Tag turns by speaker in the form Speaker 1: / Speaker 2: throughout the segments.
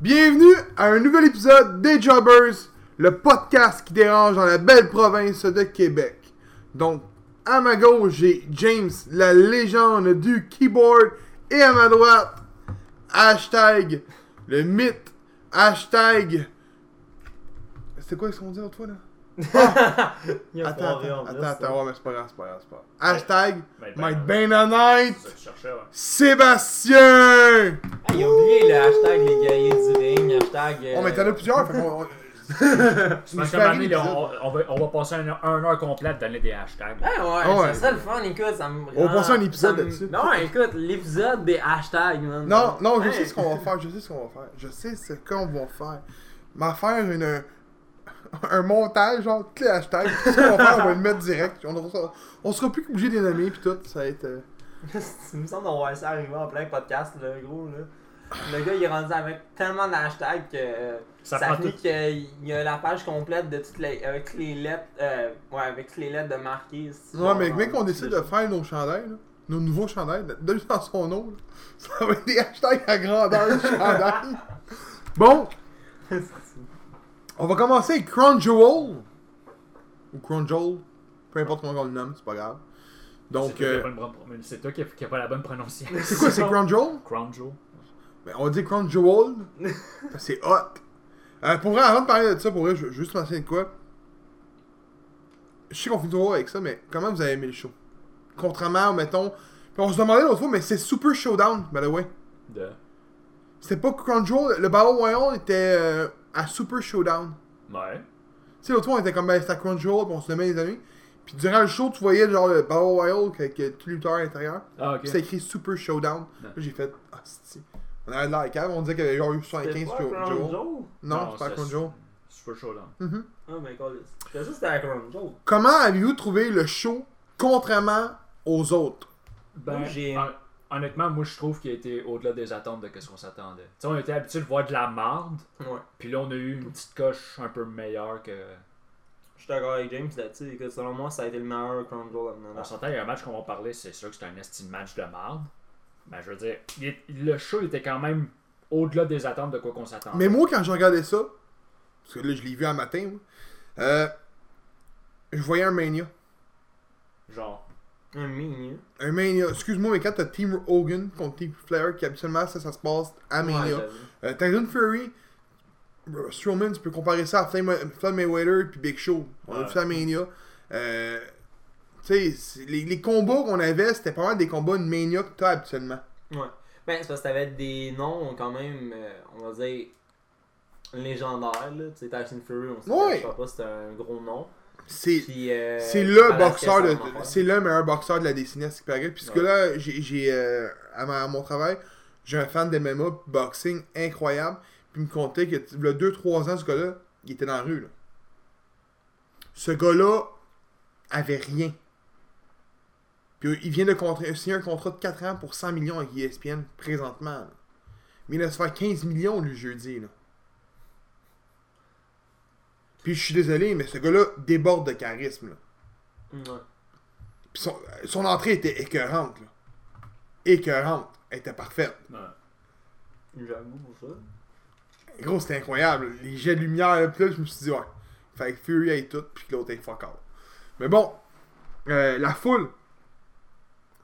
Speaker 1: Bienvenue à un nouvel épisode des Jobbers, le podcast qui dérange dans la belle province de Québec. Donc, à ma gauche, j'ai James, la légende du keyboard, et à ma droite, hashtag le mythe, hashtag. C'était quoi ce qu'on dit l'autre fois là?
Speaker 2: Il y a
Speaker 1: Ah! Attends,
Speaker 2: Florian,
Speaker 1: attends, attends,
Speaker 2: là, c'est-
Speaker 1: attends, ouais, mais c'est pas grave, c'est pas grave, c'est pas grave. Hashtag,
Speaker 3: hein. Ben, ben,
Speaker 1: my
Speaker 3: ben,
Speaker 1: ben honnête,
Speaker 3: Je cherchais, ouais.
Speaker 1: Sébastien!
Speaker 2: Ah, il a oublié le hashtag les guerriers du ring, hashtag. euh,
Speaker 1: On Oh, mais t'en as plusieurs, fait qu'on. on- Tu nous
Speaker 3: Parce
Speaker 1: fais
Speaker 3: qu'à un moment
Speaker 1: rire,
Speaker 3: donné, là, on, on va, on va passer un, un heure complète dans des hashtags.
Speaker 2: Ah ouais,
Speaker 1: Ah ouais.
Speaker 2: ça serait le fun, écoute, ça me.
Speaker 1: On va passer un
Speaker 2: ça
Speaker 1: épisode
Speaker 2: me-
Speaker 1: là-dessus.
Speaker 2: Non, écoute, l'épisode des hashtags, man.
Speaker 1: Non, non, je
Speaker 2: Hey.
Speaker 1: sais ce qu'on va faire, je sais ce qu'on va faire. Je sais ce qu'on va faire. M'en faire une, un montage, genre, clé hashtag. Tout ce qu'on va faire, on va le mettre direct. On, aura- on sera plus obligé de les nommer, puis tout, ça va être... euh,
Speaker 2: Il me semble qu'on va ça arriver en plein podcast, là, gros, là. Le gars, il est rendu avec tellement de hashtags que. euh,
Speaker 3: Ça
Speaker 2: Ça,
Speaker 3: prend
Speaker 2: finit
Speaker 3: tout.
Speaker 2: qu'il y a la page complète de toutes les. avec les lettres. euh, ouais, avec les lettres de marquées.
Speaker 1: Ouais, mais dès qu'on décide de faire nos chandails, là, nos nouveaux chandails, de dans son nom, là, ça va être des hashtags à grandeur, chandail. Bon, on va commencer avec Crown Jewel. Ou Crown Jewel, peu importe comment on le nomme, c'est pas grave.
Speaker 3: C'est
Speaker 1: Donc,
Speaker 3: toi qui
Speaker 1: euh,
Speaker 3: as pas une bonne- mais c'est toi qui n'as pas la bonne prononciation.
Speaker 1: c'est quoi, c'est Crown Jewel?
Speaker 3: Crown Joe.
Speaker 1: Ben, on dit Crown Jewel. parce que c'est hot. Euh, pour vrai, avant de parler de ça, pour vrai, je veux juste mentionner de quoi. Je sais qu'on finit toujours avec ça, mais comment vous avez aimé le show? Contrairement, mettons. puis on se demandait l'autre fois, mais c'est Super Showdown, by the way.
Speaker 3: De.
Speaker 1: C'était pas Crown Jewel, le Battle Royale était euh, à Super Showdown.
Speaker 3: Ouais.
Speaker 1: Tu sais, l'autre fois, on était comme, ben, c'était à Crown Jewel, puis on se nommait les amis. Puis durant le show, tu voyais genre le Battle Royale avec euh, tous les lutteurs à l'intérieur.
Speaker 3: Ah,
Speaker 1: Puis
Speaker 3: ok.
Speaker 1: c'était écrit Super Showdown.
Speaker 3: Ouais.
Speaker 1: Là, j'ai fait, ah, c'est. On avait de la cave, on disait qu'il y avait genre eu 75 Jewel. Non, c'est pas
Speaker 3: c'est-
Speaker 1: Crown Jewel.
Speaker 3: Super chaud, là.
Speaker 1: Mhm.
Speaker 2: Oh my god. C'est juste un Cronjo.
Speaker 1: Comment avez-vous trouvé le show contrairement aux autres?
Speaker 3: Ben,
Speaker 2: Moi, j'ai-
Speaker 3: hon- honnêtement, moi, je trouve qu'il a été au-delà des attentes de ce qu'on s'attendait. Tu sais, on était habitué de voir de la marde,
Speaker 2: Ouais.
Speaker 3: puis là, on a eu une petite coche un peu meilleure que.
Speaker 2: Je suis d'accord avec James là-dessus. Écoute, selon moi, ça a été le meilleur Cronjo là-dedans.
Speaker 3: On s'entend, il y a un match qu'on va parler, c'est sûr que c'est un estime match de marde. Mais je veux dire, il est- le show il était quand même au-delà des attentes de quoi qu'on s'attendait.
Speaker 1: Mais moi, quand je regardais ça, parce que là, je l'ai vu un matin, moi, euh, je voyais un Mania.
Speaker 3: Genre,
Speaker 1: Ah.
Speaker 2: Un mini.
Speaker 1: Un Mania. Excuse-moi, mais quand t'as Team Hogan contre Team Flair, qui habituellement, ça, ça se passe à Mania. Euh, Tyson Fury, euh, Strowman, tu peux comparer ça à Flame, Floyd Mayweather puis Big Show. On a
Speaker 3: Ouais.
Speaker 1: vu ça à Mania. Euh, tu sais, c'est- les, les combats qu'on avait, c'était pas mal des combats de Mania que t'as habituellement.
Speaker 2: Ouais. Ben, c'est parce que t'avais des noms quand même, euh, on va dire, légendaires, là. Tu sais, Tyson Fury, on sait
Speaker 1: Ouais.
Speaker 2: je sais pas si c'était un gros nom.
Speaker 1: C'est
Speaker 2: Puis, euh,
Speaker 1: C'est le
Speaker 2: Velasquez,
Speaker 1: boxeur,
Speaker 2: ça,
Speaker 1: de-
Speaker 2: mon frère.
Speaker 1: c'est le meilleur boxeur de la décennie à ce qui paraît. Puisque
Speaker 3: Ouais.
Speaker 1: là, j'ai, j'ai, euh, à, ma- à mon travail, j'ai un fan de MMA, boxing incroyable. Puis il me contait que il y a 2-3 ans, ce gars-là, il était dans la rue. là. Ce gars-là avait rien. Puis euh, il vient de contra- signer un contrat de 4 ans pour 100 millions avec E ESPN présentement. là. Mais il va se faire 15 millions le jeudi. Là. Puis je suis désolé, mais ce gars-là déborde de charisme. là.
Speaker 2: Ouais.
Speaker 1: Puis son, euh, son entrée était écœurante. Là. Écœurante. Elle était parfaite.
Speaker 3: ouais.
Speaker 2: J'avoue pour ça.
Speaker 1: Gros, c'était incroyable. Les jets de lumière, là, puis là, je me suis dit, ouais. Fait que Fury est tout, puis que l'autre est fuck out. Mais bon, euh, la foule.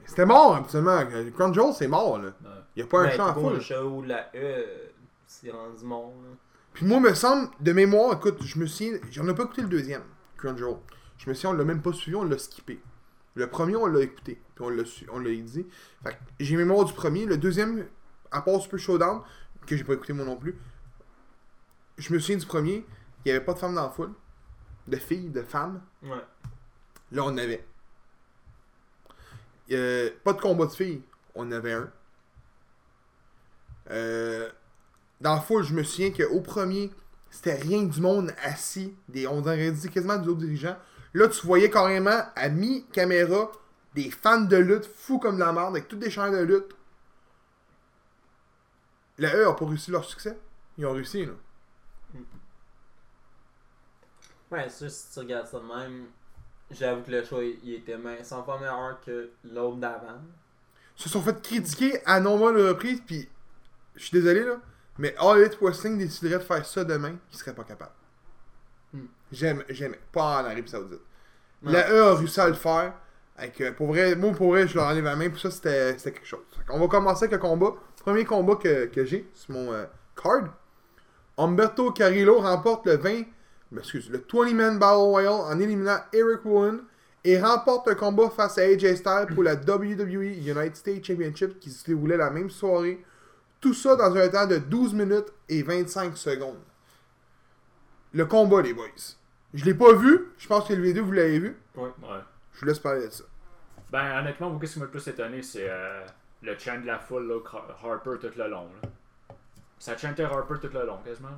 Speaker 1: C'était mort, absolument. Euh, Crown Jewel, c'est mort, là.
Speaker 3: Ouais.
Speaker 1: Il a pas un
Speaker 2: Ben,
Speaker 1: champ à
Speaker 2: tout court,
Speaker 1: foule.
Speaker 2: Le show, la E, c'est rendu mon. là.
Speaker 1: Puis moi, me semble, de mémoire, écoute, je me souviens, j'en ai pas écouté le deuxième, Crown Jewel. Je me souviens, on l'a même pas suivi, on l'a skippé. Le premier, on l'a écouté, puis on l'a su, on l'a dit. Fait que j'ai mémoire du premier. Le deuxième, à part Super Showdown, que j'ai pas écouté moi non plus, je me souviens du premier, il y avait pas de femmes dans la foule, de filles, de femmes.
Speaker 2: Ouais.
Speaker 1: Là, on en avait. Euh, pas de combat de filles. On en avait un. Euh, dans la foule, je me souviens qu'au premier, c'était rien du monde assis. Des, on aurait dit quasiment des autres dirigeants. Là, tu voyais carrément, à mi-caméra, des fans de lutte fous comme de la merde, avec toutes des chaînes de lutte. Là, eux, ont pas réussi leur succès. Ils ont réussi, là.
Speaker 2: Ouais, c'est sûr, si tu regardes ça de même, j'avoue que le show, il il était me- 100 fois meilleur que l'autre d'avant.
Speaker 1: se sont fait critiquer à nombreuses reprises, puis je suis désolé, là, Mais All Elite Wrestling déciderait de faire ça demain, ils seraient pas capables.
Speaker 2: Hmm.
Speaker 1: J'aime, j'aime. Pas en Arabie Saoudite.
Speaker 2: Ouais.
Speaker 1: La E a réussi à le faire. Fait que pour vrai, moi, pour vrai, je leur enlève la main. Pour ça, c'était, c'était quelque chose. On va commencer avec le combat. Premier combat que, que j'ai sur mon euh, card. Humberto Carrillo remporte le 20, excuse, le 20-man Battle Royale en éliminant Eric Rowan et remporte le combat face à AJ Styles pour la WWE United States Championship qui se déroulait la même soirée. Tout ça dans un temps de 12 minutes et 25 secondes. Le combat, les boys. Je l'ai pas vu. Je pense que le vidéo, vous l'avez vu.
Speaker 3: Ouais.
Speaker 1: Je vous laisse parler de ça.
Speaker 3: Ben, honnêtement, moi, qu'est-ce qui m'a le plus étonné, c'est euh, le chant de la foule, là, Har- Harper tout le long. Là. Ça chantait Harper tout le long, quasiment.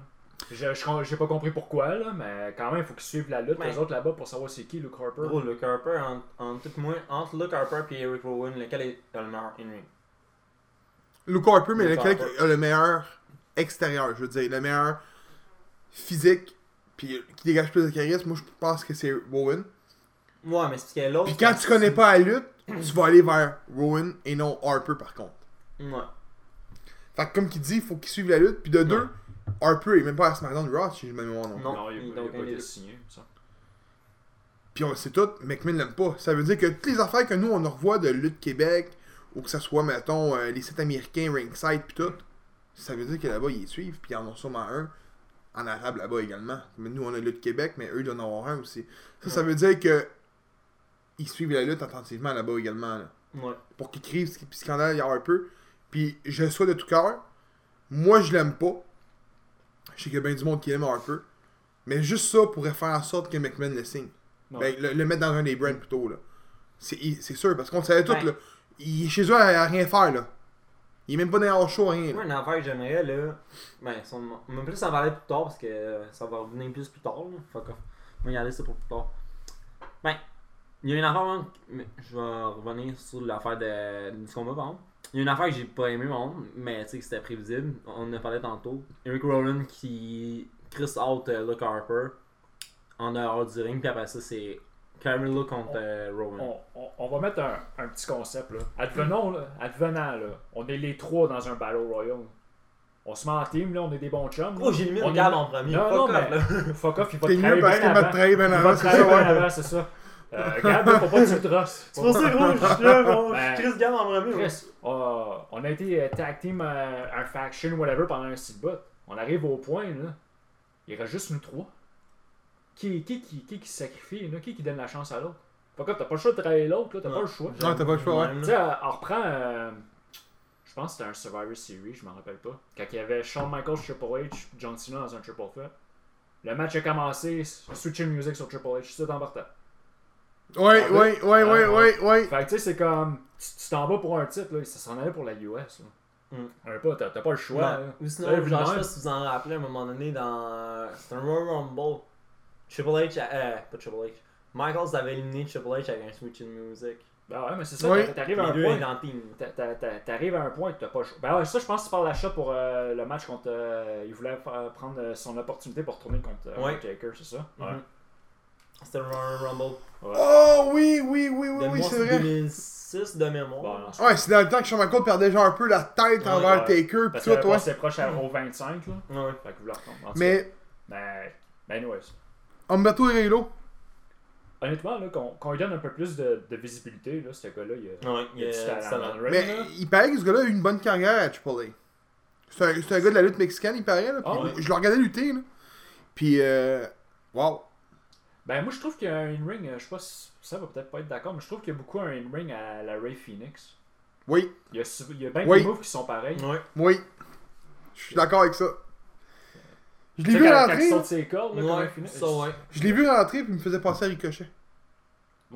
Speaker 3: Je- je- J'ai pas compris pourquoi, là, mais quand même, il faut qu'ils suivent la lutte,
Speaker 2: Ouais.
Speaker 3: les autres là-bas, pour savoir c'est qui Luke Harper.
Speaker 2: Gros, Luke Harper, en, en tout moins, entre Luke Harper et Eric Rowan, lequel est le meilleur in-ring?
Speaker 1: Luke Harper, mais
Speaker 2: Luke
Speaker 1: lequel
Speaker 2: Harper.
Speaker 1: a le meilleur extérieur, je veux dire, le meilleur physique, puis qui dégage plus de charisme, moi je pense que c'est Rowan.
Speaker 2: Ouais, mais c'est parce que l'autre.
Speaker 1: Puis quand tu connais pas la lutte, tu vas aller vers Rowan et non Harper par contre.
Speaker 2: Ouais.
Speaker 1: Fait que comme qu'il dit, il faut qu'il suive la lutte, puis de deux, Harper est même pas à SmackDown Raw, si j'ai le mémoire non. plus.
Speaker 2: Non,
Speaker 3: non, il
Speaker 2: il
Speaker 3: il
Speaker 2: doit
Speaker 3: a pas
Speaker 2: gagner
Speaker 3: été
Speaker 2: le-
Speaker 3: signé, ça.
Speaker 1: Puis on le sait tout, McMahon l'aime pas. Ça veut dire que toutes les affaires que nous on revoit de lutte Québec, ou que ça soit, mettons, euh, les sites américains, Ringside, puis tout, ça veut dire que là-bas ils les suivent, puis ils en ont sûrement un en arabe là-bas également. Mais nous on a lutte Québec, mais eux ils en ont un aussi. Ça, ça veut dire que ils suivent la lutte attentivement là-bas également. là.
Speaker 2: Ouais.
Speaker 1: pour qu'il crie puis scandale il y a un peu. Puis je le souhaite de tout cœur. Moi, je l'aime pas. Je sais qu'il y a bien du monde qui l'aime un peu. Mais juste ça pourrait faire en sorte que McMahon le signe.
Speaker 3: Ouais.
Speaker 1: Ben, le, le mettre dans un des brands plutôt. là. C'est il- c'est sûr, parce qu'on le savait tout.
Speaker 2: Ouais.
Speaker 1: Là. Il est chez eux à, à rien faire. là. Il est même pas dans leur show, rien. là.
Speaker 2: Moi, une affaire que j'aimerais, là. Ben, si on- on va plus en parler plus tard parce que euh, ça va revenir plus plus tard, là. Fuck off. On va y aller, ça pour plus tard. Ben, il y a une affaire, hein, mais je vais revenir sur l'affaire de, du combat, par exemple. Il y a une affaire que j'ai pas aimé, par exemple, mais tu sais que c'était prévisible. On en a parlé tantôt. Eric Rowland qui Chris out euh, Luke Harper en dehors du ring, puis après ça, c'est Carmelo contre euh, Rowan.
Speaker 3: On, on- on va mettre un, un petit concept, là. Advenons, là, advenant, là, on est les trois dans un Battle Royale. On se met en team, là, on est des bons chums. là.
Speaker 2: Oh, j'ai mis
Speaker 3: On
Speaker 2: le
Speaker 3: est-
Speaker 2: gars en premier.
Speaker 3: Non,
Speaker 2: Fuck
Speaker 3: non,
Speaker 2: off,
Speaker 3: mais-
Speaker 2: là.
Speaker 3: Fuck off, il va
Speaker 1: T'es
Speaker 3: te
Speaker 1: mieux
Speaker 3: trahir
Speaker 1: parce
Speaker 3: bien
Speaker 1: qu'il va te
Speaker 3: avant.
Speaker 1: trahir bien
Speaker 3: Il va
Speaker 1: avant.
Speaker 3: te
Speaker 1: hein, C'est ça,
Speaker 3: trahir bien
Speaker 1: ouais.
Speaker 3: avant, c'est ça. Euh, Regarde, là, faut pas que tu te drosses.
Speaker 2: C'est pour ça, gros, je suis là, gros.
Speaker 3: Ben,
Speaker 2: Je suis Chris Gall en premier, ouais.
Speaker 3: Chris, euh, on a été euh, tag team, euh, un faction, whatever, pendant un petit bout. On arrive au point, là. Il reste juste nous trois. Qui, qui, qui, qui, qui se sacrifie, là? Qui, qui donne la chance à l'autre? Fait que t'as pas le choix de trahir l'autre, là. T'as
Speaker 2: Non.
Speaker 3: pas le choix.
Speaker 1: Non, t'as pas le choix, ouais.
Speaker 3: Tu sais, euh, on reprend. euh, je pense que c'était un Survivor Series, je m'en rappelle pas. Quand il y avait Shawn Michaels, Triple H, John Cena dans un Triple Threat. Le match a commencé, switching music sur Triple H, tout en partant.
Speaker 1: Ouais, ouais, ouais, ouais, ouais, ouais.
Speaker 3: Fait que tu sais, c'est comme. Tu tu t'en vas pour un titre, là, ça s'en allait pour la US. Là.
Speaker 2: Mm.
Speaker 3: Un pas, t'as t'as pas le choix. là.
Speaker 2: Ou sinon,
Speaker 3: T'as
Speaker 2: genre,
Speaker 3: vu
Speaker 2: je sais
Speaker 3: de même.
Speaker 2: pas si vous en rappelez à un moment donné dans. C'était un Royal Rumble. Triple H. Euh, pas Triple H. Michaels avait éliminé Triple H avec un switch in music.
Speaker 3: Ben ouais, mais c'est ça,
Speaker 1: Oui.
Speaker 3: t'a- t'arrives
Speaker 2: Les
Speaker 3: à un
Speaker 2: deux étaient dans
Speaker 3: point.
Speaker 2: le team.
Speaker 3: t'a- t'a- t'a- T'arrives à un point que t'as pas le choix. Ben ouais, ça, je pense que tu parles d'achat pour euh, le match contre. euh, il voulait fa- prendre euh, son opportunité pour retourner contre euh,
Speaker 2: Ouais.
Speaker 3: Taker, c'est ça?
Speaker 2: Mhm. C'était le Royal Rumble.
Speaker 1: Oh oui, oui, oui, oui,
Speaker 2: De
Speaker 1: oui,
Speaker 2: moi,
Speaker 1: c'est vrai.
Speaker 2: 2006 de
Speaker 3: Bon,
Speaker 2: mémoire.
Speaker 3: non, c'est-
Speaker 1: Ouais, c'est dans le temps que Shawn Michaels perdait genre un peu la tête
Speaker 2: Ouais,
Speaker 1: envers
Speaker 3: ouais.
Speaker 1: Taker pis
Speaker 3: Parce
Speaker 1: tout,
Speaker 3: que
Speaker 1: ouais.
Speaker 3: c'est proche à Raw 25, là.
Speaker 2: Ouais.
Speaker 3: Fait que vous la retombe. En tout
Speaker 1: Mais
Speaker 3: cas, Ben, ben anyways.
Speaker 1: Humberto Herrero,
Speaker 3: Honnêtement, là, qu'on qu'on lui donne un peu plus de, de visibilité, là, ce gars-là, il a,
Speaker 2: Ouais, il y a
Speaker 3: du talent.
Speaker 2: Euh, ça.
Speaker 3: dans le ring,
Speaker 1: mais
Speaker 3: là.
Speaker 1: il paraît que ce gars-là a eu une bonne carrière à Triple A. C'est un, c'est un gars de la lutte mexicaine, il paraît. Là, puis
Speaker 3: Ah ouais.
Speaker 1: Je le regardais lutter. Là. Puis, euh, wow.
Speaker 3: Ben moi je trouve qu'il y a un in-ring, euh, je sais pas si ça va peut-être pas être d'accord, mais je trouve qu'il y a beaucoup un in-ring à la Ray Phoenix.
Speaker 1: Oui,
Speaker 3: Il y a, sou- il y a bien
Speaker 1: Oui.
Speaker 3: des moves qui sont pareils. Tu
Speaker 2: Ouais.
Speaker 1: oui. Je suis d'accord avec ça. Je l'ai
Speaker 3: sais,
Speaker 1: vu
Speaker 3: quand, quand il
Speaker 1: rentrer.
Speaker 3: saute ses cordes, là, comme Ray
Speaker 2: Ouais,
Speaker 3: Phoenix.
Speaker 2: ça, ouais.
Speaker 1: Je l'ai vu rentrer, puis il me faisait passer à Ricochet.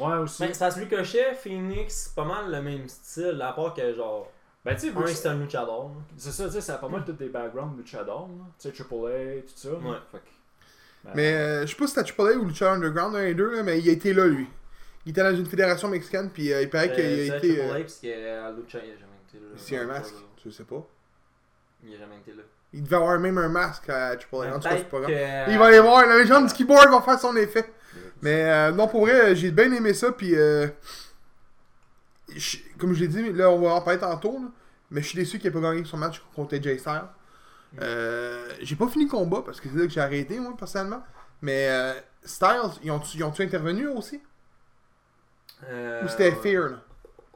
Speaker 3: Ouais, aussi.
Speaker 2: Ben, ça se ricochet, Phoenix, pas mal le même style, à part que genre.
Speaker 3: Ben, tu sais, vu
Speaker 2: Un,
Speaker 3: que
Speaker 2: c'est
Speaker 3: c'est
Speaker 2: un luchador. hein. là.
Speaker 3: c'est ça, tu sais, ça a pas mal tous des backgrounds de Shadow, là. tu sais, Triple A, tout ça.
Speaker 2: Ouais.
Speaker 3: Fait que-
Speaker 2: Ah.
Speaker 1: Mais euh, je sais pas si c'était Triple A ou Lucha Underground, un et deux, là, mais il a été là, lui. Il était dans une fédération mexicaine, puis euh, il paraît
Speaker 2: Euh,
Speaker 1: qu'il a
Speaker 2: c'est
Speaker 1: été.
Speaker 2: Triple
Speaker 1: euh,
Speaker 2: A, parce que à Lucha, il a jamais été là.
Speaker 1: C'est un
Speaker 2: Dans le
Speaker 1: masque,
Speaker 2: Royal.
Speaker 1: tu sais pas.
Speaker 2: Il a jamais été là.
Speaker 1: Il devait avoir même un masque à Triple A. En tout cas, c'est
Speaker 2: Peut-être
Speaker 1: pas grave.
Speaker 2: que-
Speaker 1: Il va aller voir, la légende du keyboard va faire son effet. Mais euh, non, pour vrai, euh, j'ai bien aimé ça, puis euh, je- comme je l'ai dit, là, on va en parler tantôt, là, mais je suis déçu qu'il n'ait pas gagné son match contre AJ Styles.
Speaker 2: Mm.
Speaker 1: Euh, j'ai pas fini le combat parce que c'est là que j'ai arrêté, moi, personnellement. Mais euh, Styles, ils ont-tu ont intervenu aussi
Speaker 2: Euh,
Speaker 1: Ou c'était Fear, là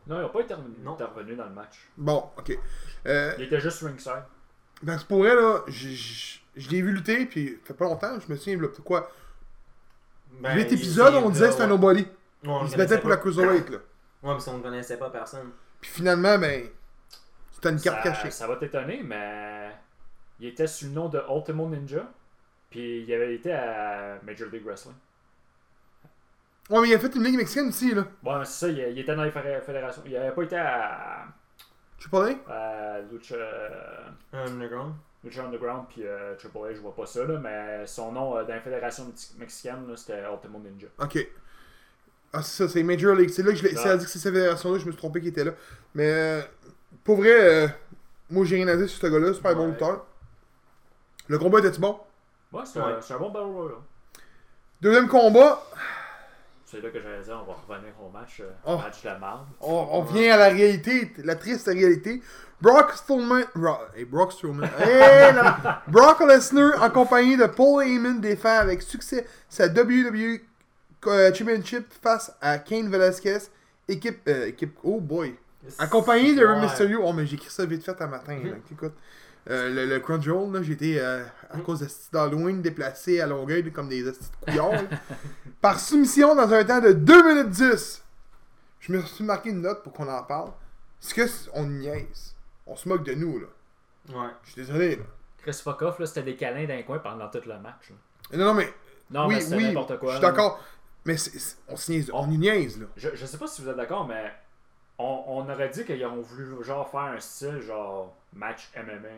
Speaker 3: Non, ils n'ont pas intervenu,
Speaker 2: Non.
Speaker 3: intervenu dans le match.
Speaker 1: Bon, ok. Euh,
Speaker 3: Il était juste ringside.
Speaker 1: Donc, pour vrai, là, je- je je l'ai vu lutter, puis ça fait pas longtemps, je me souviens, là, pourquoi.
Speaker 2: Ben,
Speaker 1: Huit
Speaker 2: il-
Speaker 1: épisodes,
Speaker 2: il
Speaker 1: on disait que c'était un
Speaker 2: ouais.
Speaker 1: nobody.
Speaker 2: Ouais, on
Speaker 1: Il
Speaker 2: le
Speaker 1: se battait pour la
Speaker 2: connaissait
Speaker 1: cruiserweight, là.
Speaker 2: pas. Ouais, mais si on ne connaissait pas personne.
Speaker 1: Puis finalement, ben, c'était une carte
Speaker 3: Ça,
Speaker 1: cachée.
Speaker 3: ça va t'étonner, mais il était sous le nom de Ultimo Ninja, puis il avait été à Major League Wrestling.
Speaker 1: Ouais, mais il a fait une ligue mexicaine aussi, là.
Speaker 3: Bon, c'est ça, il, il était dans les fédé- fédérations. Il n'avait pas été à,
Speaker 1: Tu parlais
Speaker 3: à Lucha,
Speaker 2: Un underground.
Speaker 3: Lucha Underground, puis euh, Triple H, je vois pas ça, là, mais son nom euh, dans la fédération mex- mexicaine, là, c'était Ultimo Ninja.
Speaker 1: Ok. Ah, c'est ça, c'est Major League. C'est là que je l'ai.
Speaker 3: Ah.
Speaker 1: C'est à dire que c'est cette fédération-là, je me suis trompé qu'il était là. Mais, euh, pour vrai, euh, moi, j'ai rien à dire sur ce gars-là. Super bon
Speaker 3: Ouais.
Speaker 1: lutteur. Le combat était-tu bon
Speaker 3: Ouais, c'est un,
Speaker 2: Ouais.
Speaker 3: c'est un bon battle royale.
Speaker 1: Deuxième combat,
Speaker 3: C'est là que j'allais dire, on va revenir au match, euh,
Speaker 1: Oh.
Speaker 3: match de la marde.
Speaker 1: On, on vient à la réalité, la triste réalité. Brock Strowman, Bro- hey, Brock Strowman, Hey, là. Brock Lesnar en compagnie de Paul Heyman défend avec succès sa WWE euh, Championship face à Kane Velasquez, équipe, euh, équipe, oh boy, accompagné de Rey
Speaker 2: Ouais.
Speaker 1: Mysterio. Oh mais j'ai écrit ça vite fait un matin.
Speaker 3: Mhm.
Speaker 1: là. Écoute, euh, le, le Crunchyroll, là, j'étais euh,
Speaker 3: Mhm.
Speaker 1: à cause de ce d'Halloween déplacé à Longueuil comme des hosties de couillons, là. par soumission dans un temps de 2 minutes 10. Je me suis marqué une note pour qu'on en parle. Est-ce que c- on niaise? On se moque de nous, là.
Speaker 2: Ouais.
Speaker 1: Je suis désolé, là.
Speaker 3: Chris Fokoff, là, c'était des câlins d'un coin pendant tout le match. là.
Speaker 1: Non, non, mais.
Speaker 3: Non,
Speaker 1: oui,
Speaker 3: mais c'était
Speaker 1: oui.
Speaker 3: n'importe quoi.
Speaker 1: je suis
Speaker 3: là.
Speaker 1: d'accord. Mais c'est- c'est- on se niaise. On y niaise, là.
Speaker 3: Je, je sais pas si vous êtes d'accord, mais on, on aurait dit qu'ils ont voulu genre faire un style genre match MMA. là.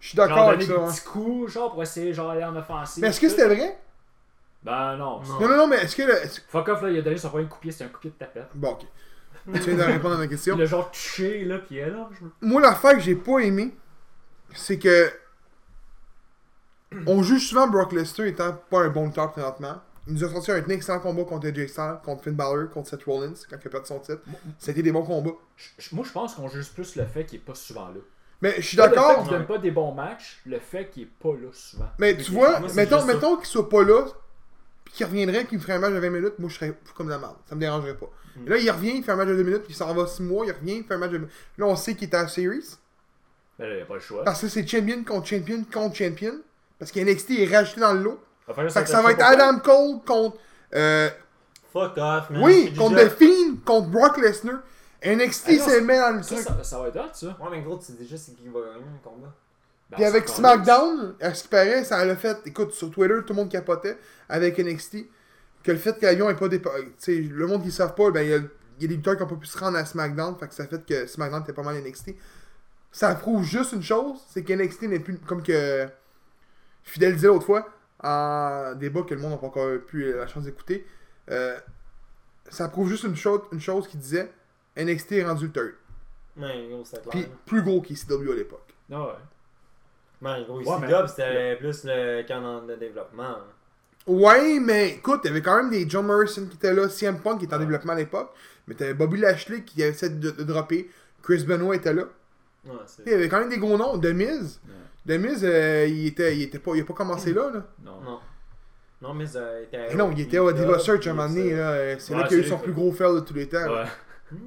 Speaker 1: Je suis
Speaker 3: Genre
Speaker 1: d'accord
Speaker 3: donner
Speaker 1: avec
Speaker 3: des
Speaker 1: ça. hein.
Speaker 3: petits coups, genre pour essayer genre aller en offensive.
Speaker 1: Mais est-ce que
Speaker 3: tout.
Speaker 1: c'était vrai?
Speaker 3: Ben non.
Speaker 2: Non.
Speaker 1: Non, non, non, mais est-ce que. le- est-ce-
Speaker 3: Fuck off là, il a donné son premier coup de pied, c'était un coup de pied de tapette.
Speaker 1: Bon, ok. Tu viens de répondre à ma question.
Speaker 3: Il a genre touché là, puis elle là. Je...
Speaker 1: moi, l'affaire que j'ai pas aimé, c'est que. On juge souvent Brock Lesnar étant pas un bon lutteur présentement. Il nous a sorti un excellent combat contre Jake Styles, contre Finn Balor, contre Seth Rollins, quand il a perdu son titre. C'était des bons combats.
Speaker 3: Je- je- moi je pense qu'on juge plus le fait qu'il est pas souvent là.
Speaker 1: Mais je suis
Speaker 3: Pas Le fait
Speaker 1: d'accord,
Speaker 3: qu'il donne pas des bons matchs, le fait qu'il est pas là souvent.
Speaker 1: mais tu vois,
Speaker 2: Moi, c'est
Speaker 1: mettons,
Speaker 2: juste ça.
Speaker 1: mettons qu'il soit pas là, puis qu'il reviendrait, qu'il me ferait un match de 20 minutes, moi je serais fou comme de la merde. Ça me dérangerait pas.
Speaker 2: Mm.
Speaker 1: Et là, il revient, il fait un match de 2 minutes, puis il s'en va 6 mois, il revient, il fait un match de. Là, on sait qu'il est à la Series.
Speaker 3: Ben là, il a pas le choix.
Speaker 1: Parce que c'est champion contre champion contre champion. Parce qu'NXT est rajouté dans le lot.
Speaker 3: Enfin, là,
Speaker 1: Fait que ça
Speaker 3: fait
Speaker 1: va être
Speaker 3: pas mal.
Speaker 1: Adam Cole contre. euh,
Speaker 2: Fuck off, man.
Speaker 1: oui,
Speaker 2: J'ai
Speaker 1: contre
Speaker 2: déjà-
Speaker 1: The Fiend, contre Brock Lesnar. NXT
Speaker 2: Ah non,
Speaker 1: s'est mis dans le
Speaker 3: Ça,
Speaker 1: truc.
Speaker 3: ça, ça va être hot ça.
Speaker 2: Ouais, mais gros, tu sais déjà c'est qui va gagner le combat.
Speaker 3: Ben,
Speaker 1: Puis avec
Speaker 3: c'est encore-
Speaker 1: SmackDown, à ce qui paraît, ça l'a fait. Écoute, sur Twitter, tout le monde capotait avec NXT. Que le fait que l'avion est pas dépassé. Le monde qui ne savent pas, ben, il y, a, il y a des lutteurs qui n'ont pas pu se rendre à SmackDown. Fait que ça fait que SmackDown était pas mal NXT. Ça prouve juste une chose c'est que NXT n'est plus. Comme que. Fidel disait l'autre fois, en débat que le monde n'a pas encore eu la chance d'écouter. euh, ça prouve juste une chose, une chose qui disait NXT est rendu le third.
Speaker 2: Mais gros, c'était clair.
Speaker 1: Puis plus gros qu'ICW à l'époque.
Speaker 3: Non, Ah ouais.
Speaker 2: Man, gros, ici,
Speaker 3: Ouais, mais-
Speaker 2: Dub, c'était plus le camp de développement.
Speaker 1: Ouais, mais écoute, il y avait quand même des John Morrison qui étaient là, CM Punk qui était en développement à l'époque, mais t'avais Bobby Lashley qui essayait de, de dropper, Chris Benoit était là.
Speaker 2: Ouais, c'est.
Speaker 1: Il y avait quand même des gros noms. De Miz, De Miz, euh, il, était, il, était pas, il a pas commencé là. là.
Speaker 3: Non.
Speaker 2: Non. Non, mais ça était.
Speaker 1: Et non, il était au Diva Search à un moment donné. là, euh, C'est
Speaker 3: Ouais,
Speaker 1: là qu'il a eu
Speaker 3: c'est
Speaker 1: son
Speaker 3: lui.
Speaker 1: plus gros fail de tous les temps. là.
Speaker 3: Ouais.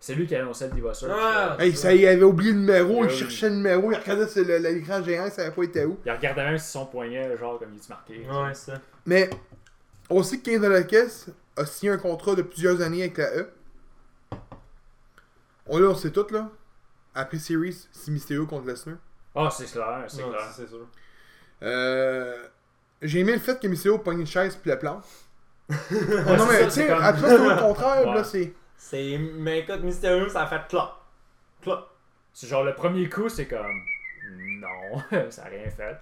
Speaker 3: C'est lui qui annonçait le Diva Search.
Speaker 2: Ah!
Speaker 1: Hey, ça, il avait oublié le numéro,
Speaker 3: Ouais,
Speaker 1: il
Speaker 3: oui.
Speaker 1: cherchait le numéro, il regardait sur le- l'écran géant, il savait pas était où.
Speaker 3: Il regardait même si son poignet, genre, comme il est marqué.
Speaker 2: Ouais, c'est ça.
Speaker 1: Mais on sait que Kane Velasquez a signé un contrat de plusieurs années avec la E. On là, on sait tout là. Après Series, c'est Mysterio contre Lesnar.
Speaker 3: Ah, c'est clair, c'est
Speaker 2: Non,
Speaker 3: clair.
Speaker 2: C'est sûr.
Speaker 1: Euh, J'ai aimé le fait que Mysterio pogne une chaise puis la plante.
Speaker 3: Ouais,
Speaker 1: non
Speaker 3: Ah, c'est
Speaker 1: mais
Speaker 3: ça, c'est
Speaker 1: tiens,
Speaker 3: comme-
Speaker 1: après c'est tout le contraire
Speaker 3: Ouais.
Speaker 1: là, c'est.
Speaker 2: C'est. Mais écoute, Mysterio, ça a fait clop. Clop.
Speaker 3: C'est genre le premier coup, c'est comme. Non, ça a rien fait.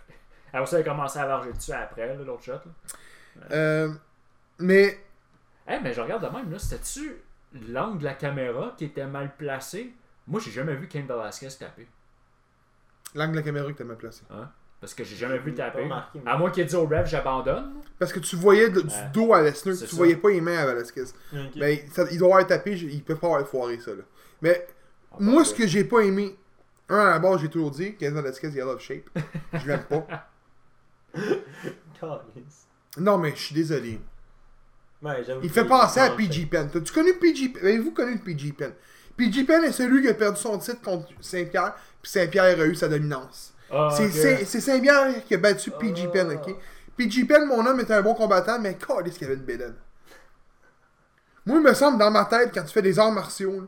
Speaker 3: Alors ça, il a commencé à varger dessus après, là, l'autre shot. là.
Speaker 1: Euh, mais
Speaker 3: Eh, mais je regarde de même, là, c'était-tu l'angle de la caméra qui était mal placé Moi, j'ai jamais vu Ken Velasquez taper.
Speaker 1: l'angle de la caméra que t'as mal placé.
Speaker 3: Parce que j'ai jamais vu
Speaker 2: Pas
Speaker 3: taper.
Speaker 2: remarqué, moi.
Speaker 3: À moins qu'il ait dit au ref, j'abandonne.
Speaker 1: Parce que tu voyais de-
Speaker 3: Ouais.
Speaker 1: du dos à Lesnar,
Speaker 3: C'est
Speaker 1: tu
Speaker 3: ça.
Speaker 1: voyais pas les mains à Velasquez.
Speaker 2: Ok.
Speaker 1: Ben- Mais ça- il doit avoir tapé, je- il peut pas avoir foiré ça là. Mais Moi, ce que j'ai pas aimé, Un à la base, j'ai toujours dit, Kenzo Velasquez, il est out of shape. Je l'aime pas.
Speaker 2: Calice.
Speaker 1: Non, mais je suis désolé.
Speaker 2: Ouais, j'avoue
Speaker 1: Il
Speaker 2: que
Speaker 1: fait penser à
Speaker 2: en
Speaker 1: PG Penn. T'as-tu connu PG Penn? Ben, Avez-vous connu le PG Penn? PG Penn est celui qui a perdu son titre contre Saint-Pierre, puis Saint-Pierre a eu sa dominance.
Speaker 3: Ah,
Speaker 1: C'est-
Speaker 3: ok.
Speaker 1: C'est c'est Saint-Pierre qui a battu PG Penn, ok? PG Penn, mon homme, était un bon combattant, mais calisse qu'il avait une bédaine. Moi, il me semble, dans ma tête, quand tu fais des arts martiaux, là,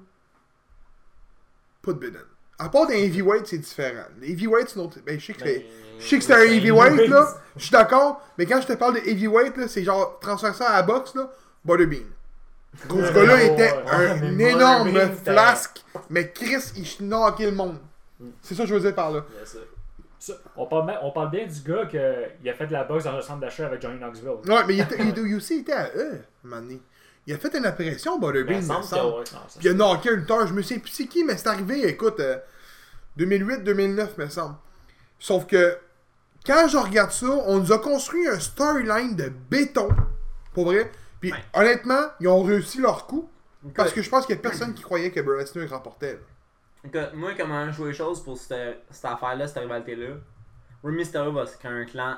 Speaker 1: pas de bédaine. À part d'un heavyweight, c'est différent. Les heavyweights, c'est une autre... Ben, je sais que c'est-
Speaker 2: Ben,
Speaker 1: je sais que c'est un
Speaker 2: c'est un
Speaker 1: heavyweight, là.
Speaker 2: heavyweight.
Speaker 1: Je suis d'accord. Mais quand je te parle de heavyweight, là, c'est genre transfère ça à la boxe, là. Butterbean. Gros, ce gars-là
Speaker 3: Ouais,
Speaker 1: était
Speaker 3: ouais,
Speaker 1: un
Speaker 2: mais
Speaker 1: énorme
Speaker 2: Butterbean, c'était-
Speaker 1: flasque. Mais Chris, il knockait le monde. C'est ça que je veux dire par là.
Speaker 2: Yes, sir.
Speaker 3: Ça, on, parle, bien- on parle bien du gars qui a fait de la boxe dans le centre d'achat avec Johnny Knoxville.
Speaker 1: Ouais, mais il était, il était- lui aussi, il était à eux, à un moment donné. Il a fait une apparition, Butterbean,
Speaker 2: Ben,
Speaker 1: il me
Speaker 2: semble
Speaker 1: semble.
Speaker 2: que ouais.
Speaker 3: Non, ça-
Speaker 1: Puis il a knocké un lutteur. Je me sais plus c'est qui, mais c'est arrivé, écoute, euh, 2008-2009, me semble. Sauf que, quand je regarde ça, on nous a construit un storyline de béton. Pour vrai. Puis
Speaker 2: Ouais.
Speaker 1: honnêtement, ils ont réussi leur coup. Parce
Speaker 2: Écoute,
Speaker 1: que je pense qu'il y a personne qui croyait que Brock Lesnar remportait. là.
Speaker 2: écoute, moi, comment je vois les choses pour cette, cette affaire-là, cette rivalité-là, Remy Mysterio va se créer un clan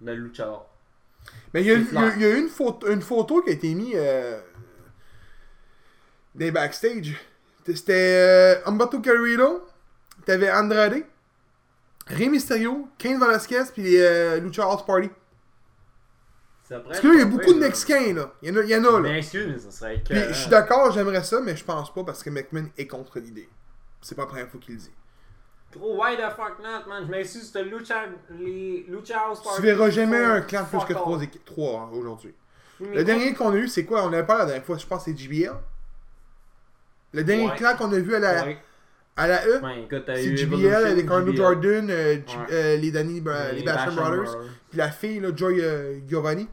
Speaker 2: de luchador.
Speaker 1: Mais il y a,
Speaker 2: C'est
Speaker 1: il y a- il y a une, photo, une photo qui a été mise euh, des backstage. C'était euh, Humberto Carrillo, t'avais Andrade, Rey Mysterio, Kane Velasquez, puis euh, Lucha House Party. Parce que là, il y a beaucoup de Mexicains, là. Il y en a, il y en a là.
Speaker 2: Mais excuse, mais euh, ça serait que.
Speaker 1: Puis, je suis d'accord, j'aimerais ça, mais je pense pas parce que McMahon est contre l'idée. C'est pas la première fois qu'il le dit.
Speaker 2: Gros, why the fuck not, man? Je m'excuse, c'était Lucha, les Lucha House
Speaker 1: Tu
Speaker 2: Party.
Speaker 1: verras jamais un clan de plus
Speaker 2: Fuck
Speaker 1: que
Speaker 2: off.
Speaker 1: trois, équi- trois, hein, aujourd'hui.
Speaker 2: Oui, mais
Speaker 1: Le dernier qu'on a eu, c'est quoi On avait parlé la dernière fois, je pense, que c'est JBL. Le dernier
Speaker 2: Ouais.
Speaker 1: clan qu'on a vu à la,
Speaker 2: Ouais.
Speaker 1: à la E,
Speaker 2: Ben, écoute, t'as
Speaker 1: c'est
Speaker 2: eu
Speaker 1: JBL,
Speaker 2: Evolution,
Speaker 1: les Carno
Speaker 2: JBL,
Speaker 1: Jordan, euh, J-
Speaker 2: Ouais.
Speaker 1: euh, les Danny, Bra-
Speaker 2: les
Speaker 1: les Basham Brothers, puis la fille, là, Joy euh, Giovanni.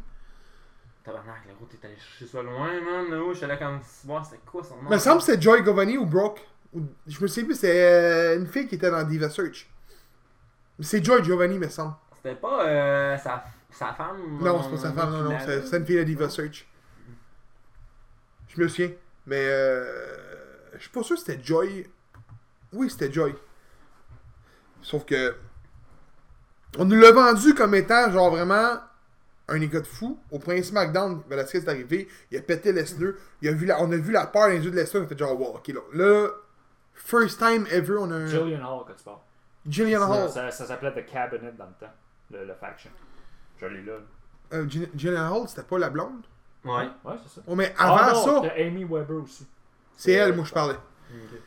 Speaker 2: Tabarnak, le gros, t'es allé chercher ça loin, man. Là, où je suis allé comme voir c'était quoi son
Speaker 1: Il
Speaker 2: nom.
Speaker 1: me semble que c'est Joy Giovanni ou Brooke. ou- je me sais plus, c'est euh, une fille qui était dans Diva Search. C'est Joy Giovanni, me semble.
Speaker 2: C'était pas euh, sa, sa femme.
Speaker 1: Non,
Speaker 2: euh,
Speaker 1: c'est pas sa femme, non,
Speaker 2: qui
Speaker 1: non,
Speaker 2: l'avait.
Speaker 1: c'est c'est une fille de Diva
Speaker 2: Non.
Speaker 1: Search. Je me souviens, mais euh, je suis pas sûr que c'était Joy. Oui, c'était Joy. Sauf que. On nous l'a vendu comme étant, genre, vraiment un égo de fou. Au premier SmackDown, Velasquez est arrivé, il a pété Lesnar, il a vu la- on a vu la peur dans les yeux de Lesnar, on a fait genre, wow, ok, là, là, first time ever, on a un.
Speaker 3: Jillian Hall que tu parles.
Speaker 1: Jillian Hall.
Speaker 3: Ça, ça s'appelait The Cabinet dans le temps, le, le faction. Je l'ai là. là.
Speaker 1: Euh, Jill- Jillian Hall, c'était pas la blonde.
Speaker 2: Ouais.
Speaker 3: Ouais, c'est ça.
Speaker 1: Oh, mais
Speaker 3: Ah
Speaker 1: avant
Speaker 3: non,
Speaker 1: ça,
Speaker 3: t'as Amy Weber aussi.
Speaker 1: c'est elle, moi, je parlais.
Speaker 2: Euh, Ok.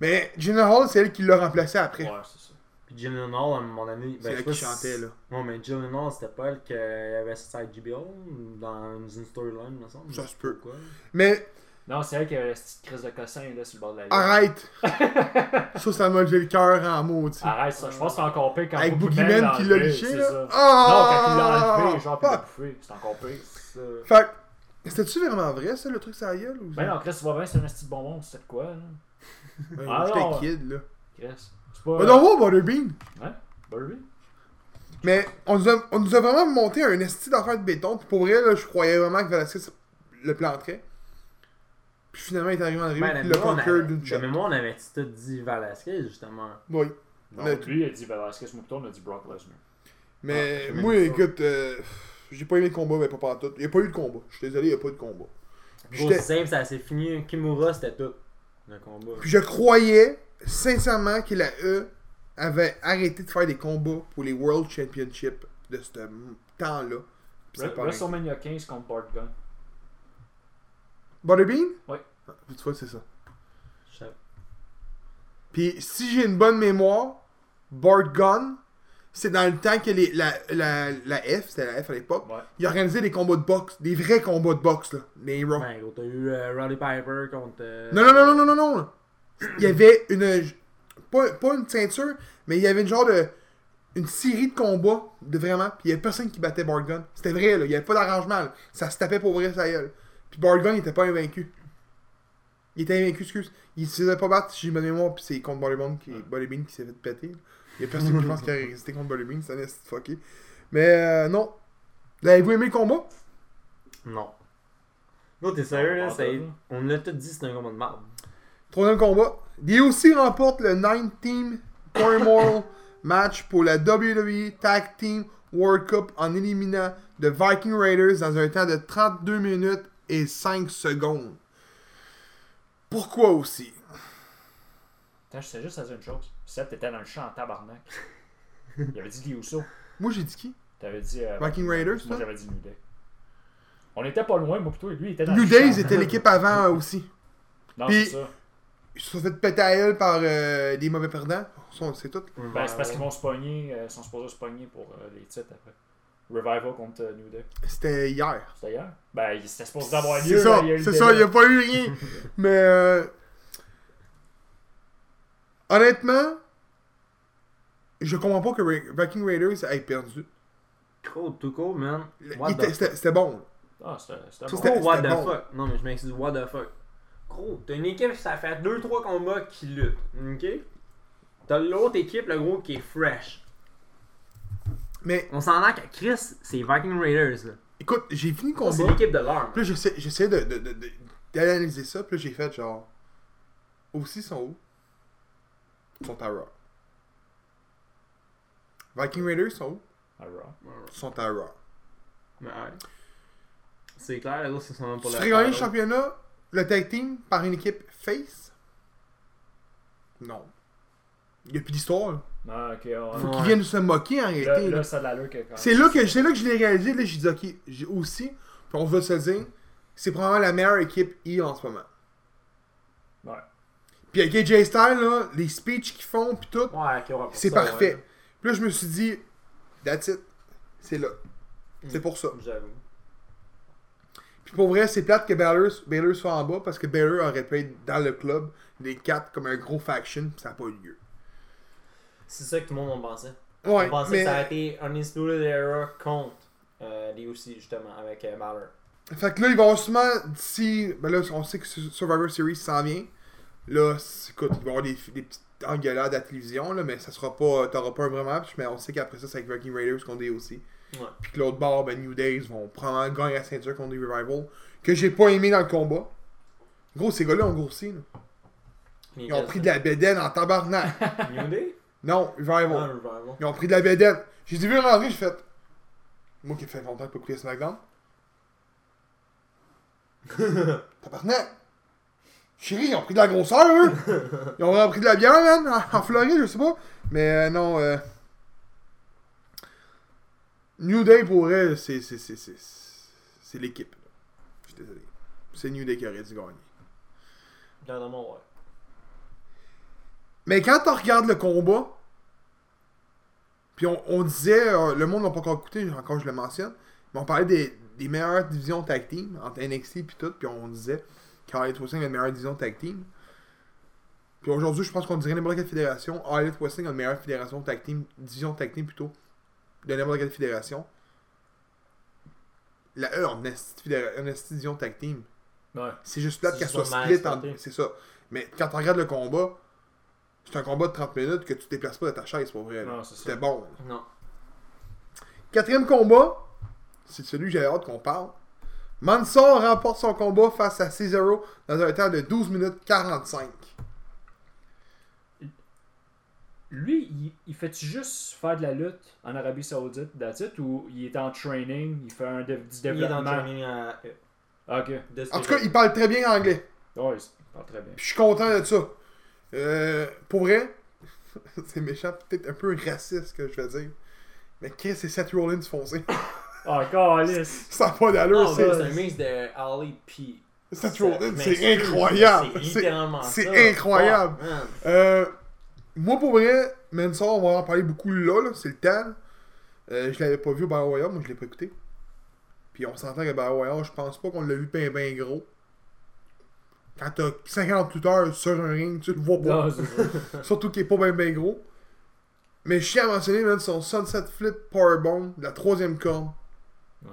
Speaker 1: Mais Gina Hall, c'est elle qui l'a remplacée après.
Speaker 3: Ouais, c'est ça.
Speaker 2: Puis Jillian Hall, à un moment donné. ben,
Speaker 1: c'est
Speaker 2: je
Speaker 1: elle
Speaker 2: sais pas
Speaker 1: qui
Speaker 2: si-
Speaker 1: chantait, là.
Speaker 2: Non, mais Jillian Hall, c'était pas elle qui avait sorti JBL dans une storyline, il me semble.
Speaker 1: Ça se peut.
Speaker 2: Pourquoi?
Speaker 1: Mais
Speaker 3: Non, c'est elle qui avait la petite crise de cossin là, sur le bord de la ligne.
Speaker 1: arrête! ça, ça m'a levé le cœur en maudit.
Speaker 3: Arrête ça, je pense que c'est encore pire quand
Speaker 1: Avec
Speaker 3: Boogie
Speaker 1: Boogeyman
Speaker 3: Man
Speaker 1: qui
Speaker 3: l'a
Speaker 1: l'a
Speaker 3: enlevé,
Speaker 1: liché,
Speaker 3: c'est
Speaker 1: là.
Speaker 3: ça.
Speaker 1: Ah!
Speaker 3: Non, quand il l'a enlevé, genre, puis il l'a
Speaker 1: Fuck!
Speaker 3: bouffé, c'est encore pire.
Speaker 2: Ça-
Speaker 1: Fait que, c'était-tu vraiment vrai, ça, le truc sur la gueule? Ou...
Speaker 3: Ben non, Chris, tu vois bien, c'est un petit bonbon, c'est de quoi, là?
Speaker 1: Ouais,
Speaker 3: Ah
Speaker 1: J'étais
Speaker 3: non.
Speaker 1: kid, là.
Speaker 3: Chris. C'est pas.
Speaker 1: Mais non, oh, Butterbean!
Speaker 3: Burry?
Speaker 1: Mais on nous, a, on nous a vraiment monté un esti d'affaires de béton. Puis pour vrai, là, je croyais vraiment que Velasquez le planterait. Puis finalement, il est arrivé en arrivée,
Speaker 2: Ben,
Speaker 1: puis
Speaker 2: la
Speaker 1: il l'a
Speaker 2: mémoire, on
Speaker 1: conquer
Speaker 2: avait-
Speaker 1: d'une
Speaker 2: de
Speaker 1: shot.
Speaker 2: mémoire, on avait tout dit Velasquez, justement.
Speaker 1: Oui.
Speaker 3: Non,
Speaker 1: Mais-
Speaker 3: lui, il a dit ben, Velasquez Mouton, on a dit Brock Lesnar.
Speaker 1: Mais
Speaker 2: Ah,
Speaker 1: moi,
Speaker 2: j'aime ça.
Speaker 1: écoute, euh, j'ai pas aimé le combat, mais pas partout. Il n'y a pas eu de combat. Je suis désolé, il n'y a pas eu de combat. Puis
Speaker 2: Gros
Speaker 1: j'étais-
Speaker 2: simple, ça s'est fini. Kimura, c'était tout. Le combat.
Speaker 1: Puis je croyais sincèrement que la E avait arrêté de faire des combats pour les World Championship de ce m- temps-là. Puis c'est
Speaker 3: Wre-
Speaker 1: pas arrêté.
Speaker 3: WrestleMania 15 contre Bart Gunn.
Speaker 1: Butterbean?
Speaker 3: Ouais.
Speaker 1: Ah, Tu vois, c'est ça.
Speaker 2: Je-
Speaker 1: Puis si j'ai une bonne mémoire, Bart Gunn, c'est dans le temps que les, la, la, la F, c'était la F à l'époque,
Speaker 3: Ouais.
Speaker 1: il organisait des combats de boxe, des vrais combats de boxe, là. Les Raw.
Speaker 2: Ben, gros, t'as eu euh, Roddy Piper contre. euh,
Speaker 1: Non, non, non, non, non, non, non. Il y avait une. Pas, pas une ceinture, mais il y avait une genre de. Une série de combats, de vraiment. Puis il y avait personne qui battait Borgon. C'était vrai, là. Il n'y avait pas d'arrangement, là. Ça se tapait pour vrai, sa gueule. Puis Borgon, il était pas invaincu. Il était invaincu, excuse. Il se faisait pas battre, si j'ai bonne mémoire, puis c'est contre Bollybean qui, Bollybean qui s'est fait péter. là. Il y a personne, je pense, qui a résisté contre Bollybean, ça n'est fucké. Mais euh, non. Avez-vous aimé le combat?
Speaker 2: Non. Non, t'es sérieux, là?
Speaker 3: Ah,
Speaker 2: c'est-
Speaker 3: ben,
Speaker 2: On l'a tout dit, c'est un combat de marde.
Speaker 1: Troisième combat. aussi remporte le 9 Team Turmoil match pour la WWE Tag Team World Cup en éliminant The Viking Raiders dans un temps de 32 minutes et 5 secondes. Pourquoi aussi?
Speaker 3: Attends, je sais juste dire une chose. Seth était dans le champ en tabarnak. Il avait dit des Usos.
Speaker 1: Moi j'ai dit qui?
Speaker 3: T'avais dit. euh,
Speaker 1: Viking Raiders? toi?
Speaker 3: Moi j'avais dit New Day. On était pas loin, moi plutôt, et lui il était dans
Speaker 1: New
Speaker 3: le
Speaker 1: Days
Speaker 3: champ.
Speaker 1: était l'équipe avant euh, aussi.
Speaker 3: Non,
Speaker 1: Puis-
Speaker 3: c'est ça.
Speaker 1: Ils se sont fait péter à elle par euh, des mauvais perdants. Ça, on le sait tout.
Speaker 3: Ben, c'est parce qu'ils vont se pogner, euh, sont supposés se pogner pour euh, les titres après. Revival contre euh, New Day.
Speaker 1: C'était hier.
Speaker 3: C'était hier? Ben, il- c'était supposé avoir lieu.
Speaker 1: C'est ça,
Speaker 3: là, il y a eu
Speaker 1: c'est
Speaker 3: le
Speaker 1: ça, il n'y
Speaker 3: délai.
Speaker 1: a pas eu rien. Mais euh, honnêtement, je comprends pas que Ra- Viking Raiders ait perdu.
Speaker 2: Cold to cold, man.
Speaker 1: Le-
Speaker 2: What
Speaker 1: il
Speaker 2: the
Speaker 1: était- C'était c'était bon.
Speaker 3: Ah, c'était c'était
Speaker 1: Ça,
Speaker 3: bon.
Speaker 1: c'était-
Speaker 2: Gros, what
Speaker 1: c'était
Speaker 2: the
Speaker 1: bon.
Speaker 2: fuck? Non, mais je m'excuse, what the fuck? Gros, t'as une équipe, ça fait 2-3 combats qui lutte, ok? T'as l'autre équipe, le gros, qui est fresh.
Speaker 1: Mais
Speaker 2: On s'en a qu'à Chris, c'est Viking Raiders, là.
Speaker 1: écoute, j'ai fini le
Speaker 3: Ah,
Speaker 2: Ça, C'est
Speaker 1: combat.
Speaker 2: l'équipe de l'heure.
Speaker 1: Puis là, j'essaie- j'essayais de- de- de- de- d'analyser ça. Puis là, j'ai fait genre. Aussi, ils sont où Ils sont à Raw. Viking Raiders sont où
Speaker 3: Ah, Raw.
Speaker 1: Ils sont à Raw.
Speaker 2: Mais ouais. C'est clair, les autres, c'est seulement
Speaker 1: Tu
Speaker 2: pour
Speaker 1: ferais gagner le
Speaker 2: title.
Speaker 1: championnat, le tag team, par une équipe face Non. Il n'y a plus d'histoire. là.
Speaker 3: Ah, ok,
Speaker 1: Faut
Speaker 3: ouais.
Speaker 1: qu'ils
Speaker 2: Ouais.
Speaker 1: viennent se moquer en
Speaker 3: Là,
Speaker 1: réalité. là.
Speaker 3: là, ça a de l'allure que quand
Speaker 1: C'est là que c'est là que je l'ai réalisé, là j'ai dit ok, j'ai aussi, puis on va se le dire, c'est probablement la meilleure équipe E en ce moment.
Speaker 3: Ouais.
Speaker 1: Puis avec AJ Styles, là, les speeches qu'ils font puis tout,
Speaker 2: Ouais, ok, ouais, pour
Speaker 1: c'est
Speaker 2: ça,
Speaker 1: parfait.
Speaker 2: ouais.
Speaker 1: Puis là je me suis dit, that's it, c'est là. C'est
Speaker 2: Mm.
Speaker 1: pour ça.
Speaker 2: J'avoue.
Speaker 1: Puis pour vrai, c'est plate que Baylor, Baylor soit en bas parce que Baylor aurait pu être dans le club, les quatre comme un gros faction, puis ça n'a pas eu lieu.
Speaker 2: C'est ça que tout le monde en pensait.
Speaker 1: Ouais,
Speaker 2: on pensait
Speaker 1: mais...
Speaker 2: que ça a été un Undisputed Era contre euh, les aussi justement, avec euh, Balor.
Speaker 1: Fait que là, ils vont sûrement, d'ici. Ben là, on sait que Su- Survivor Series s'en vient. Là, c'est- écoute, il va y avoir des, des petites engueulades à la télévision, là, mais ça sera pas. T'auras pas un vrai match, mais on sait qu'après ça, c'est avec Viking Raiders qu'on est aussi.
Speaker 2: Ouais.
Speaker 1: Puis que l'autre bord, ben, New Days vont probablement gagner la ceinture contre les Revival, que j'ai pas aimé dans le combat. Gros, ces gars-là ont grossi. là. Ils ont pris de la bédaine en tabarnak.
Speaker 2: New Day?
Speaker 1: non,
Speaker 2: Non,
Speaker 1: Revival.
Speaker 2: Revival.
Speaker 1: Ils ont pris de la bédaine. J'ai dit, vu rentrer, j'ai fait. Moi qui fait longtemps que j'ai pas écouté SmackDown. Tabarnak! Chérie, ils ont pris de la grosseur, eux! Ils ont vraiment pris de la bière, man, en, en Floride, je sais pas. Mais euh, non, euh... New Day, pour elle, c'est... C'est, c'est, c'est, c'est l'équipe. Je suis désolé. C'est New Day qui aurait dû gagner.
Speaker 2: Dernièrement, ouais.
Speaker 1: Mais quand on regarde le combat, puis on, on disait, euh, le monde l'a pas encore écouté, encore je le mentionne, mais on parlait des, des meilleures divisions tag team, entre NXT puis tout, puis on disait qu'Harley Wrestling a une meilleure division tag team. Puis aujourd'hui, je pense qu'on dirait n'importe quelle fédération, Harley Wrestling a une meilleure fédération tag team, division tag team plutôt, de n'importe quelle fédération. La E, on a une esti de fédéra- une esti de division tag team.
Speaker 3: Ouais.
Speaker 1: C'est juste plate
Speaker 2: C'est
Speaker 1: qu'elle
Speaker 2: juste
Speaker 1: soit
Speaker 2: mal
Speaker 1: split en
Speaker 2: exploité.
Speaker 1: C'est ça. Mais quand tu regardes le combat, c'est un combat de 30 minutes que tu te déplaces pas de ta chaise pour vrai. là.
Speaker 3: Non, c'est ça.
Speaker 1: C'était bon. là.
Speaker 2: Non.
Speaker 1: Quatrième combat, c'est celui que j'avais hâte qu'on parle. Mansour remporte son combat face à Cesaro dans un temps de 12 minutes 45.
Speaker 3: Lui, il, il fait-tu juste faire de la lutte en Arabie Saoudite, d'attitude, ou il est en training, il fait un dev- du
Speaker 2: Il est dans le
Speaker 3: développement?
Speaker 2: training à- euh,
Speaker 3: Ah, ok.
Speaker 2: de ce
Speaker 1: En tout
Speaker 2: que
Speaker 1: cas,
Speaker 2: j'ai-
Speaker 1: il parle très bien anglais.
Speaker 3: Ouais, il parle très bien.
Speaker 1: Puis je suis content de ça. Euh, pour vrai, c'est méchant, peut-être un peu raciste ce que je vais dire. Mais qu'est-ce que c'est Seth Rollins foncé?
Speaker 3: Ah, calice!
Speaker 1: Ça n'a pas d'allure,
Speaker 2: Non,
Speaker 1: ça.
Speaker 2: mais c'est un mix de Ali P.
Speaker 1: Seth Rollins,
Speaker 2: mais
Speaker 1: c'est incroyable.
Speaker 2: C'est
Speaker 1: C'est
Speaker 2: littéralement
Speaker 1: c'est
Speaker 2: ça.
Speaker 1: incroyable.
Speaker 2: Oh, man.
Speaker 1: Euh, moi, pour vrai, Mansour, on va en parler beaucoup là, là, c'est le temps. Euh, je l'avais pas vu au Battle Royale, moi je l'ai pas écouté. Puis on s'entend que Battle Royale, je pense pas qu'on l'a vu ben ben gros. Quand t'as 50 lutteurs sur un ring, tu le vois pas.
Speaker 3: Non, c'est ça.
Speaker 1: Surtout qu'il est pas ben ben gros. Mais je tiens à mentionner même son Sunset Flip Powerbomb, la troisième corde,
Speaker 3: Ouais.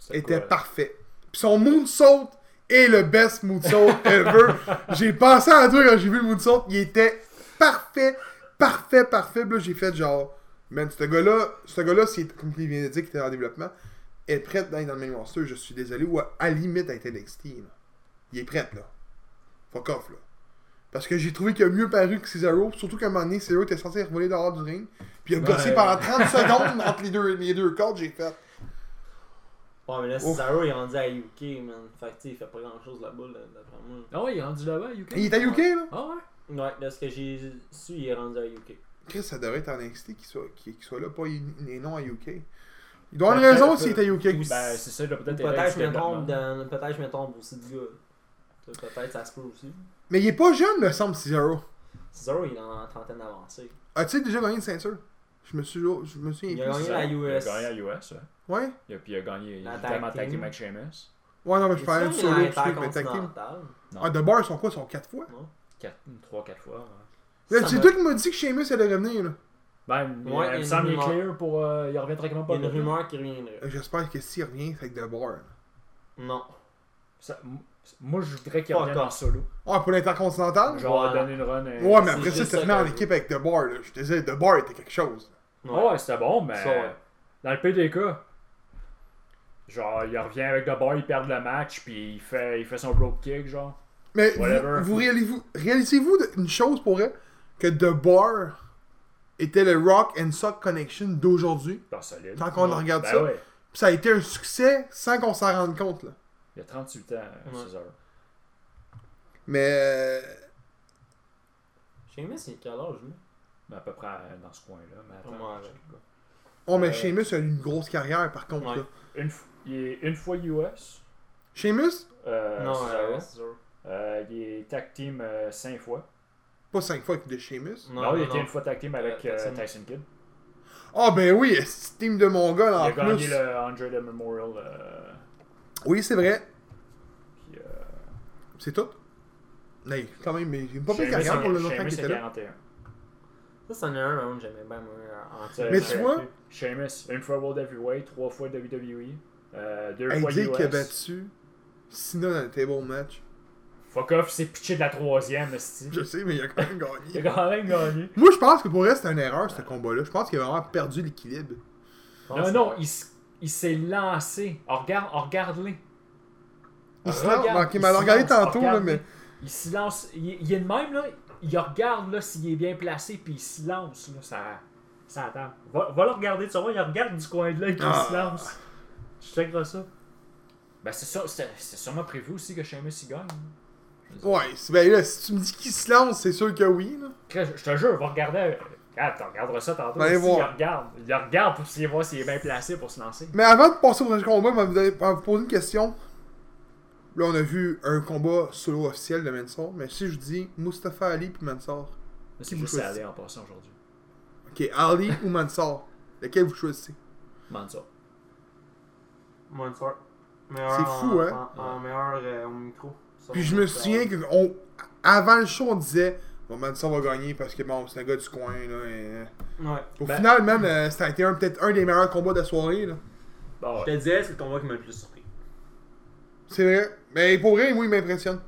Speaker 3: C'était
Speaker 1: était
Speaker 3: quoi, là?
Speaker 1: parfait. Puis son Moonsault est le best Moonsault ever. j'ai pensé à toi quand j'ai vu le Moonsault, il était parfait, parfait, parfait. Puis là, j'ai fait genre, man, ce gars-là, ce gars-là, s'il est- comme il vient de dire, qu'il était en développement, est prêt d'aller dans le même roster, je suis désolé, ou à, à la limite à être NXT. là. Il est prêt, là. Fuck off, là. Parce que j'ai trouvé qu'il a mieux paru que Cesaro, surtout qu'à un moment donné, Cesaro était censé revoler dehors du ring, puis il a
Speaker 3: Ouais.
Speaker 1: gossé pendant 30 secondes entre les deux, les deux cordes, j'ai fait.
Speaker 2: Ouais, mais là,
Speaker 1: Ouf.
Speaker 2: Cesaro, il est rendu à UK, man. Fait que, tu sais, il fait pas grand chose là-bas, là, d'après moi.
Speaker 3: Ah ouais, il est rendu là-bas, UK.
Speaker 1: Il est à UK, là.
Speaker 3: Ah ouais?
Speaker 2: Ouais, de ce que j'ai su, il est rendu à UK.
Speaker 1: Chris, ça devrait être en NXT qu'il soit, qu'il- qu'il soit là, pas il- il est non à UK. Il doit avoir une
Speaker 3: Ben,
Speaker 1: raison
Speaker 3: peut-être,
Speaker 1: s'il est à UK.
Speaker 2: Ou-
Speaker 3: Ben, c'est ça, il doit peut-être être
Speaker 2: Peut-être,
Speaker 3: avec
Speaker 2: je me
Speaker 3: développement.
Speaker 2: trompe dans- peut-être, je me trompe aussi de gars. Tu sais, Peut-être, ça se peut aussi.
Speaker 1: Mais il est pas jeune, me semble, Cesaro.
Speaker 2: Cesaro, il est en trentaine avancée.
Speaker 1: A-t-il déjà gagné une ceinture Je me suis, je me suis
Speaker 2: Il a gagné la
Speaker 3: Il a
Speaker 2: US.
Speaker 3: gagné à US, ouais.
Speaker 1: Ouais
Speaker 3: Il a- Puis il a gagné, il
Speaker 2: La
Speaker 3: a
Speaker 2: tag
Speaker 3: tellement attaqué
Speaker 2: team.
Speaker 3: Mike Sheamus.
Speaker 1: Ouais, non, mais je parlais de
Speaker 2: C'est
Speaker 1: solo,
Speaker 2: un
Speaker 1: tout ça, mais tag team.
Speaker 2: intercontinental.
Speaker 1: Ah, The Bar, ils sont quoi Ils sont 4 fois
Speaker 3: Quatre- Trois, quatre fois. ouais.
Speaker 1: Là,
Speaker 2: Ça
Speaker 1: C'est
Speaker 2: me-
Speaker 1: toi qui m'as dit que Sheamus allait revenir, là.
Speaker 3: Ben,
Speaker 2: Ouais,
Speaker 3: il- il
Speaker 2: il y a
Speaker 3: me
Speaker 2: une
Speaker 3: semble qu'il est
Speaker 2: rumeur.
Speaker 3: clear pour. euh, il revient tranquillement
Speaker 2: Il y
Speaker 3: pas
Speaker 2: a une
Speaker 3: là.
Speaker 2: rumeur qui reviendrait.
Speaker 1: Euh, J'espère que s'il revient, c'est avec The Bar.
Speaker 2: Non.
Speaker 3: Ça- m- Moi, je voudrais qu'il
Speaker 2: Fuck
Speaker 3: revienne en
Speaker 2: off.
Speaker 3: solo.
Speaker 1: Ah, pour l'Intercontinental
Speaker 3: Genre,
Speaker 2: Voilà.
Speaker 3: donner une run. euh,
Speaker 1: Ouais, mais
Speaker 2: c'est
Speaker 1: après ça,
Speaker 2: juste
Speaker 1: tu te
Speaker 2: ça
Speaker 1: mets en
Speaker 2: que-
Speaker 1: équipe avec The Bar, là. Je te disais, The Bar était quelque chose.
Speaker 3: Ah ouais, c'était bon, mais
Speaker 2: Ça, ouais.
Speaker 3: dans le PDK, genre, il revient avec le bar, il perd le match, puis il fait, il fait son rope kick, genre.
Speaker 1: Mais
Speaker 3: Whatever.
Speaker 1: vous, vous réalisez-vous réalisez-vous de- une chose pour elle que The Bar était le Rock and Sock Connection d'aujourd'hui
Speaker 3: Dans solide.
Speaker 1: tant qu'on
Speaker 2: Ouais.
Speaker 1: regarde
Speaker 3: ben
Speaker 1: ça
Speaker 3: ouais,
Speaker 1: Puis ça a été un succès sans qu'on s'en rende compte là.
Speaker 3: il a 38 ans, euh,
Speaker 2: Ouais.
Speaker 3: César.
Speaker 1: mais euh,
Speaker 2: J'ai aimé, c'est quel âge, lui
Speaker 3: Mais à peu près euh, dans ce coin-là. Mais attends,
Speaker 2: Ouais,
Speaker 3: je
Speaker 2: ouais.
Speaker 3: sais pas.
Speaker 1: on met
Speaker 3: Euh.
Speaker 1: oh, Sheamus a eu une grosse carrière par contre
Speaker 2: Ouais.
Speaker 1: là.
Speaker 3: Une, f- il est une fois US.
Speaker 1: Sheamus
Speaker 3: Euh,
Speaker 2: Non,
Speaker 3: César.
Speaker 2: euh, Cesaro.
Speaker 3: Euh, il est tag team 5 fois.
Speaker 1: pas cinq fois que de Sheamus
Speaker 3: Non, il était une fois tag team avec
Speaker 2: Euh,
Speaker 3: euh,
Speaker 2: Tyson.
Speaker 3: Tyson Kidd.
Speaker 1: ah ben oui ce team de Mongol
Speaker 3: Il
Speaker 1: en
Speaker 3: a gagné
Speaker 1: plus
Speaker 3: le Andre the Memorial. euh,
Speaker 1: oui c'est vrai
Speaker 3: puis, euh,
Speaker 1: c'est tout mais quand même mais il a une pas belle
Speaker 3: Sheamus,
Speaker 1: carrière pour le
Speaker 3: Sheamus,
Speaker 1: longtemps qu'il
Speaker 3: c'est
Speaker 1: était là
Speaker 3: 41.
Speaker 2: Ça, c'en est un, mais moi, j'aimais bien, moi, euh, en
Speaker 3: Ça,
Speaker 1: Mais
Speaker 3: ça,
Speaker 1: tu
Speaker 3: ça,
Speaker 1: vois-
Speaker 3: Sheamus, une fois World Heavyweight, trois fois WWE, euh, deux
Speaker 1: elle
Speaker 3: fois
Speaker 1: dit
Speaker 3: US.
Speaker 1: qu'il a battu Sina dans le table match
Speaker 3: Fuck off, c'est pitché de la troisième, esti.
Speaker 1: je sais mais il a quand même
Speaker 3: Il a
Speaker 1: gagné
Speaker 3: quand même gagné.
Speaker 1: moi je pense que pour elle c'était une erreur ce combat là je pense qu'il a vraiment perdu l'équilibre
Speaker 3: Non, non, il, s- il s'est lancé. Oh, regarde, oh, regarde-les.
Speaker 1: Il se
Speaker 3: Regarde,
Speaker 1: lance. Ok,
Speaker 3: il
Speaker 1: Ah, mais alors,
Speaker 3: se
Speaker 1: regardez
Speaker 3: lance,
Speaker 1: tantôt, là,
Speaker 3: regarde-les.
Speaker 1: mais.
Speaker 3: Il se lance. Il, il est de même, là. Il regarde, là, s'il est bien placé, puis il se lance, là. Ça, ça attend. Va, va le regarder, tu vois, il regarde du coin de l'œil, puis
Speaker 1: Ah.
Speaker 3: il se lance. Je checkerai ça. Ben, c'est sûr- c'est- c'est sûrement prévu aussi que Sheamus y gagne.
Speaker 1: Ouais, c'est- ben là, si tu me dis qu'il se lance, c'est sûr que oui, là.
Speaker 3: Chris, Je te jure, va regarder. euh, Regarde, tu regarderas ça tantôt.
Speaker 1: Ben, allez
Speaker 3: Si,
Speaker 1: voir.
Speaker 3: Il regarde. Il regarde pour essayer de voir s'il est bien placé pour se lancer.
Speaker 1: Mais avant de passer au prochain combat, je vais vous donner- je vais vous poser une question. Là, on a vu un combat solo officiel de Mansour, mais si je dis Mustafa Ali puis Mansour,
Speaker 3: C'est
Speaker 1: vous
Speaker 3: juste
Speaker 1: choisissez?
Speaker 3: aller en passant aujourd'hui.
Speaker 1: ok, Ali ou Mansour, lequel vous choisissez
Speaker 3: Mansour.
Speaker 2: Monster. Meilleur
Speaker 1: C'est fou,
Speaker 2: en-
Speaker 1: hein?
Speaker 2: En, en meilleur euh, au micro. Ça,
Speaker 1: Puis
Speaker 2: on
Speaker 1: je
Speaker 2: peut
Speaker 1: me
Speaker 2: faire.
Speaker 1: souviens que on- avant le show, on disait bon, Mansour va gagner parce que bon, c'est un gars du coin, là. et- euh,
Speaker 2: Ouais.
Speaker 1: Au
Speaker 3: Ben-
Speaker 1: final, même, euh, ça a été un- peut-être un des meilleurs combats de la soirée, là.
Speaker 3: Bon,
Speaker 2: Je
Speaker 3: ouais.
Speaker 2: te disais, c'est le combat qui m'a le plus surpris.
Speaker 1: C'est vrai. Mais pour vrai, moi, il m'impressionne.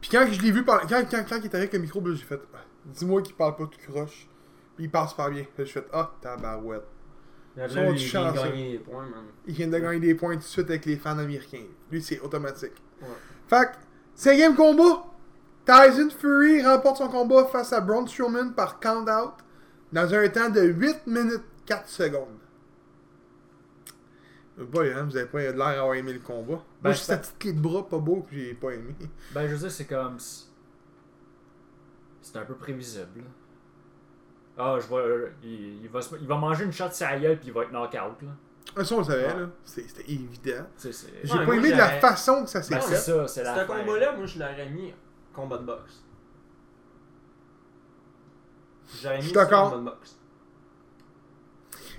Speaker 1: Puis quand je l'ai vu, par... quand, quand, quand il était avec le micro bleu, j'ai fait Ah, Dis-moi qu'il parle pas tout croche. Puis il parle super bien. Là, J'ai fait Ah, tabarouette.
Speaker 2: Là,
Speaker 1: Sont
Speaker 2: lui, il vient de
Speaker 1: chanceux.
Speaker 2: gagner des points, man.
Speaker 1: Il vient de gagner des points tout de suite avec les fans américains. Lui, c'est automatique.
Speaker 2: Ouais.
Speaker 1: Fait que, cinquième combat Tyson Fury remporte son combat face à Braun Strowman par count-out dans un temps de 8 minutes 4 secondes. Boy, hein, vous avez pas l'air d'avoir aimé le combat.
Speaker 3: Ben,
Speaker 1: Moi, j'ai
Speaker 3: je
Speaker 1: cette petite clé de bras pas beau, puis j'ai pas aimé.
Speaker 3: Ben, je veux dire, c'est comme. c- C'est un peu prévisible. Ah, je vois. euh, il, il va se- il va manger une shot sur la gueule, puis il va être knock-out, là.
Speaker 1: Ah, Ça, on le savait,
Speaker 3: Ouais.
Speaker 1: là. C'est- C'était évident.
Speaker 3: Tu sais, c'est.
Speaker 1: J'ai
Speaker 2: Ouais,
Speaker 1: pas
Speaker 2: moi,
Speaker 1: aimé de la
Speaker 2: j'aurais-
Speaker 1: façon que ça s'est
Speaker 3: Ben, c'est
Speaker 1: fait.
Speaker 3: ça, c'est la.
Speaker 2: Ce
Speaker 3: fin.
Speaker 2: combat-là, moi, je l'aurais mis combat de boxe. J'aurais
Speaker 1: Je
Speaker 2: mis
Speaker 1: suis
Speaker 2: ça
Speaker 1: d'accord.
Speaker 2: combat de boxe.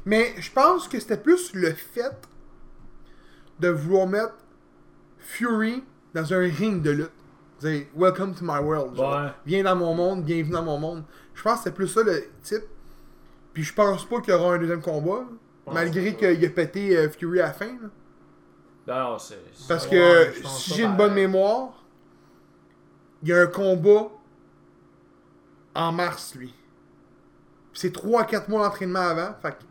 Speaker 1: Mais je pense que c'était plus le fait de vouloir mettre Fury dans un ring de lutte. Dire Welcome to my world. genre.
Speaker 3: Ouais.
Speaker 1: Viens dans mon monde, bienvenue dans mon monde. Je pense que c'était plus ça le type. Puis je pense pas qu'il y aura un deuxième combat.
Speaker 2: pense
Speaker 1: malgré
Speaker 2: pas.
Speaker 1: qu'il a pété euh, Fury à la fin. là.
Speaker 3: Ben, non, c'est. c'est-
Speaker 1: Parce
Speaker 2: Ouais,
Speaker 1: que
Speaker 2: je pense
Speaker 1: si
Speaker 2: pas
Speaker 1: j'ai une
Speaker 2: pareil.
Speaker 1: bonne mémoire, il y a un combat en mars, lui. Puis C'est 3-4 mois d'entraînement avant. Fait que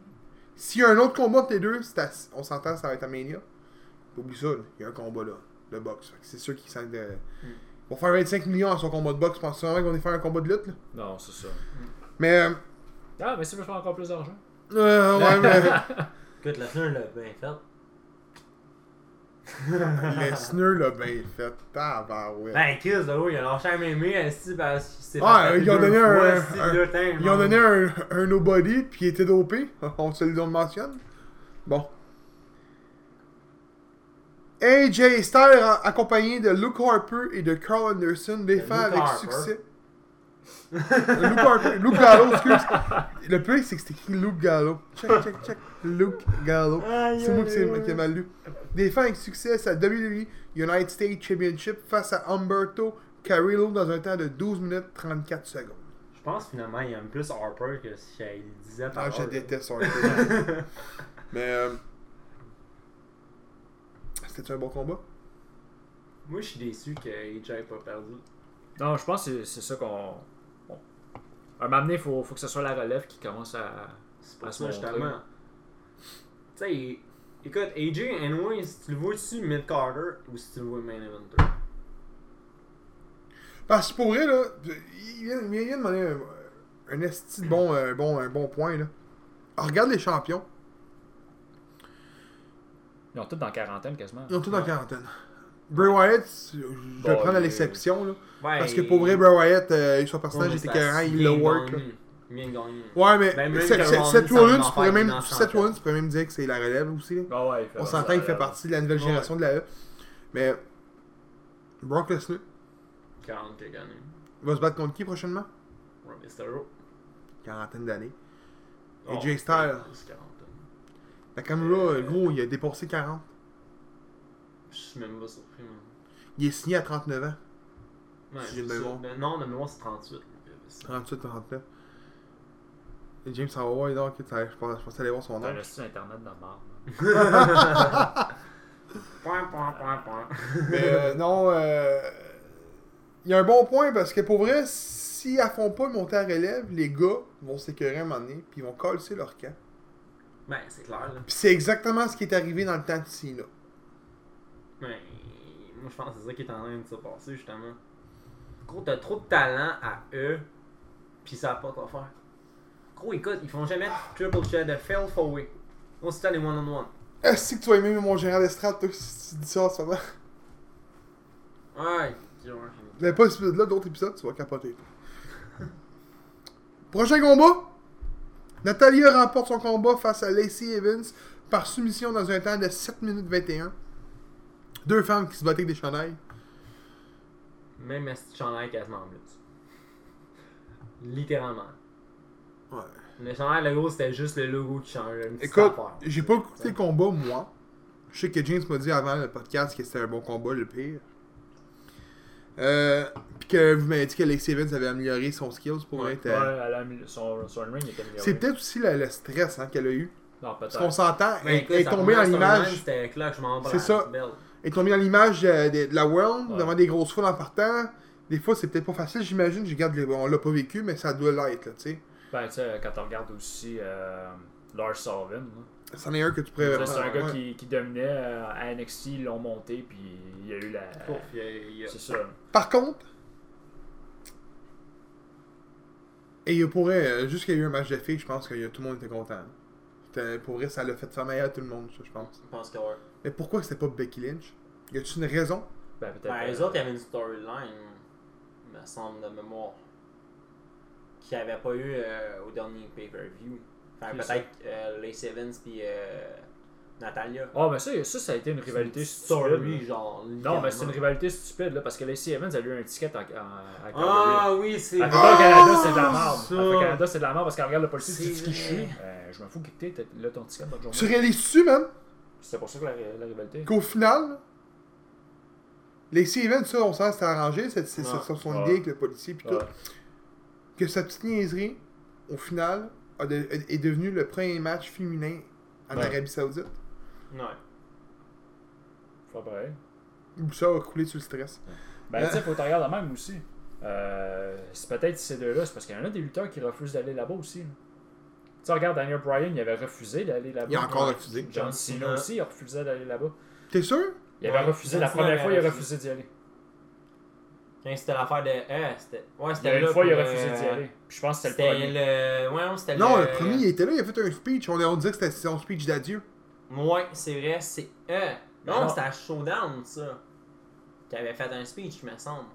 Speaker 1: s'il y a un autre combat entre les deux, c'est à- on s'entend, ça va être à Mania. Oublie ça, là, il y a un combat là. de boxe. Fait que C'est sûr qu'il s'en de...
Speaker 2: Hmm.
Speaker 1: Pour faire 25 millions à son combat de boxe, je pense vraiment qu'on est faire un combat de lutte. là.
Speaker 3: Non, c'est ça.
Speaker 1: Mais. euh,
Speaker 3: Ah, mais si je faire encore plus d'argent.
Speaker 1: euh, ouais, mais.
Speaker 2: Écoute, la fin, l'a bien faite.
Speaker 1: Lesnar l'a bien fait. Tabarouette.
Speaker 2: Ben, Chris, là, oui, il a lâché un mémé, esti, parce qu'il s'est
Speaker 1: Ouais,
Speaker 2: fait
Speaker 1: ils ont
Speaker 2: taper
Speaker 1: donné
Speaker 2: deux
Speaker 1: un-
Speaker 2: fois, esti,
Speaker 1: un-
Speaker 2: deux times,
Speaker 1: Ils ont
Speaker 2: man.
Speaker 1: donné un, un nobody, puis il était dopé. On se le on le mentionne. Bon. AJ Styles, en- accompagné de Luke Harper et de Carl Anderson, défend
Speaker 2: Luke
Speaker 1: avec
Speaker 2: Harper.
Speaker 1: succès. Euh, Luke Harper, Luke Gallo, excuse. Le plus, c'est que c'était écrit Luke Gallo. Check, check, check. Luke Gallo.
Speaker 2: Aïe,
Speaker 1: C'est moi qui,
Speaker 2: aïe,
Speaker 1: c'est-
Speaker 2: aïe.
Speaker 1: qui ai mal lu. Défend avec succès sa WWE E United States Championship face à Humberto Carrillo dans un temps de 12 minutes 34 secondes.
Speaker 2: Je pense finalement, il aime plus Harper que si il disait par
Speaker 1: Ah, je
Speaker 2: Harper.
Speaker 1: déteste Harper. Mais. Euh... C'était un bon combat?
Speaker 2: Moi, je suis déçu que AJ ait pas perdu.
Speaker 3: Non, je pense que c'est- c'est ça qu'on. bon. À un moment donné, il faut, faut que ce soit la relève qui commence à.
Speaker 2: C'est pour
Speaker 3: À se
Speaker 2: ça,
Speaker 3: montrer.
Speaker 2: justement. Tu sais, il- écoute, AJ, anyway, si tu le vois-tu mid-carter ou si tu le vois main eventer?
Speaker 1: Parce que pour vrai, là, il vient, il vient de donner un, un esti de bon, un bon, un bon point, là. Ah, regarde les champions.
Speaker 3: Ils ont tous dans la quarantaine quasiment.
Speaker 1: Ils ont tous dans la quarantaine. Bray Wyatt, je vais
Speaker 3: Bon,
Speaker 1: prendre à
Speaker 3: il-
Speaker 1: l'exception, là.
Speaker 2: Ouais,
Speaker 1: Parce que pour vrai, Bray Wyatt, euh, son personnage
Speaker 2: Ouais,
Speaker 1: était
Speaker 2: ça
Speaker 1: carrément,
Speaker 2: a
Speaker 1: il
Speaker 2: bien
Speaker 1: le work, là.
Speaker 2: gagné. Bien gagné.
Speaker 1: Ouais, mais
Speaker 2: Ben, même
Speaker 1: Seth- Seth-
Speaker 2: que Rollins,
Speaker 1: Seth
Speaker 2: ça va
Speaker 1: Rollins,
Speaker 2: en
Speaker 1: tu pourrais
Speaker 2: faire
Speaker 1: même,
Speaker 2: dans ce
Speaker 1: Seth
Speaker 2: temps-là.
Speaker 1: Rollins, tu pourrais même dire que c'est la relève aussi, là.
Speaker 3: Ah ouais, il fait-
Speaker 1: On s'entend qu'il fait partie de la nouvelle
Speaker 2: Ouais.
Speaker 1: génération de la E. Mais Brock Lesnar
Speaker 2: Quarante qu'il a gagné.
Speaker 1: va se battre contre qui prochainement
Speaker 2: Ouais, mais c'était Raw.
Speaker 1: Quarantaine d'années.
Speaker 2: Oh,
Speaker 1: AJ Styles.
Speaker 2: c'est quarantaine.
Speaker 1: La caméra, euh, gros, il a dépassé 40.
Speaker 2: Je suis même pas surpris, man.
Speaker 1: Il est signé à 39 ans.
Speaker 2: Ouais,
Speaker 1: Si j'ai
Speaker 2: je suis
Speaker 1: le
Speaker 2: sûr.
Speaker 1: mémoire.
Speaker 2: Ben Non, le mémoire, c'est 38. mais c'est-
Speaker 1: 38, 39. Et James, ça va voir, donc, je pensais je pensais aller voir son
Speaker 3: T'as
Speaker 1: âge.
Speaker 3: le site internet de mort.
Speaker 2: Point, point, point, point.
Speaker 1: Mais euh, non, euh, il y a un bon point parce que pour vrai, s'ils ne font pas monter à relève, les gars vont s'écœurer à un moment donné, puis ils vont calcer leur camp.
Speaker 2: Ben, c'est clair, là.
Speaker 1: Puis c'est exactement ce qui est arrivé dans le temps de Cena.
Speaker 2: Ben, moi, je pense que c'est ça qui est en train de se passer, justement. Gros, t'as trop de talent à eux, pis ça a pas quoi faire. Gros, écoute, ils font jamais de triple threat, de fail for way. On se les one-on-one.
Speaker 1: Est-ce que tu vas aimer mon gérant d'estrade, toi, si tu dis ça en ce moment?
Speaker 2: Ouais, tu vois.
Speaker 1: Mais pas cet épisode-là, d'autres épisodes, tu vas capoter. Prochain combat! Natalia remporte son combat face à Lacey Evans par soumission dans un temps de 7 minutes 21. Deux femmes qui se battaient avec des chandails.
Speaker 2: Même si chandail quasiment plus. Littéralement.
Speaker 1: Ouais.
Speaker 2: Le chandail, le gros, c'était juste le logo qui change. une petite
Speaker 1: Écoute,
Speaker 2: affaire.
Speaker 1: j'ai pas écouté le combat, moi. Je sais que James m'a dit avant le podcast que c'était un bon combat, le pire. Euh, Puis que vous m'avez dit que Lacey Evans avait amélioré son skills pour
Speaker 2: Ouais.
Speaker 1: être.
Speaker 3: Ouais,
Speaker 1: euh,
Speaker 3: elle a mis- son, son ring était amélioré.
Speaker 1: C'est peut-être aussi le, le stress hein, qu'elle a eu.
Speaker 3: Non,
Speaker 1: Parce qu'on
Speaker 3: peut-être.
Speaker 1: s'entend,
Speaker 2: Ben,
Speaker 1: elle
Speaker 2: écoute,
Speaker 1: elle est
Speaker 2: sa
Speaker 1: tombée dans
Speaker 2: première storyline,
Speaker 1: l'image.
Speaker 2: C'était clair que je m'en vais
Speaker 1: C'est
Speaker 2: la
Speaker 1: ça.
Speaker 2: belle.
Speaker 1: Elle est tombée dans l'image euh, de, de la world,
Speaker 3: Ouais.
Speaker 1: devant des grosses foules en partant. Des fois, c'est peut-être pas facile, j'imagine. Je regarde, les- on l'a pas vécu, mais ça doit l'être, là, tu sais.
Speaker 3: Ben, tu sais, quand on regarde aussi euh, Lars Sullivan, là.
Speaker 1: C'en est un que tu pourrais.
Speaker 3: C'est
Speaker 1: ouais.
Speaker 3: un gars qui, qui dominait euh, à NXT, ils l'ont monté, puis il y a eu la.
Speaker 2: Pouf, il y a- il y a-
Speaker 3: C'est ça.
Speaker 1: Par contre, et il pourrait, euh, juste qu'il y a eu un match de filles, je pense que euh, tout le monde était content. C'était- Pour vrai, ça l'a fait famille à tout le monde, ça, je pense.
Speaker 2: Je pense que ouais.
Speaker 1: Mais pourquoi c'était pas Becky Lynch Y a-tu une raison
Speaker 3: Ben, peut-être.
Speaker 2: Ben, les
Speaker 3: euh,
Speaker 2: autres, il y avait une storyline, il me semble, de mémoire, qu'il n'y avait pas eu euh, au dernier pay-per-view. Fait que
Speaker 3: C'est ça.
Speaker 2: peut-être euh, Lacey Evans puis euh, Natalia.
Speaker 3: Ah, ben ça, ça, ça a été une rivalité
Speaker 2: story,
Speaker 3: stupide.
Speaker 2: genre.
Speaker 3: là. Non,
Speaker 2: littéralement.
Speaker 3: mais c'est une rivalité stupide, là, parce que Lacey Evans a eu un ticket en, en, à Calgary.
Speaker 2: Ah oui, c'est.
Speaker 3: Elle fait
Speaker 1: Ah,
Speaker 3: pas au Canada, c'est de la merde.
Speaker 1: ça.
Speaker 3: Elle fait au Canada, c'est de la merde parce qu'elle regarde le policier,
Speaker 2: C'est
Speaker 3: c'est qui je suis.
Speaker 2: vrai.
Speaker 3: Ben, je m'en fous que t'es, t'as- là, ton ticket dans le
Speaker 1: Tu
Speaker 3: journée.
Speaker 1: réalises-tu, man
Speaker 3: C'est pour ça que la, la rivalité.
Speaker 1: Qu'au final, Lacey Evans, ça, on sent que c'était arrangé, c'est c'est-
Speaker 2: Ouais.
Speaker 1: c'est sur son
Speaker 3: Ouais.
Speaker 1: idée avec le policier puis
Speaker 3: Ouais.
Speaker 1: tout. Que sa petite niaiserie, au final, a de- est devenue le premier match féminin en
Speaker 3: Ouais.
Speaker 1: Arabie Saoudite.
Speaker 2: Ouais.
Speaker 3: Faut pas pareil.
Speaker 1: Où ça a coulé sur le stress.
Speaker 3: Ben,
Speaker 1: Hein?
Speaker 3: tu sais, faut que t'en regardes la même aussi. Euh, c'est peut-être ces deux-là, c'est parce qu'il y en a des lutteurs qui refusent d'aller là-bas aussi. là. Tu sais, regarde Daniel Bryan, il avait refusé d'aller là-bas.
Speaker 1: Il a encore refusé.
Speaker 3: John Cena aussi, il refusait d'aller là-bas.
Speaker 1: T'es sûr?
Speaker 3: Il avait
Speaker 2: Ouais,
Speaker 3: refusé,
Speaker 2: John
Speaker 3: la
Speaker 2: Cena
Speaker 3: première
Speaker 2: avait
Speaker 3: fois, il a
Speaker 2: refusé.
Speaker 3: refusé d'y aller.
Speaker 2: Quand c'était l'affaire de. eh, c'était. Ouais,
Speaker 3: Il y
Speaker 2: c'était
Speaker 3: a
Speaker 2: là
Speaker 3: une fois, il a
Speaker 2: pour,
Speaker 3: refusé d'y
Speaker 2: euh,
Speaker 3: aller. Puis je pense que c'était le
Speaker 2: C'était
Speaker 3: premier.
Speaker 2: le. Ouais, non, c'était
Speaker 1: Non, le premier, il était là, il a fait un speech. On, on disait que c'était son speech d'adieu.
Speaker 2: Ouais, c'est vrai, c'est. euh,
Speaker 3: Mais
Speaker 2: Non,
Speaker 3: non.
Speaker 2: c'était à Showdown, ça. Qui avait fait un speech, me semble.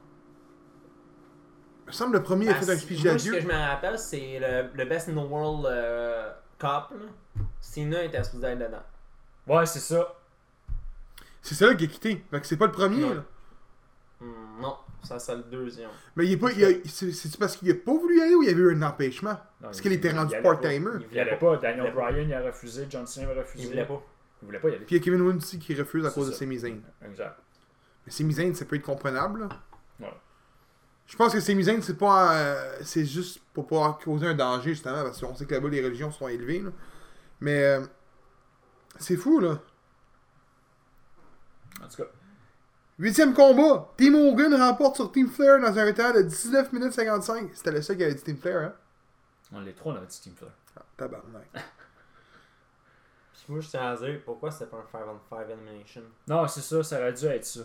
Speaker 1: Il me semble que le premier a
Speaker 2: Parce-
Speaker 1: fait un speech
Speaker 2: Bah, moi, Ce que
Speaker 1: d'adieu.
Speaker 2: je me rappelle, c'est le, le Best in the World euh, Cup. là. Cena était supposé être dedans.
Speaker 3: Ouais, c'est ça.
Speaker 1: C'est celui-là qui a quitté. Fait que c'est pas le premier.
Speaker 2: Ouais.
Speaker 1: là.
Speaker 2: Hmm, non, ça c'est le deuxième.
Speaker 1: Mais il est pas. il a- c'est- C'est-tu parce qu'il a pas voulu y aller ou il y avait eu un empêchement
Speaker 3: Non,
Speaker 1: Parce
Speaker 3: il-
Speaker 1: qu'il était
Speaker 3: il
Speaker 1: rendu
Speaker 3: allait
Speaker 1: part-timer.
Speaker 2: Il
Speaker 3: pas. Il allait
Speaker 2: voulait pas.
Speaker 3: pas.
Speaker 2: Il
Speaker 3: Daniel
Speaker 2: voulait pas.
Speaker 3: Bryan, il a refusé. John Cena avait refusé.
Speaker 2: Il voulait pas.
Speaker 3: Il voulait pas y aller.
Speaker 1: Puis il y a Kevin Owens aussi qui refuse à
Speaker 3: C'est
Speaker 1: cause de
Speaker 3: ça.
Speaker 1: ses misaines.
Speaker 3: Exact.
Speaker 1: Mais ses misaines, ça peut être comprenable. là.
Speaker 3: Ouais.
Speaker 1: Je pense que ces misaines, c'est pas. euh, c'est juste pour pouvoir causer un danger, justement, parce qu'on sait que là-bas, les religions sont élevées. là. Mais. euh, c'est fou, là.
Speaker 3: En tout cas,
Speaker 1: Huitième combat, Team Hogan remporte sur Team Flair dans un retard de 19 minutes 55. C'était le seul qui avait dit Team Flair, hein?
Speaker 3: on les trois, on avait dit Team Flair.
Speaker 1: Ah, tabarnak.
Speaker 2: Puis moi, je tiens à dire pourquoi c'était pas un 5 on 5 elimination.
Speaker 3: Non, c'est ça, ça aurait dû être ça.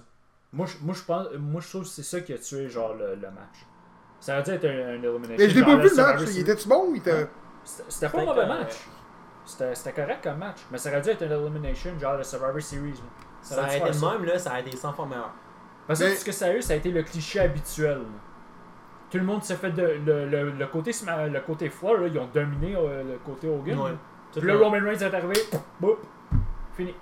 Speaker 3: Moi, je, moi, je pense, moi, je trouve que c'est ça qui a tué genre le, le match. Ça aurait dû être un, un elimination.
Speaker 1: Mais je l'ai
Speaker 3: genre,
Speaker 1: pas vu le
Speaker 3: Survivor
Speaker 1: match, là. il
Speaker 3: Series.
Speaker 1: était-tu bon ou il était.
Speaker 3: C'était c'était pas un
Speaker 2: C'était
Speaker 3: mauvais
Speaker 2: correct.
Speaker 3: match. C'était c'était correct comme match. Mais ça aurait dû être un elimination, genre le Survivor Series. là.
Speaker 2: Ça
Speaker 3: aurait
Speaker 2: a
Speaker 3: dû
Speaker 2: été
Speaker 3: faire ça.
Speaker 2: même là, ça a été 100 fois meilleur.
Speaker 3: Parce
Speaker 1: Mais-
Speaker 3: que ce que ça a eu, ça a été le cliché habituel. là. Tout le monde s'est fait de, le, le, le côté sma- le côté Flair, là, ils ont dominé euh, le côté Hogan.
Speaker 2: Ouais.
Speaker 3: là.
Speaker 2: Tout
Speaker 3: Puis là,
Speaker 2: le-
Speaker 3: Roman Reigns est arrivé, boum, fini.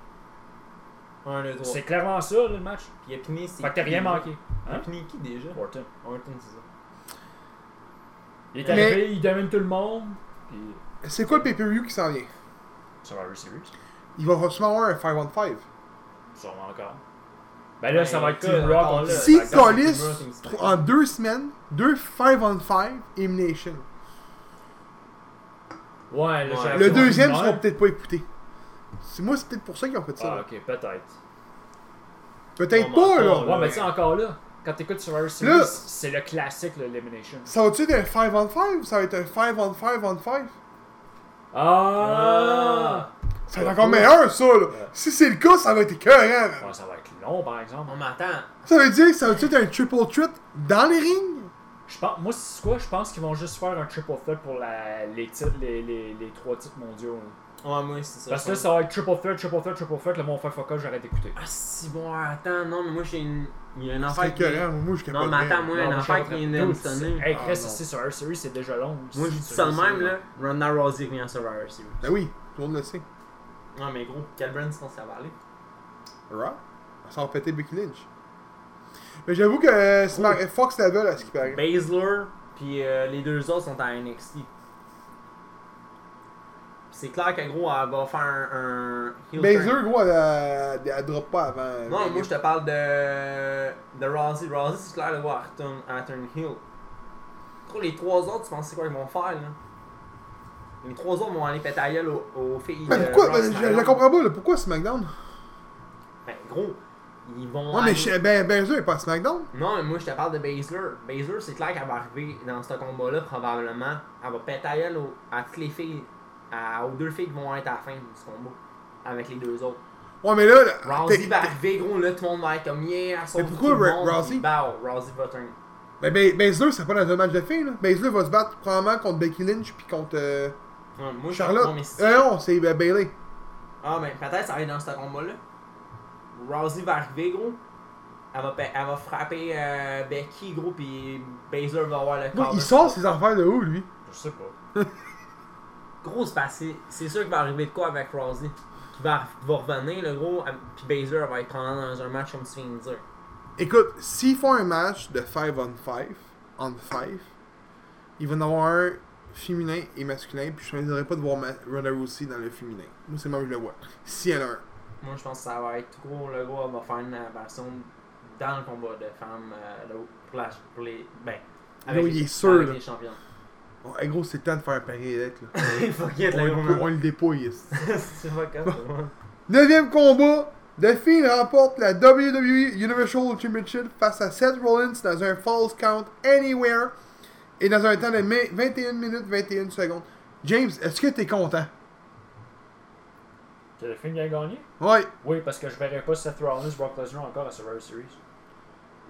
Speaker 2: Un, deux, trois.
Speaker 3: C'est clairement ça là, le match.
Speaker 2: Puis il a puni. c'est
Speaker 3: Fait que t'as rien
Speaker 2: qui?
Speaker 3: manqué.
Speaker 2: Il a
Speaker 3: Hein?
Speaker 2: puni qui déjà
Speaker 3: Orton.
Speaker 2: Orton, c'est ça.
Speaker 3: Il est
Speaker 1: Mais-
Speaker 3: arrivé, il domine tout le monde. Puis
Speaker 1: C'est quoi le pay-per-view qui s'en vient
Speaker 3: Survivor Series,
Speaker 1: Il va forcément avoir un 5-1-5.
Speaker 3: sûrement encore. Ben là, ça va être
Speaker 2: écoute,
Speaker 3: Team Rock.
Speaker 2: encore
Speaker 3: on-
Speaker 2: là,
Speaker 1: Si
Speaker 2: par exemple,
Speaker 1: Colis,
Speaker 2: Team Raw, Team SmackDown.
Speaker 1: en deux semaines, deux 5-on-5 Elimination.
Speaker 3: Ouais, là,
Speaker 2: Ouais.
Speaker 3: j'avais
Speaker 1: Le
Speaker 3: dit, on
Speaker 1: deuxième, ils
Speaker 3: meurt.
Speaker 1: seront peut-être pas écoutés. C'est moi, c'est peut-être pour ça qu'ils ont fait ça.
Speaker 3: Ah,
Speaker 1: là.
Speaker 3: ok, peut-être.
Speaker 1: Peut-être
Speaker 2: on
Speaker 1: pas,
Speaker 2: m'entend,
Speaker 1: là.
Speaker 2: là.
Speaker 3: Ouais, mais tu sais, encore là, quand t'écoutes Survivor
Speaker 1: Là-
Speaker 3: Series, c'est le classique, le Elimination.
Speaker 1: Ça va-tu être un 5-on-5 ou ça va être un 5-on-5-on-5
Speaker 3: Ah!
Speaker 1: Ça va être encore meilleur, ça, là. Si c'est le cas, ça va être écœurant. là.
Speaker 3: Ah! Ouais, ça va être long, par exemple.
Speaker 2: On m'attend.
Speaker 1: Ça veut dire que ça va être un triple threat dans les rings?
Speaker 3: Je pense, moi, c'est quoi? Je pense qu'ils vont juste faire un triple threat pour la, les, titres, les, les, les trois titres mondiaux. là.
Speaker 2: Ouais, moi, c'est ça.
Speaker 3: Parce que là, ça va être triple threat, triple threat, triple threat. Là, mon frère fuck off, j'arrête d'écouter.
Speaker 2: Ah, si bon, attends, non, mais moi, j'ai une. Il y a une
Speaker 1: C'est
Speaker 2: affaire qui.
Speaker 1: écœurant, moi je suis
Speaker 2: Non,
Speaker 1: capable
Speaker 2: mais attends,
Speaker 1: de
Speaker 2: moi, une
Speaker 3: Non, je
Speaker 2: affaire
Speaker 3: suis en
Speaker 2: qui vient
Speaker 3: train-
Speaker 2: de me
Speaker 3: Dude, c'est-
Speaker 2: sonner.
Speaker 3: Hey,
Speaker 1: Ah,
Speaker 3: Chris,
Speaker 1: non.
Speaker 3: c'est Survivor Series, c'est déjà long.
Speaker 2: Moi, je dis ça de même, là. Ronda Rousey revient à Survivor Series.
Speaker 1: Ben oui, tout le monde le sait.
Speaker 2: Non, mais gros, quel brand tu penses que ça va aller?
Speaker 1: Raw? Sans péter Becky Lynch. Mais j'avoue que euh, Smack- Fox la veulent à ce qui
Speaker 2: Ben,
Speaker 1: paraît.
Speaker 2: Baszler, puis euh, les deux autres sont à NXT. C'est clair que gros, elle va faire un. un heel turn.
Speaker 1: Baszler, gros, elle, euh, elle, drop pas avant.
Speaker 2: Non, moi je te parle de. de Rousey. Rousey, c'est clair de voir turn, à turn heel. Gros, les trois autres, tu penses c'est quoi qu'ils vont faire là? Les trois autres vont aller péter la gueule aux, aux filles.
Speaker 1: Mais
Speaker 2: de
Speaker 1: pourquoi?
Speaker 2: Raw
Speaker 1: Ben, je, je
Speaker 2: SmackDown.
Speaker 1: comprends pas, là. Pourquoi SmackDown?
Speaker 2: Ben gros, ils vont.
Speaker 1: Ouais, mais
Speaker 2: aller-
Speaker 1: je- ben, Baszler est pas à SmackDown.
Speaker 2: Non, mais moi je te parle de Baszler. Baszler, c'est clair qu'elle va arriver dans ce combat-là, probablement. Elle va péter la gueule au- à toutes les filles, à- aux deux filles qui vont être à la fin du combat, avec les deux autres.
Speaker 1: Ouais, mais là. là,
Speaker 2: Rousey
Speaker 1: Ah, t'es-
Speaker 2: va arriver, gros, là, tout le monde va être comme yeah, elle sauve
Speaker 1: Mais pourquoi
Speaker 2: tout le
Speaker 1: Ra-
Speaker 2: monde,
Speaker 1: Rousey?
Speaker 2: puis Bow, Rousey va turn.
Speaker 1: Ben, ben, Baszler, c'est pas dans un match de filles, là. Baszler va se battre probablement contre Becky Lynch puis contre euh,
Speaker 2: Ouais, moi, je-
Speaker 1: Charlotte.
Speaker 2: non,
Speaker 1: Non,
Speaker 2: mais si-
Speaker 1: euh, non, c'est euh, Bailey.
Speaker 2: Ah, ben peut-être ça va être dans ce combat-là. Rousey va arriver, gros. Elle va, pa- elle va frapper euh, Becky, gros, puis Baszler va avoir le
Speaker 1: Gros,
Speaker 2: corps.
Speaker 1: il sort ses affaires de où, lui?
Speaker 3: Je sais pas.
Speaker 2: Gros, c'est passé. C'est sûr qu'il va arriver de quoi avec Rousey. Qui va, qui va revenir, le gros, à- puis Baszler va être pendant dans un match comme tu viens de dire.
Speaker 1: Écoute, s'ils font un match de 5 on 5, on 5, il va en avoir un féminin et masculin, puis je ne choisirais pas de voir Ma- Ronda Rousey dans le féminin. Moi, c'est moi que je le vois. Si elle a un.
Speaker 2: Moi, je pense que ça va être gros, le gros, elle va faire une version dans le combat de femmes euh, là, pour, la- pour les. Ben.
Speaker 1: Là, il est
Speaker 2: les-
Speaker 1: sûr,
Speaker 2: avec
Speaker 1: là.
Speaker 2: les champions.
Speaker 1: Bon, hey, gros, c'est le temps de faire un pari avec, là.
Speaker 2: Fuck it,
Speaker 1: On,
Speaker 2: le
Speaker 1: le
Speaker 2: gros,
Speaker 1: peut- on
Speaker 2: man.
Speaker 1: le dépouille. ici.
Speaker 2: C'est fuck off, ouais.
Speaker 1: Neuvième combat, The Fiend remporte la WWE Universal Championship face à Seth Rollins dans un False Count Anywhere et dans un temps de mai- 21 minutes 21 secondes. James, est-ce que t'es content?
Speaker 3: C'est le film qui a gagné?
Speaker 1: Ouais.
Speaker 3: Oui, parce que je verrais pas Seth Rollins, Brock Lesnar encore à Survivor Series.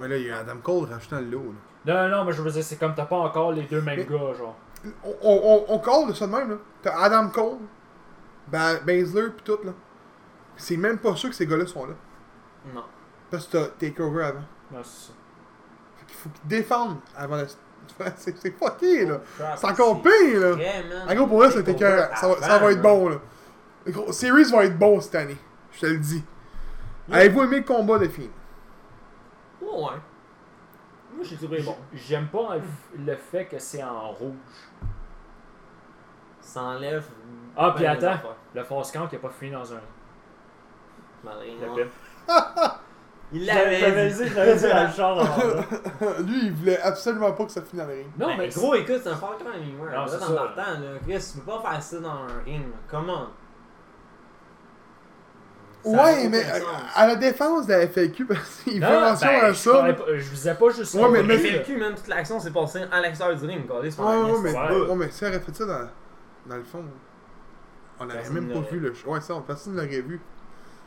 Speaker 1: Mais là, il y a Adam Cole rachetant le lot. là.
Speaker 3: Non, non, mais je veux dire, c'est comme t'as pas encore les deux mêmes
Speaker 1: Mais-
Speaker 3: gars, genre.
Speaker 1: On, on, on, on call de ça de même. là. T'as Adam Cole, ba Baszler, pis tout. là. C'est même pas sûr que ces gars-là sont là.
Speaker 2: Non.
Speaker 1: Parce que t'as Takeover avant.
Speaker 3: Non, c'est ça.
Speaker 1: Fait qu'il faut qu'ils défendent avant de. c'est c'est fucké, là.
Speaker 2: Crap,
Speaker 1: C'est encore pire, là.
Speaker 2: Vraiment.
Speaker 1: En Ah, gros, pour eux, c'était
Speaker 2: Takeover
Speaker 1: écœurant. Ça, va- ça
Speaker 2: avant,
Speaker 1: va être bon, là. Le gros- Series va être bon cette année. Je te le dis.
Speaker 2: Yeah.
Speaker 1: Avez-vous aimé le combat de film?
Speaker 2: Ouais, ouais. Moi, j'ai trouvé bon.
Speaker 3: J'aime pas le- le fait que c'est en rouge.
Speaker 2: Ça enlève.
Speaker 3: Ah, puis
Speaker 2: plein
Speaker 3: attends.
Speaker 2: d'affaires.
Speaker 3: Le force count qui a pas fini dans un.
Speaker 2: Malgré
Speaker 3: Le
Speaker 2: moi.
Speaker 3: pin.
Speaker 2: Il
Speaker 3: J'avais j'avais
Speaker 2: l'avait dit.
Speaker 3: dit, j'avais dit dans le char avant, là.
Speaker 1: Lui, il voulait absolument pas que ça finisse dans le ring.
Speaker 3: Non, mais
Speaker 2: Ben, gros, écoute, c'est un fort quand même. Ouais,
Speaker 3: Non,
Speaker 2: là,
Speaker 3: c'est
Speaker 2: dans
Speaker 3: ça.
Speaker 2: leur temps, là. Chris, tu peux pas faire ça dans un ring. là. Comment?
Speaker 1: ouais, mais euh, à la défense de la FAQ, parce qu'il fait
Speaker 3: Non, ben,
Speaker 1: mention à
Speaker 3: je,
Speaker 1: ça.
Speaker 3: parlais pas- je visais pas juste
Speaker 1: Ouais, mais-
Speaker 2: Mais
Speaker 1: mais-
Speaker 3: là.
Speaker 2: FLQ, même toute l'action s'est passée à l'extérieur du ring. Calais, c'est
Speaker 1: Ouais,
Speaker 2: pas
Speaker 1: ouais,
Speaker 2: un
Speaker 1: mais,
Speaker 2: mess.
Speaker 3: Ouais.
Speaker 1: ouais, mais si on aurait fait ça dans, dans le fond, on aurait
Speaker 2: Personne
Speaker 1: même pas
Speaker 2: l'aurait.
Speaker 1: vu le show. Ouais, ça, personne ne l'aurait vu.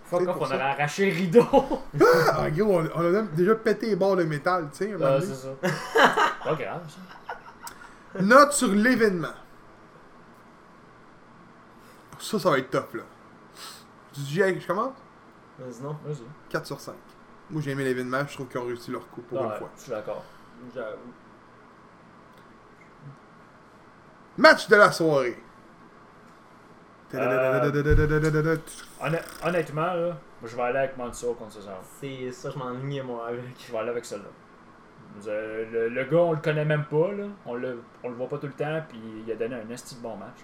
Speaker 3: Fuck
Speaker 1: C'est
Speaker 3: off,
Speaker 1: pour
Speaker 3: on
Speaker 1: ça.
Speaker 3: aurait arraché le rideau.
Speaker 1: Ah, ah, gros, on, on a même déjà pété les bords de métal, tu sais. à un moment
Speaker 3: Ah,
Speaker 1: donné.
Speaker 3: c'est ça. Pas grave, ça.
Speaker 1: Note sur l'événement. Ça, ça va être top, là. Tu dis, hey, je commence
Speaker 2: Mais sinon,
Speaker 3: Vas-y.
Speaker 1: 4 sur 5. Moi, j'ai aimé l'événement, je trouve qu'ils ont réussi leur coup pour
Speaker 3: Non,
Speaker 1: une
Speaker 3: ouais,
Speaker 1: fois.
Speaker 3: Je suis d'accord.
Speaker 2: j'avoue.
Speaker 1: Match de la soirée.
Speaker 3: Euh, Honn- Honnêtement, là, moi, je vais aller avec Mansour contre César.
Speaker 2: C'est ça, je m'ennuyais moi avec.
Speaker 3: Je vais aller avec celle-là. Vous avez- Le, le gars, on le connaît même pas, là. On le, on le voit pas tout le temps, puis il a donné un esti de bon match.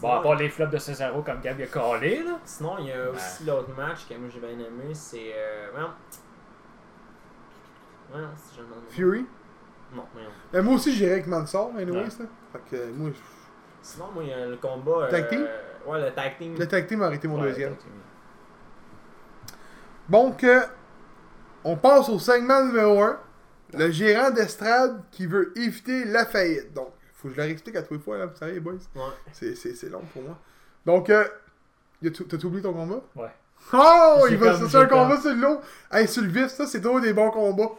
Speaker 3: Bon, à
Speaker 2: Sinon,
Speaker 3: part les flops de Cesaro comme Gab il a collé, là.
Speaker 2: sinon, il y a
Speaker 1: Bah.
Speaker 3: Ouais.
Speaker 2: aussi l'autre match que moi j'ai bien aimé, c'est. Euh, voyons. Voyons, si j'en ai un.
Speaker 1: Fury.
Speaker 2: Non, mais non.
Speaker 1: Ben, moi aussi, j'irai avec Mansour, anyways,
Speaker 3: Ouais.
Speaker 1: là. Fait que, euh, moi, je-
Speaker 2: Sinon, moi, il y a le combat.
Speaker 1: Tag
Speaker 2: euh,
Speaker 1: team?
Speaker 2: Ouais, le tag team.
Speaker 1: le tag team a arrêté mon
Speaker 3: Ouais,
Speaker 1: deuxième.
Speaker 3: donc,
Speaker 1: Donc, euh, on passe au segment numéro 1. Le gérant d'estrade qui veut éviter la faillite. Donc, faut que je leur explique à tous les fois, là, vous savez, les boys.
Speaker 2: Ouais.
Speaker 1: C'est- C'est c'est long pour moi. Donc, euh, y a tout- t'as oublié ton combat?
Speaker 3: Ouais.
Speaker 1: Oh!
Speaker 3: J'ai
Speaker 1: Il va
Speaker 3: comme-
Speaker 1: sortir un
Speaker 3: j'ai comme-
Speaker 1: combat sur l'eau. Hey, sur le vif, ça, c'est toujours des bons combats.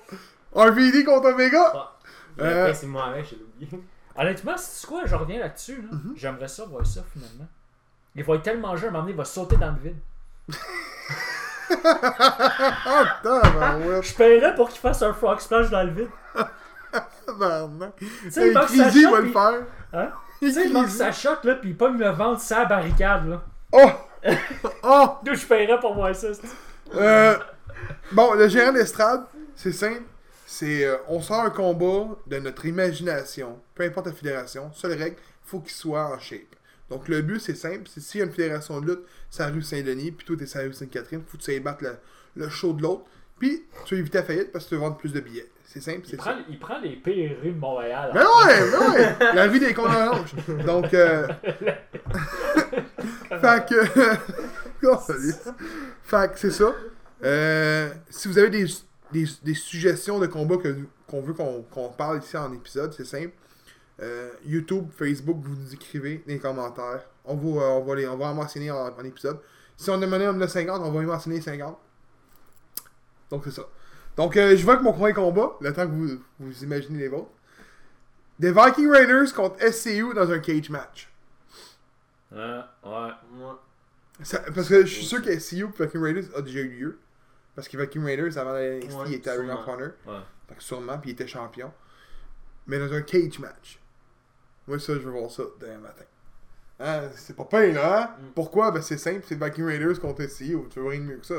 Speaker 1: RVD contre Omega!
Speaker 2: Ah.
Speaker 1: Euh.
Speaker 2: Et après, c'est moi avec, j'ai oublié.
Speaker 3: Honnêtement, c'est quoi, je reviens là-dessus, là.
Speaker 1: Mm-hmm.
Speaker 3: J'aimerais ça voir ça, finalement. Il va être tellement jeune, à un moment donné, il va sauter dans le vide.
Speaker 1: Ah, tabarouette,
Speaker 3: Je paierais pour qu'il fasse un frog splash dans le vide.
Speaker 1: tabarnak.
Speaker 3: Tu sais,
Speaker 1: Hey,
Speaker 3: il manque sa
Speaker 1: Crazy va
Speaker 3: shot,
Speaker 1: le
Speaker 3: puis-
Speaker 1: faire.
Speaker 3: Hein?
Speaker 1: Hey,
Speaker 3: Tu sais, il manque
Speaker 1: Crazy.
Speaker 3: sa shot, là, puis il pogne le ventre sa barricade, là.
Speaker 1: Oh! Oh!
Speaker 3: D'où je paierais pour voir ça, c'est-
Speaker 1: Euh, bon, le gérant d'estrade, c'est simple. C'est euh, on sort un combat de notre imagination, peu importe la fédération. Seule règle, faut qu'il soit en shape. Donc le but, c'est simple. C'est s'il y a une fédération de lutte, sa rue Saint-Denis, puis toi t'es sa rue Sainte-Catherine, faut que tu ailles battre le, le show de l'autre. Puis tu évites la faillite parce que tu veux vendre plus de billets. C'est simple,
Speaker 3: Il
Speaker 1: c'est
Speaker 3: prend,
Speaker 1: ça.
Speaker 3: il prend les pires rues de Montréal.
Speaker 1: Mais ouais, mais ouais, la rue des Condamnages. Donc, euh... fait que, Oh, salut. fait que c'est ça. Euh, si vous avez des, des, des suggestions de combats que, qu'on veut qu'on, qu'on parle ici en épisode, c'est simple. Euh, YouTube, Facebook, vous nous écrivez dans les commentaires. On va, euh, on va, les, on va en mentionner en, en épisode. Si on a mené un de 50, on va y mentionner 50. Donc c'est ça. Donc euh, je vois que mon premier combat, le temps que vous, vous imaginez les vôtres. Des Viking Raiders contre SCU dans un cage match.
Speaker 3: Ouais, Hein? ouais.
Speaker 2: Moi.
Speaker 1: Ça- parce que je suis sûr que SCU et Viking Raiders a déjà eu lieu. Parce que Viking Raiders, avant la NXT,
Speaker 2: Ouais,
Speaker 1: il était à Ring of
Speaker 2: sûrement.
Speaker 1: Honor.
Speaker 3: Ouais.
Speaker 1: Fait que sûrement, puis il était champion. Mais dans un cage match. Moi, ça, je veux voir ça demain matin. Hein, c'est pas pire, là, hein?
Speaker 2: Mm.
Speaker 1: Pourquoi? Ben, c'est simple, c'est Viking Raiders contre SCU. Tu veux rien de mieux que ça.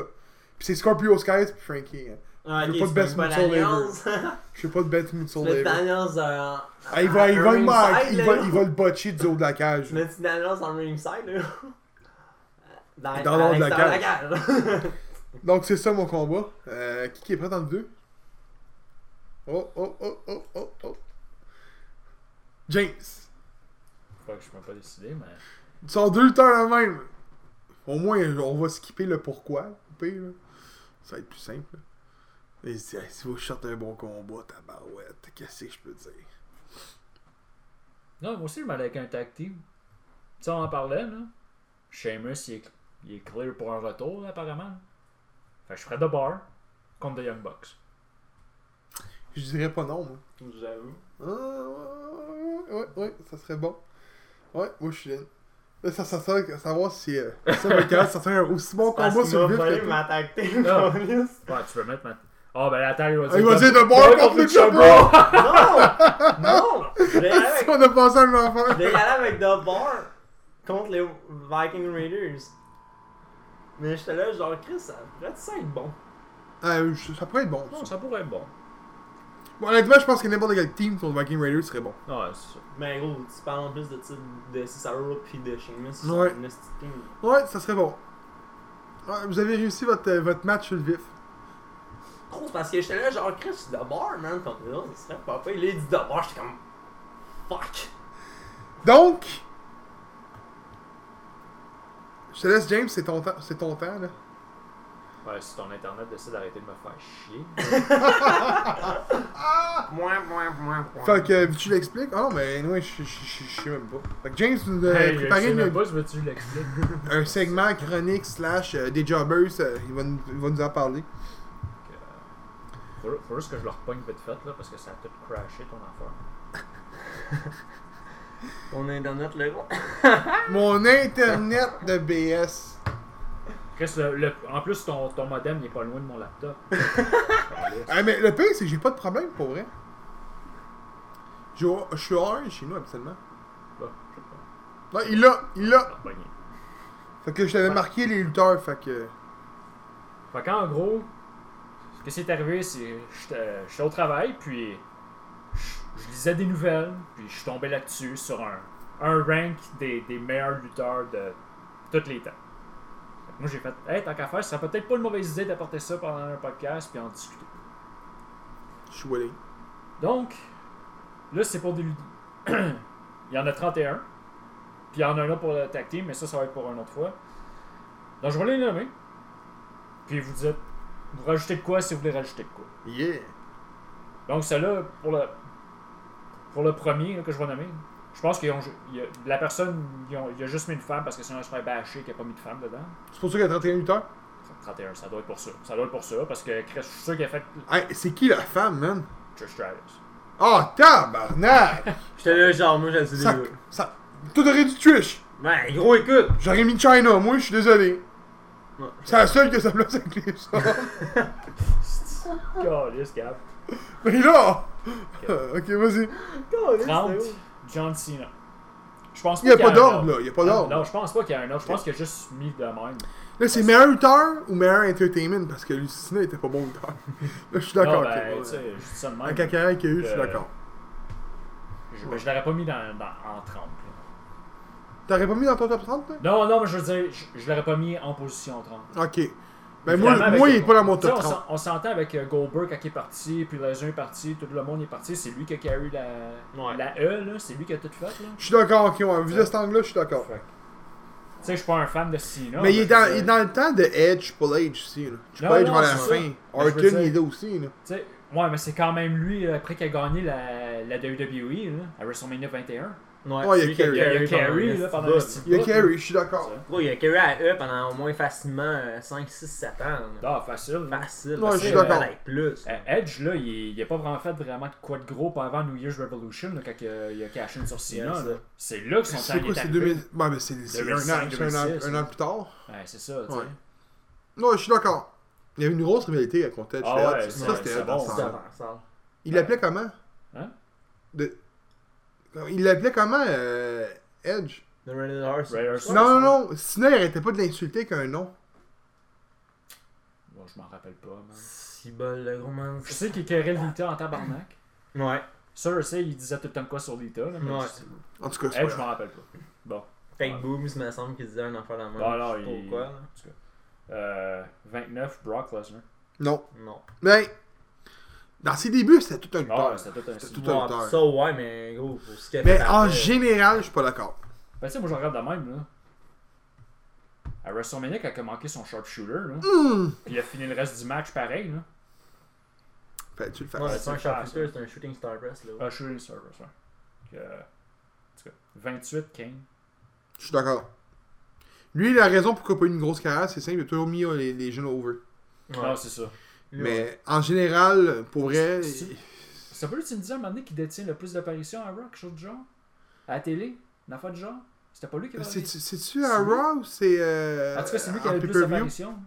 Speaker 1: Puis c'est Scorpio Skies puis Frankie. Hein.
Speaker 2: Ah,
Speaker 1: Je veux
Speaker 2: ok,
Speaker 1: pas de
Speaker 2: c'est
Speaker 1: best
Speaker 2: pas
Speaker 1: mood sur les
Speaker 2: l'alliance.
Speaker 1: Je sais pas de bête Moon Soul
Speaker 2: Le
Speaker 1: Ever.
Speaker 2: Daniels euh,
Speaker 1: Ah, il va, il va,
Speaker 2: à
Speaker 1: le marquer,
Speaker 2: ringside,
Speaker 1: il va,
Speaker 2: là.
Speaker 1: il va le botcher du haut de la cage.
Speaker 2: Le petit Daniels en ringside, là. Dans,
Speaker 1: Dans l'ordre de la
Speaker 2: l'extérieur de la cage.
Speaker 1: Donc c'est ça mon combat. Euh, qui qui est prêt dans le 2 Oh oh oh oh oh oh. James.
Speaker 3: Faut que je peux pas décider, mais.
Speaker 1: Ils sont deux lutteurs la même. Au moins, on va skipper le pourquoi. au pire, là. Ça va être plus simple. là. Et si si vous sortez un bon combat, tabarouette, qu'est-ce que je peux dire
Speaker 3: Non, moi aussi, je m'allais avec un tag team. Tu sais, on en parlait, là. Sheamus, il est, il est clear pour un retour, là, apparemment. Fait que je ferais de bar contre The Young Bucks.
Speaker 1: Je dirais pas non, moi.
Speaker 2: J'avoue.
Speaker 1: Ah, ouais, ouais, ouais, ça serait bon. Ouais, moi je suis in. Là, ça, ça, ça, savoir si euh, ça va être capable de sortir un aussi bon
Speaker 2: Parce
Speaker 1: combat
Speaker 2: qu'il
Speaker 1: sur le
Speaker 2: m'a
Speaker 1: vif
Speaker 2: fallu
Speaker 1: que toi.
Speaker 2: m'attaquer,
Speaker 3: Non.
Speaker 2: câlisse.
Speaker 3: Ouais, tu peux mettre maintenant. Ah, ben la taille, il va
Speaker 1: Ah, Il va dire de
Speaker 3: Bar
Speaker 1: bon contre Lucha Bro!
Speaker 2: Non! Non! Je vais y aller
Speaker 1: Si
Speaker 2: avec-
Speaker 1: on a pensé à un enfant.
Speaker 2: je vais y aller avec The Bar contre les Viking Raiders. Mais j'étais là, genre, Chris, ça pourrait ça être bon.
Speaker 1: Ah, je- ça pourrait être bon.
Speaker 3: Non,
Speaker 1: ça.
Speaker 3: ça pourrait être bon.
Speaker 1: Bon, honnêtement, je pense que n'importe quel team contre Viking Raiders serait bon.
Speaker 3: Ouais, c'est ça.
Speaker 2: Mais gros, tu parles en plus de, tu sais, de Cesaro pis de Sheamus. c'est
Speaker 1: Ouais.
Speaker 2: un esti de team.
Speaker 1: Ouais, ça serait bon. Ouais, vous avez réussi votre, euh, votre match sur le vif.
Speaker 2: Trop, c'est parce que j'étais là, genre, Chris, The Bar, man, contre les autres, ça serait pas pire. Là, il dit The Bar, j'étais comme. Fuck!
Speaker 1: Donc, je te laisse, James, c'est ton temps, c'est ton temps là.
Speaker 3: Ouais, si ton internet décide d'arrêter de me faire chier.
Speaker 2: Moi, moi, moi, moi.
Speaker 1: Fait que euh, tu l'expliques? Ah non, mais anyway, je je- je- je sais même pas. Fait que James nous a
Speaker 3: Hey, je
Speaker 1: préparé
Speaker 3: sais même
Speaker 1: une-
Speaker 3: pas, je veux-tu l'expliquer?
Speaker 1: un segment chronique slash euh, des jobbers, euh, il, va nous, il va nous en parler.
Speaker 3: euh, Faut, faut juste que je le repogne vite fait, là, parce que ça a tout crashé ton affaire.
Speaker 2: Ton internet, le gros.
Speaker 1: Mon internet de BS.
Speaker 3: Chris, le- le- en plus, ton, ton modem, il est pas loin de mon laptop. Caliste.
Speaker 1: Ah, mais le pire, c'est que j'ai pas de problème pour vrai. Je je suis orange chez nous habituellement.
Speaker 3: Bah, je sais pas,
Speaker 1: Non, il l'a, il l'a.
Speaker 3: je vais repogner.
Speaker 1: Fait que je t'avais marqué les lutteurs, fait que.
Speaker 3: Fait qu'en gros, ce qui s'est arrivé, c'est j'étais euh, j'étais au travail, puis je- je lisais des nouvelles, puis je suis tombé là-dessus sur un, un rank des, des meilleurs lutteurs de tous les temps. Fait que moi, j'ai fait, hey, tant qu'à faire, ça serait peut-être pas une mauvaise idée d'apporter ça pendant un podcast, puis en discuter.
Speaker 1: Je suis willing.
Speaker 3: Donc, là, c'est pour des ludis. il y en a 31. Puis il y en a un là pour le tag team, mais ça, ça va être pour une autre fois. Donc, je vais les nommer. Puis vous dites, vous rajoutez de quoi si vous voulez rajouter de quoi.
Speaker 1: Yeah.
Speaker 3: Donc, celle-là, pour le, pour le premier là, que je vais nommer, je pense qu'ils ont. ju- il y a- la personne, ils ont- il a juste mis une femme parce que sinon, elle se ferait bâcher qu'il n'y a pas mis de femme dedans.
Speaker 1: C'est pour ça qu'il y a 31 lutteurs.
Speaker 3: 31, ça doit être pour ça. Ça doit être pour ça parce que Chris, je suis sûr qu'il a fait
Speaker 1: Hey, c'est qui la femme, man?
Speaker 3: Trish Stratus.
Speaker 1: Ah, tabarnak!
Speaker 2: J'étais là, genre, moi, j'ai
Speaker 1: ça, ça, tout aurait du Trish.
Speaker 2: Ben, gros, écoute!
Speaker 1: J'aurais mis China, moi, je suis désolé.
Speaker 2: Ouais.
Speaker 1: C'est la seule qui a sa place avec les autres.
Speaker 3: Calisse, Gab.
Speaker 1: Mais là! Euh, Ok, vas-y.
Speaker 2: Caliste,
Speaker 3: 30,
Speaker 2: c'est où?
Speaker 3: John Cena. Je pense
Speaker 1: Il n'y a
Speaker 3: qu'il y
Speaker 1: pas
Speaker 3: un
Speaker 1: d'ordre,
Speaker 3: ordre.
Speaker 1: là. Il n'y a pas
Speaker 3: Non,
Speaker 1: d'ordre.
Speaker 3: non, je pense pas qu'il y a un ordre. Je pense qu'il a juste mis de même.
Speaker 1: Là, c'est meilleur lutteur ou meilleur entertainment parce que Lucina était pas bon lutteur. Là, je suis d'accord.
Speaker 3: Non,
Speaker 1: ok,
Speaker 3: ben,
Speaker 1: ouais.
Speaker 3: tu sais, je dis ça de
Speaker 1: La
Speaker 3: même.
Speaker 1: cacaille qu'il y a eu, je suis
Speaker 3: Euh,
Speaker 1: d'accord.
Speaker 3: Je, ben, je l'aurais pas mis dans, dans- en 30. là.
Speaker 1: T'aurais pas mis dans ton top 30, là?
Speaker 3: Non, non, mais je veux dire, je, je l'aurais pas mis en position 30.
Speaker 1: Ok. Ben,
Speaker 3: Évidemment,
Speaker 1: moi,
Speaker 3: avec-
Speaker 1: moi, il est pas dans mon
Speaker 3: Tu sais,
Speaker 1: top
Speaker 3: on
Speaker 1: 30.
Speaker 3: s'en- On s'entend avec euh, Goldberg quand il est parti, puis Lesnar est parti, tout le monde est parti. C'est lui qui a carry la,
Speaker 2: Ouais.
Speaker 3: la E, là. C'est lui qui a tout fait, là.
Speaker 1: Je suis d'accord, ok, ouais. Vu de cet angle-là, je suis d'accord.
Speaker 3: Fait que- Tu sais, je suis pas un fan de Cena.
Speaker 1: Mais il est, dans,
Speaker 3: je veux
Speaker 1: il est
Speaker 3: dire,
Speaker 1: dans le temps de Edge, Triple Edge aussi. Là. Triple
Speaker 3: Non,
Speaker 1: Edge
Speaker 3: non,
Speaker 1: vers la
Speaker 3: c'est ça. Ben,
Speaker 1: fin.
Speaker 3: je veux
Speaker 1: Orton,
Speaker 3: dire-
Speaker 1: il est là aussi. Là.
Speaker 3: tu sais, Ouais, mais c'est quand même lui, euh, après qu'il a gagné la, la WWE, là, à WrestleMania 21.
Speaker 1: Ouais, il y a
Speaker 2: celui qui
Speaker 1: Kerry.
Speaker 3: Il y a, il y a
Speaker 2: pendant
Speaker 3: Carey,
Speaker 2: un
Speaker 3: là,
Speaker 2: petit
Speaker 3: pendant
Speaker 2: bout,
Speaker 3: le
Speaker 2: là.
Speaker 3: petit
Speaker 1: Il y a
Speaker 3: bout,
Speaker 1: Carey, je suis d'accord.
Speaker 3: là.
Speaker 2: Gros, il y a Kerry à E pendant au moins facilement euh, 5, 6, 7 ans. là.
Speaker 3: Ah, facile. là.
Speaker 1: Ouais,
Speaker 2: Facile. facile,
Speaker 1: je suis
Speaker 2: euh,
Speaker 1: d'accord.
Speaker 2: avec plus.
Speaker 3: Euh, Edge, là, il n'a pas vraiment fait vraiment de quoi de gros pas avant New Year's Revolution, là, quand il a, il a caché une sur Cena.
Speaker 2: Yeah,
Speaker 3: là.
Speaker 2: ça.
Speaker 3: C'est là que son
Speaker 1: C'est
Speaker 3: temps
Speaker 1: quoi,
Speaker 3: est
Speaker 1: c'est
Speaker 3: arrivé.
Speaker 1: 2000. Ouais, mais c'est c'est un,
Speaker 3: 2005,
Speaker 1: an, c'est un, an,
Speaker 3: 2006,
Speaker 1: un an
Speaker 3: là.
Speaker 1: plus tard.
Speaker 3: Ouais, c'est ça. tu sais.
Speaker 1: Ouais. Non, je suis d'accord. Il y avait une grosse rivalité contre Edge.
Speaker 3: Ah
Speaker 1: et Edge. ça,
Speaker 3: ouais, c'est-
Speaker 1: c'était
Speaker 3: c'est
Speaker 1: Edge dans
Speaker 3: bon,
Speaker 1: ce
Speaker 2: C'est
Speaker 3: ça.
Speaker 1: temps-là.
Speaker 2: avant, ça.
Speaker 1: Il l'appelait comment
Speaker 3: Hein?
Speaker 1: De- Il l'appelait comment euh, Edge
Speaker 2: The Red Horse.
Speaker 3: Red Horse.
Speaker 1: Non, non, non. Sinon, il arrêtait pas de l'insulter avec un nom.
Speaker 3: Bon, je m'en rappelle pas. man.
Speaker 2: Si bol, le gros man.
Speaker 3: Je sais qu'il carré Lita en tabarnak.
Speaker 2: Ouais.
Speaker 3: Ça, je sais, il disait tout le temps de quoi sur Lita. Là, mais
Speaker 2: Ouais.
Speaker 3: je sais-
Speaker 1: En tout cas, c'est
Speaker 3: Edge, Eh,
Speaker 1: pas
Speaker 3: je
Speaker 1: grave.
Speaker 3: m'en rappelle pas. Bon.
Speaker 2: Fake boobs, il me semble qu'il disait un enfant la main.
Speaker 3: Ah, non,
Speaker 2: je sais pas
Speaker 3: il-
Speaker 2: pourquoi, là.
Speaker 3: En tout cas. Euh, 29, Brock Lesnar.
Speaker 1: Non.
Speaker 2: Non.
Speaker 1: Mais, dans ses débuts, c'était tout un
Speaker 3: Ah,
Speaker 1: lutteur.
Speaker 3: c'était tout un.
Speaker 1: C'était
Speaker 3: Ben,
Speaker 1: tout
Speaker 2: Ouais,
Speaker 1: un lutteur.
Speaker 2: Ça, ouais, mais gros, pour ce qu'il a
Speaker 1: Mais
Speaker 2: fait
Speaker 1: en
Speaker 2: après,
Speaker 1: général, je suis pas d'accord.
Speaker 3: Ben, tu sais, moi, je regarde de même, là. À WrestleMania, quand il a manqué son sharpshooter, là.
Speaker 1: Hmm.
Speaker 3: Puis il a fini le reste du match pareil, là.
Speaker 1: Fait, tu le fais.
Speaker 2: Non, c'est
Speaker 3: c'est
Speaker 2: pas un
Speaker 3: ça,
Speaker 2: sharpshooter,
Speaker 3: ça.
Speaker 2: c'est un shooting star press, là.
Speaker 3: Ah, Shooting Star Wars, ouais. euh, Que- en tout cas, 28, Kane.
Speaker 1: Je suis d'accord. Lui, la raison pourquoi il a pas eu une grosse carrière, c'est simple, il a toujours mis euh, les, les jeunes over.
Speaker 3: Non, Ah, c'est ça.
Speaker 2: Lui,
Speaker 1: Mais
Speaker 2: ouais.
Speaker 1: en général, pour vrai,
Speaker 3: C'est- c'est- Ça peut-tu me dire à un moment donné qu'il détient le plus d'apparitions à Rock, quelque chose du genre À la télé Une affaire du genre C'était pas lui qui avait.
Speaker 1: c'est-
Speaker 3: En
Speaker 1: c'est-tu à
Speaker 3: C'est lui.
Speaker 1: Raw ou c'est. euh,
Speaker 3: tout cas, c'est lui qui
Speaker 1: en
Speaker 3: avait le plus
Speaker 1: pay-per-view?
Speaker 3: d'apparitions.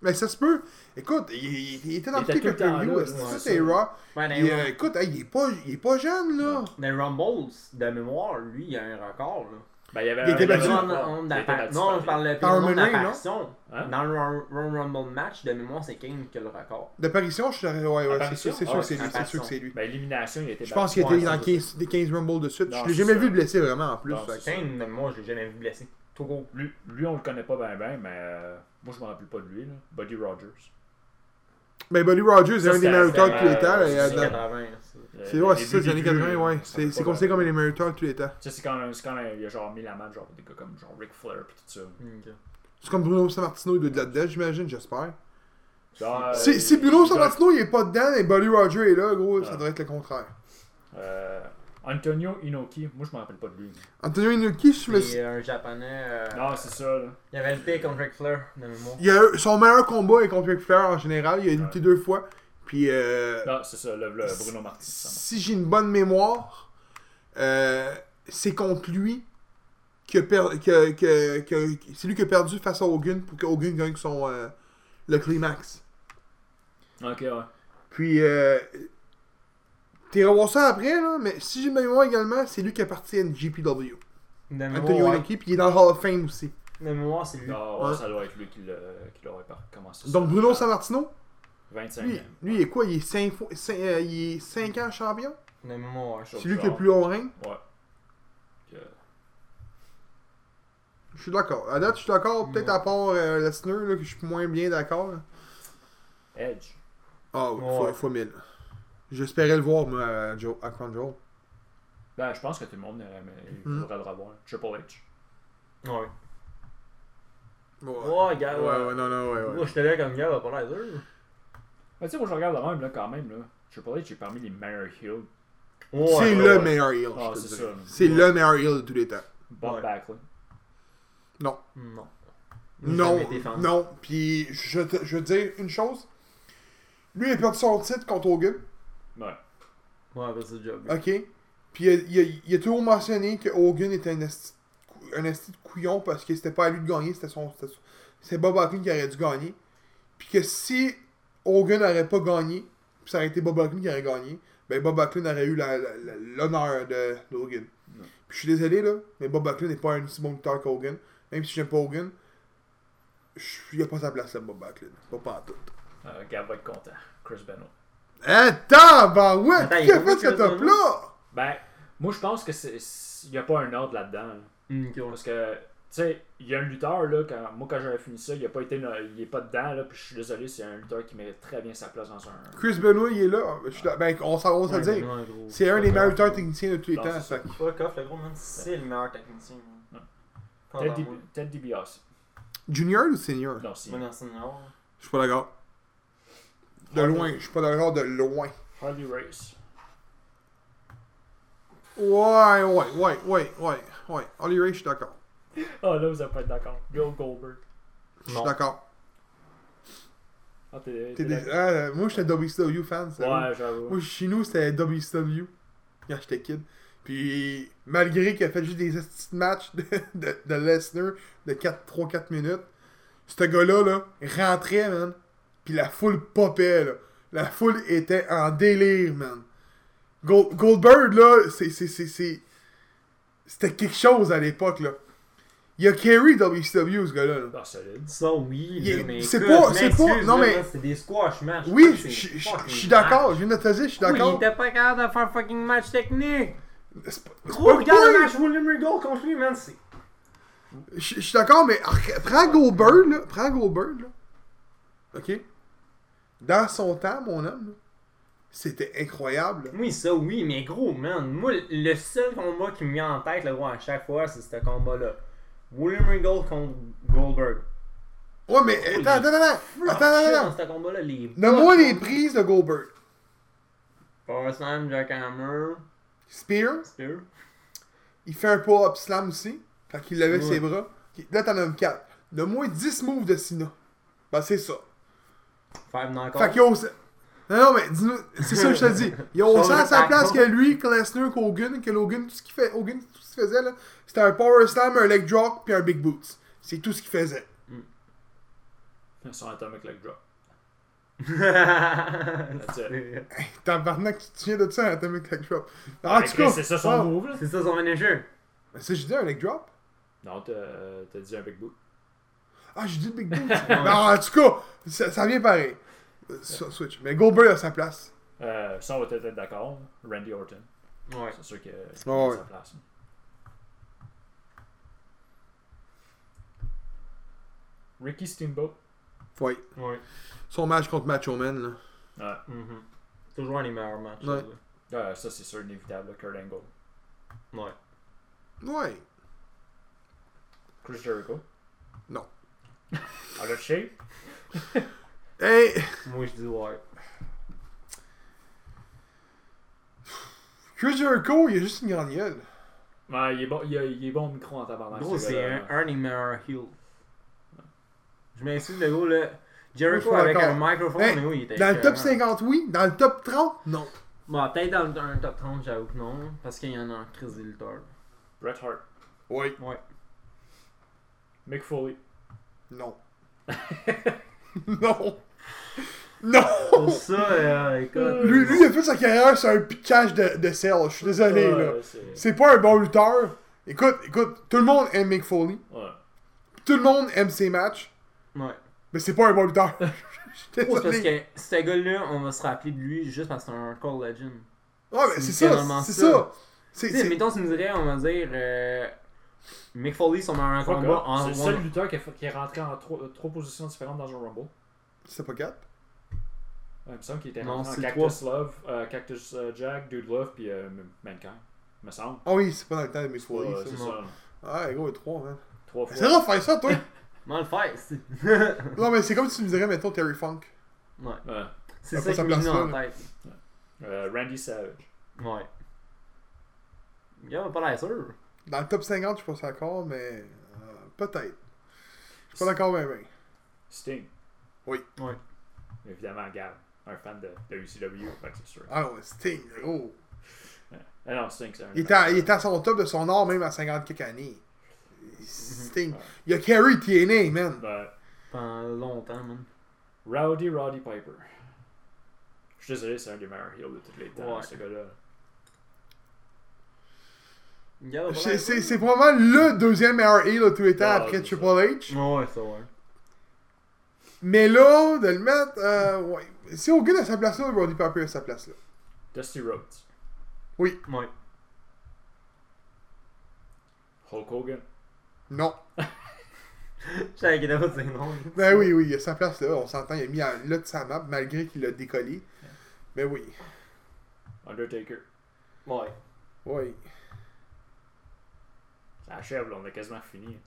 Speaker 1: Mais ça se peut. Écoute, il, il- il était dans
Speaker 3: Il
Speaker 1: toutes
Speaker 3: était
Speaker 1: les
Speaker 3: tout le temps
Speaker 1: pay-per-views.
Speaker 3: là,
Speaker 1: est-ce que
Speaker 3: ouais,
Speaker 1: ça,
Speaker 3: ça.
Speaker 1: c'est Raw.
Speaker 3: Ben
Speaker 2: Ouais, dans
Speaker 1: Puis,
Speaker 2: les
Speaker 1: euh, écoute, hey, il, est pas, il est pas jeune, là.
Speaker 2: Rum- dans les Rumbles, de mémoire, lui, il a un record. Là.
Speaker 3: Ben, il y avait
Speaker 1: Il était
Speaker 3: il y avait
Speaker 1: battu.
Speaker 3: un
Speaker 2: Non,
Speaker 3: record.
Speaker 2: non,
Speaker 3: Il était battu
Speaker 2: non,
Speaker 3: par
Speaker 2: je parle de
Speaker 1: Par
Speaker 2: nombre
Speaker 1: Money, non?
Speaker 2: d'apparitions.
Speaker 3: Hein?
Speaker 2: Dans le Ro- Royal Rumble match, de mémoire, c'est Kane qui a le record.
Speaker 1: D'apparition, je suis ouais, ouais, c'est
Speaker 3: Apparition?
Speaker 1: sûr, c'est sûr
Speaker 3: Ah,
Speaker 1: que c'est lui. C'est sûr
Speaker 2: apparition.
Speaker 1: que c'est lui.
Speaker 3: Ben, élimination, il était
Speaker 1: Je pense qu'il
Speaker 3: battu.
Speaker 1: était dans
Speaker 3: Ouais, c'est
Speaker 1: 15, des 15 Rumble de suite.
Speaker 3: Non,
Speaker 1: je l'ai
Speaker 3: c'est
Speaker 1: jamais
Speaker 3: ça.
Speaker 1: vu blessé vraiment en plus.
Speaker 3: Non,
Speaker 1: fait
Speaker 3: c'est
Speaker 1: que-
Speaker 3: ça.
Speaker 2: Kane, de mémoire, je l'ai jamais vu blessé. Tout gros.
Speaker 3: Lui, lui, on le connaît pas ben ben, mais euh, moi je me rappelle pas de lui, là. Buddy Rogers.
Speaker 1: Ben, Buddy Rogers est
Speaker 3: Ça,
Speaker 1: un des
Speaker 3: c'était-
Speaker 1: meilleurs lutteurs de
Speaker 3: c'était,
Speaker 1: tous les
Speaker 3: euh,
Speaker 1: temps.
Speaker 2: C'est
Speaker 1: là,
Speaker 3: c'était
Speaker 1: dans-
Speaker 2: 80, ça.
Speaker 3: Euh,
Speaker 1: C'est ouais, c'est ça, les années 80, ouais. C'est c'est considéré comme un des meilleurs lutteurs de tous les temps.
Speaker 3: Ça, c'est quand, c'est quand il a genre mis la main, genre des gars comme genre Ric Flair pis tout ça.
Speaker 2: Ok.
Speaker 1: C'est comme Bruno Sammartino, il doit être là-dedans, j'imagine, j'espère.
Speaker 3: Genre,
Speaker 1: Si
Speaker 3: euh,
Speaker 1: si Bruno
Speaker 3: genre,
Speaker 1: Sammartino, il est pas dedans, et Buddy Rogers est là, gros, ça
Speaker 3: Ah.
Speaker 1: devrait être le contraire.
Speaker 3: euh, Antonio Inoki, moi je me rappelle pas de lui.
Speaker 1: Antonio Inoki, je me
Speaker 2: C'est un japonais. euh,
Speaker 3: Non, c'est ça, là.
Speaker 2: Il y avait le pic contre Ric Flair, de mémoire.
Speaker 1: Il a eu- son meilleur combat est contre Ric Flair en général. Il a lutté deux fois. Puis, euh,
Speaker 3: Non, c'est ça, le, le Bruno Martins. ça
Speaker 1: si j'ai une bonne mémoire, euh, c'est contre lui que, per- que, que- que- que- c'est lui qui a perdu face à Hogan pour que Hogan gagne son euh, le climax.
Speaker 3: marche. Ok, ouais.
Speaker 1: Puis, euh, t'iras voir ça après, là, mais si j'ai une bonne mémoire également, c'est lui qui appartient à GPW.
Speaker 2: De mémoire,
Speaker 1: Antonio
Speaker 2: ouais.
Speaker 1: Inoki, puis il est dans le Hall of Fame aussi.
Speaker 2: De mémoire, c'est lui.
Speaker 3: Non, ouais,
Speaker 1: Ouais.
Speaker 3: ça doit être lui qui l'a- qui l'aurait par- commencé.
Speaker 1: Donc,
Speaker 3: ça.
Speaker 1: Bruno Sammartino,
Speaker 3: 25
Speaker 1: lui,
Speaker 3: ans.
Speaker 1: lui, il est quoi Il est 5, euh, il est cinq ans champion
Speaker 2: De mémoire, je
Speaker 1: C'est lui qui a le plus long règne
Speaker 3: Ouais. Donc, euh,
Speaker 1: Je suis d'accord. À date, je suis d'accord. Peut-être à part euh, Lesnar, là, que je suis moins bien d'accord. là.
Speaker 3: Edge.
Speaker 1: Ah oui, fois-
Speaker 2: Ouais.
Speaker 1: fois 1000. J'espérais le voir, moi, à, Joe, à Crown Jewel.
Speaker 3: Ben, je pense que tout le monde euh, il
Speaker 1: Hmm.
Speaker 3: voudrait le revoir. Triple H.
Speaker 2: Ouais.
Speaker 1: Ouais.
Speaker 2: Ouais, gars.
Speaker 1: ouais, ouais, non, non, ouais, ouais.
Speaker 2: Moi, j'étais là comme gars, va pas l'air dur.
Speaker 3: Ben, tu sais, moi, je regarde la même, là, quand même, là. Triple H est parmi les meilleurs heels.
Speaker 2: Ouais,
Speaker 1: C'est
Speaker 2: ouais,
Speaker 1: le
Speaker 2: ouais.
Speaker 1: meilleur heel,
Speaker 3: Ah,
Speaker 1: je te
Speaker 3: c'est
Speaker 1: dirais.
Speaker 3: ça, là.
Speaker 1: C'est
Speaker 3: Ouais.
Speaker 1: le meilleur heel de tous les temps.
Speaker 3: Bob
Speaker 2: Ouais.
Speaker 3: Backlund.
Speaker 1: Non.
Speaker 2: Non.
Speaker 1: Non,
Speaker 2: Jamais été fan.
Speaker 1: non. Puis, je, te- je veux te dire une chose. Lui, il a perdu son titre contre Hogan.
Speaker 3: Ouais.
Speaker 2: Ouais, bah, c'est le job.
Speaker 1: OK? Puis, il a, il a- il a toujours mentionné que Hogan était un esti de cou- un esti de couillon parce que c'était pas à lui de gagner, c'était son. c'était son- C'est Bob Hacklin qui aurait dû gagner. Puis que si Hogan n'aurait pas gagné, puis ça aurait été Bob Hacklin qui aurait gagné, ben Bob Hacklin aurait eu la- la- la- l'honneur de de Hogan.
Speaker 3: Ouais.
Speaker 1: Puis je suis désolé, là, mais Bob Hacklin n'est pas un aussi bon lutteur qu'Hogan. Même si j'aime pas Hogan, je- il a pas sa place là, Bob Backlund. Pas pantoute.
Speaker 3: Euh, Gab va être content. Chris Benoit.
Speaker 1: Attends, ben ouais,
Speaker 2: Attends, il
Speaker 1: qui
Speaker 2: est
Speaker 1: a
Speaker 2: pas
Speaker 1: fait ce
Speaker 2: Chris Benoit?
Speaker 1: top-là?
Speaker 3: Ben, moi, je pense que c'est. Il n'y a pas un ordre là-dedans. là.
Speaker 2: Hum, ok, ouais.
Speaker 3: Parce que, tu sais, il y a un lutteur, là, quand, moi, quand j'avais fini ça, il a pas été. Il est pas dedans, là, puis je suis désolé, c'est un lutteur qui mérite très bien sa place dans un.
Speaker 1: Chris Benoit, il est là. Je suis là- Ben, on s'en va se le
Speaker 2: Ouais,
Speaker 1: dire.
Speaker 2: non, gros.
Speaker 1: C'est un des meilleurs lutteurs techniciens de tous les
Speaker 3: Non,
Speaker 1: temps.
Speaker 3: c'est
Speaker 1: fait que-
Speaker 2: Fuck off, le gros, man. C'est le meilleur technicien. man.
Speaker 3: Ouais.
Speaker 2: Pas
Speaker 3: Ted
Speaker 2: dans moi.
Speaker 3: Di- Ted DiBiase.
Speaker 1: Junior ou senior
Speaker 3: Non, si.
Speaker 2: Moi, dans le Nord.
Speaker 1: Je suis pas d'accord. De loin, je suis pas d'accord de loin.
Speaker 3: Harley Race.
Speaker 1: Ouais, ouais, ouais, ouais, ouais, ouais. Holly Ray, je suis d'accord.
Speaker 3: Oh, là, vous allez pas être d'accord. Bill Goldberg.
Speaker 1: Je suis
Speaker 2: Non.
Speaker 1: d'accord.
Speaker 3: Ah, t'es.
Speaker 1: T'es
Speaker 3: t'es
Speaker 1: des- Ah, moi, j'étais WCW fan. c'est vrai.
Speaker 3: Ouais, j'avoue.
Speaker 1: Moi, chez nous, c'était WCW quand j'étais kid. Puis, malgré qu'il a fait juste des petits matchs de, de, de Lesnar de 3-4 minutes, ce gars-là là, rentrait, man. Puis la foule popait, là. La foule était en délire, man. Gold- Goldberg, là, c'est- c'est- c'est- c'est- c'était quelque chose à l'époque, là. Il a carry WCW, ce gars-là. là.
Speaker 3: Ah, solide.
Speaker 2: Ça, oui,
Speaker 1: Il-
Speaker 2: là, mais.
Speaker 1: c'est
Speaker 2: écoute,
Speaker 1: pas- c'est
Speaker 2: mais
Speaker 1: pas-
Speaker 2: excuse,
Speaker 1: non,
Speaker 2: là,
Speaker 1: mais-
Speaker 2: là, C'est des squash match.
Speaker 1: Oui, je
Speaker 2: C'est
Speaker 1: je- je-
Speaker 2: fucking
Speaker 1: je suis d'accord. Je viens de te dire, je suis
Speaker 2: match. Oui, il
Speaker 1: d'accord.
Speaker 2: était pas capable de faire fucking match technique.
Speaker 1: C'est pas- c'est pas
Speaker 2: Gros,
Speaker 1: le
Speaker 2: regarde
Speaker 1: point.
Speaker 2: le match William Regal contre lui, man. C'est.
Speaker 1: Je je suis d'accord, mais arc- prends Goldberg, là. Prends Goldberg, là. OK? Dans son temps, mon homme, là, c'était incroyable. là.
Speaker 2: Oui, ça, oui, mais gros, man. Moi, le seul combat qui me vient en tête, le gros, à chaque fois, c'est ce combat-là. William Regal contre Goldberg.
Speaker 1: Ouais, mais attends, attends, attends. Attends,
Speaker 2: Shit,
Speaker 1: attends,
Speaker 2: dans
Speaker 1: attends.
Speaker 2: ce combat-là, les.
Speaker 1: Nomme-moi les prises de Goldberg.
Speaker 2: Power Slam, Jackhammer,
Speaker 1: Spear,
Speaker 2: Spear.
Speaker 1: il fait un pas up slam aussi. Fait qu'il levait
Speaker 2: Ouais.
Speaker 1: ses bras. Ok, Là, t'en as 4. Le moins 10 moves de Sina. Ben, c'est ça.
Speaker 2: Five encore.
Speaker 1: Fait qu'il y a aussi- Non, non, mais dis-nous, c'est ça que je te dis. Il y a autant à sa place que lui, que Lesnar, qu'Hogan, que Logan, tout ce qu'il fait, Hogan, tout ce qu'il faisait, là, c'était un power slam, un leg drop, puis un big boots. C'est tout ce qu'il faisait.
Speaker 3: Son Atomic Leg Drop.
Speaker 2: c'est
Speaker 1: Tabarnak, tu te souviens de ça, un atomic leg drop. Ah, En tout cas,
Speaker 3: c'est ça son
Speaker 1: ouais.
Speaker 3: move, là.
Speaker 2: ça son manager.
Speaker 1: Mais ça, j'ai dit un leg drop?
Speaker 3: Non, t'as euh, t'as dit un big boot.
Speaker 1: Ah, j'ai dit big boots. Ben, en tout cas, ça, ça vient pareil. Euh, sur Switch. Mais Goldberg a sa place.
Speaker 3: Euh, ça, on va peut-être être d'accord. Randy Orton.
Speaker 2: Ouais.
Speaker 3: C'est sûr que c'est
Speaker 1: Ouais, ouais.
Speaker 3: sa place. hein. Ricky Steamboat.
Speaker 1: Ouais.
Speaker 2: Ouais.
Speaker 1: Son match contre Macho Man, là.
Speaker 3: Ouais.
Speaker 2: Mhm. Toujours un des meilleurs matchs.
Speaker 1: Ouais.
Speaker 2: ça,
Speaker 3: Euh, ça, c'est sûr, inévitable. là, Kurt Angle.
Speaker 2: là. Ouais.
Speaker 1: Ouais.
Speaker 3: Chris Jericho.
Speaker 1: Non.
Speaker 3: Out of shape.
Speaker 1: Hey!
Speaker 2: Moi, je dis ouais.
Speaker 1: Chris Jericho, il a juste une grande gueule.
Speaker 3: Ouais, il est bon, il a- il est bon au micro en tabarnak.
Speaker 2: Gros,
Speaker 3: ce
Speaker 2: c'est
Speaker 3: gars-là.
Speaker 2: un, un des meilleurs heels. Je m'insulte le gros, là. Jericho
Speaker 1: Moi, je suis
Speaker 2: avec
Speaker 1: d'accord.
Speaker 2: un microphone,
Speaker 1: Hey,
Speaker 2: mais oui, il était.
Speaker 1: Dans le top
Speaker 2: écœurant.
Speaker 1: 50, oui. Dans le top 30, non.
Speaker 2: Bon, peut-être dans le- un top 30, j'avoue que non. Parce qu'il y en a un Chris des lutteurs.
Speaker 3: Bret Hart.
Speaker 1: Oui.
Speaker 2: Ouais.
Speaker 3: Mick Foley.
Speaker 1: Non. non. Non.
Speaker 2: Pour ça, euh, écoute.
Speaker 1: Lui, lui, il a fait sa carrière sur un pitchage de, de sel. Je suis désolé,
Speaker 3: Ouais,
Speaker 1: là.
Speaker 3: c'est-
Speaker 1: C'est pas un bon lutteur. Écoute, écoute, tout le monde aime Mick Foley.
Speaker 3: ouais.
Speaker 1: Tout le monde aime ses matchs.
Speaker 2: Ouais.
Speaker 1: Mais c'est pas un bon lutteur. Je suis
Speaker 2: Oh, C'est parce
Speaker 1: désolé.
Speaker 2: que ce gars-là, on va se rappeler de lui juste parce que c'est un Call Legend.
Speaker 1: Ouais, Ah, mais c'est
Speaker 2: c'est
Speaker 1: ça.
Speaker 2: littéralement
Speaker 1: C'est
Speaker 2: ça.
Speaker 1: ça. C'est-
Speaker 2: Tu sais,
Speaker 1: c'est-
Speaker 2: mettons, tu me dirais, on va dire. Euh, Mick Foley, son meilleur
Speaker 3: Fuck
Speaker 2: combat
Speaker 3: off.
Speaker 2: en
Speaker 3: C'est le
Speaker 2: one-
Speaker 3: seul lutteur qui, a fait- qui est rentré en trois, euh, trois positions différentes dans un Rumble.
Speaker 1: C'est pas 4.
Speaker 3: Ouais, il me semble qu'il était
Speaker 2: Non,
Speaker 3: rentré en
Speaker 2: c'est
Speaker 3: Cactus Love, euh, Cactus euh, Jack, Dude Love, puis euh, M- Mankind. Il me semble.
Speaker 1: Ah oui, c'est pas dans le temps de Mick Foley.
Speaker 3: Ouais,
Speaker 1: ça.
Speaker 3: c'est
Speaker 2: non.
Speaker 3: ça.
Speaker 1: Ah, gros, il y a 3, man.
Speaker 3: Trois fois.
Speaker 1: C'est vrai de faire ça, toi.
Speaker 2: Dans le fait, c'est.
Speaker 1: non, mais c'est comme si tu me dirais, mettons, Terry Funk.
Speaker 2: ouais.
Speaker 3: Ouais.
Speaker 2: C'est
Speaker 1: Ah,
Speaker 2: ça
Speaker 1: pas
Speaker 2: qui
Speaker 1: sa
Speaker 2: me vient
Speaker 1: place
Speaker 2: en
Speaker 1: là,
Speaker 2: tête.
Speaker 3: Euh, Randy Savage.
Speaker 2: Ouais. Il a pas l'air sûr.
Speaker 1: Dans le top 50, je suis pas d'accord, mais euh, peut-être. Je suis pas d'accord, ben, mais mais.
Speaker 3: Sting.
Speaker 1: Oui.
Speaker 2: Ouais.
Speaker 3: Évidemment, Gab. Un fan de, de UCW, fait que c'est sûr.
Speaker 1: Ah non, Sting, gros.
Speaker 3: Ah non, Sting, c'est un.
Speaker 1: Il était, à, il était à son top de son art même à 50 quelques années. Sting. Il a carry TNA, man.
Speaker 3: Ouais.
Speaker 2: Pendant longtemps, man.
Speaker 3: Rowdy Roddy Piper. Je suis désolé, c'est un des meilleurs heels de tous les temps,
Speaker 2: Ouais.
Speaker 3: ce gars-là.
Speaker 2: Il a pas
Speaker 1: C'est-
Speaker 2: l'air
Speaker 1: C'est
Speaker 2: sûr.
Speaker 1: c'est probablement le deuxième meilleur heel de tous les temps
Speaker 3: Ah,
Speaker 1: après
Speaker 3: c'est
Speaker 1: Triple H.
Speaker 2: Ouais, ça, ouais.
Speaker 1: Mais là, de le mettre. Euh, ouais. Si Hogan a sa place là, Roddy Piper a sa place là.
Speaker 3: Dusty Rhodes.
Speaker 2: Ouais.
Speaker 3: Hulk Hogan.
Speaker 1: Non.
Speaker 2: Je savais qu'il était pas de ses noms.
Speaker 1: Ben oui, oui, il a sa place là. On s'entend, il a mis un- là de sa map malgré qu'il l'a décollé. Mais oui.
Speaker 3: Undertaker.
Speaker 2: Ouais.
Speaker 1: Oui.
Speaker 3: Ça achève, là, on a quasiment fini.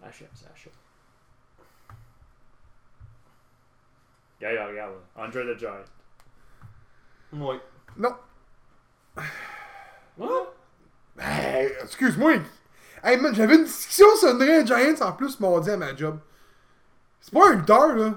Speaker 3: Ça achève, ça achève. Regarde, regarde, là. Andre the Giant.
Speaker 2: Ouais.
Speaker 1: Non.
Speaker 3: What?
Speaker 1: Ben, excuse-moi. Hey, man, j'avais une discussion sur André Giants en plus mardi à ma job. C'est pas un lutteur, là.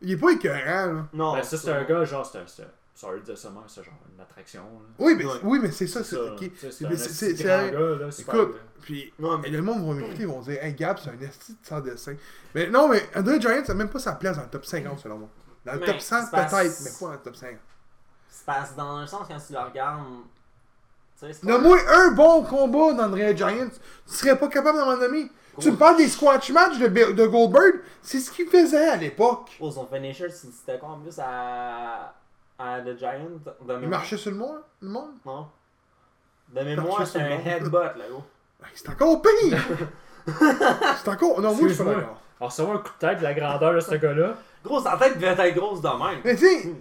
Speaker 1: Il est pas écœurant, là.
Speaker 2: Non.
Speaker 3: ben, ça, c'est un gars, genre, c'est un. c'est un- Sorry de dire ça, mais c'est genre une attraction, là.
Speaker 1: Oui, mais,
Speaker 2: Ouais.
Speaker 1: oui, mais c'est ça, c'est
Speaker 3: ça,
Speaker 1: ok.
Speaker 3: tu sais, C'est
Speaker 1: Mais
Speaker 3: un
Speaker 1: c'est-
Speaker 3: petit
Speaker 1: c'est-
Speaker 3: grand
Speaker 1: c'est-
Speaker 3: gars, là, super,
Speaker 1: Écoute,
Speaker 3: là.
Speaker 1: puis
Speaker 2: Non, mais-
Speaker 1: et le monde va m'écouter, ils vont dire Hey Gab, c'est un esti de sans dessin. Mais non, mais André Giants n'a même pas sa place dans le top 50 selon moi. Dans le
Speaker 2: Mais
Speaker 1: top 100
Speaker 2: c'est parce-
Speaker 1: peut-être, mais pas dans le top 50.
Speaker 2: C'est parce que dans un sens, quand tu le regardes. Tu sais, c'est pas-
Speaker 1: Nomme-moi un bon combat d'André Giants. Tu serais pas capable d'en nommer. Tu me parles des squash matchs de, Bill- de Goldberg. C'est ce qu'il faisait à l'époque.
Speaker 2: Oh, son finisher, c'est- c'était quoi en plus à. à The Giant de
Speaker 1: Il
Speaker 2: mémoire.
Speaker 1: marchait sur le monde. Le monde.
Speaker 2: Non. De mémoire,
Speaker 1: sur
Speaker 2: c'était
Speaker 1: le
Speaker 2: un
Speaker 1: monde.
Speaker 2: headbutt, là, gros.
Speaker 1: Ben, C'est encore pire. c'est encore. Non, moi je suis pas
Speaker 3: Excuse-moi.
Speaker 1: d'accord.
Speaker 3: Alors, ça va un coup de tête de la grandeur de ce gars-là.
Speaker 2: Gros, sa tête devait être grosse de même.
Speaker 1: Mais tu sais,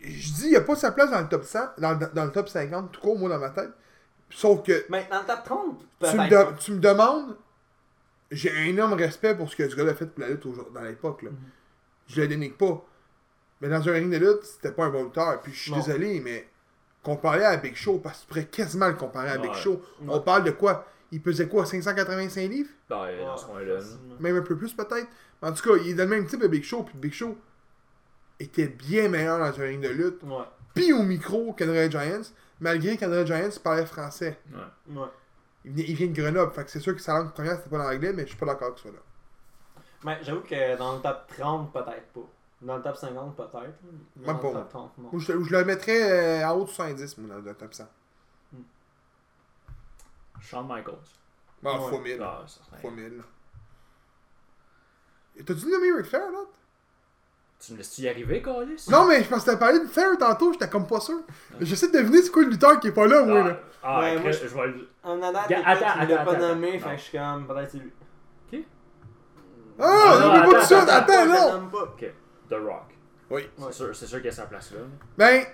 Speaker 1: je dis, il n'y a pas sa place dans le top 100, dans, dans- dans le top 50, tout court, moi, dans ma tête. Sauf que
Speaker 2: Mais dans le top 30,
Speaker 1: tu me,
Speaker 2: peut-être.
Speaker 1: de- tu me demandes, j'ai un énorme respect pour ce que ce gars-là a fait pour la lutte aujourd'hui- dans l'époque. là. Je le dénigre pas. Mais dans un ring de lutte, c'était pas un bon lutteur. Puis je suis
Speaker 2: Non.
Speaker 1: désolé, mais comparé à Big Show, parce que tu pourrais quasiment le comparer à Big
Speaker 3: Ouais.
Speaker 1: Show,
Speaker 2: Ouais.
Speaker 1: on parle de quoi Il pesait quoi 585 livres
Speaker 3: Dans, Ben, dans ce coin-là. là.
Speaker 2: facilement.
Speaker 1: Même un peu plus peut-être. Mais en tout cas, il est dans le même type de Big Show. Puis Big Show était bien meilleur dans un ring de lutte.
Speaker 2: Ouais,
Speaker 1: Puis au micro qu'André Giants. Malgré qu'André Giants parlait français.
Speaker 2: ouais.
Speaker 1: Il vient, il vient de Grenoble. Fait que c'est sûr que sa langue première c'était pas l'anglais. Mais je suis pas d'accord avec ça là.
Speaker 2: Mais Ben, j'avoue que dans le top 30, peut-être pas. Dans le top 50, peut-être. Dans
Speaker 1: Même pas,
Speaker 2: le
Speaker 1: moi.
Speaker 2: top 30, non.
Speaker 1: Ou je, ou je le mettrais euh, en haut de 70 moi dans le top 100.
Speaker 3: Shawn Michaels.
Speaker 1: Bon,
Speaker 2: Ouais.
Speaker 1: fois 1000.
Speaker 3: Ah, certain.
Speaker 1: Fois 1000. là. T'as-tu nommé Ric Flair là
Speaker 3: Tu me laisses-tu y arriver, Carlis?
Speaker 1: Non, mais je pense que t'as parlé de Flair tantôt, j'étais comme pas sûr. J'essaie de deviner c'est quoi le lutteur qui est pas là, moi.
Speaker 3: Ah,
Speaker 1: Là.
Speaker 3: ah,
Speaker 2: Ouais,
Speaker 3: Chris,
Speaker 2: moi,
Speaker 3: je vais le-
Speaker 2: En année,
Speaker 3: Ga- attends,
Speaker 2: tu l'as
Speaker 3: attends,
Speaker 2: pas
Speaker 3: attends.
Speaker 2: nommé,
Speaker 3: Non.
Speaker 2: fait que je suis comme, peut-être c'est lui.
Speaker 1: Ah,
Speaker 3: Non,
Speaker 1: on peut pas
Speaker 3: attends,
Speaker 1: tout de suite,
Speaker 3: attends,
Speaker 1: attends,
Speaker 2: je le
Speaker 1: non!
Speaker 2: nomme pas.
Speaker 3: The Rock.
Speaker 1: Oui.
Speaker 2: Ouais.
Speaker 3: C'est sûr, c'est sûr qu'il y a sa place là.
Speaker 1: Ben,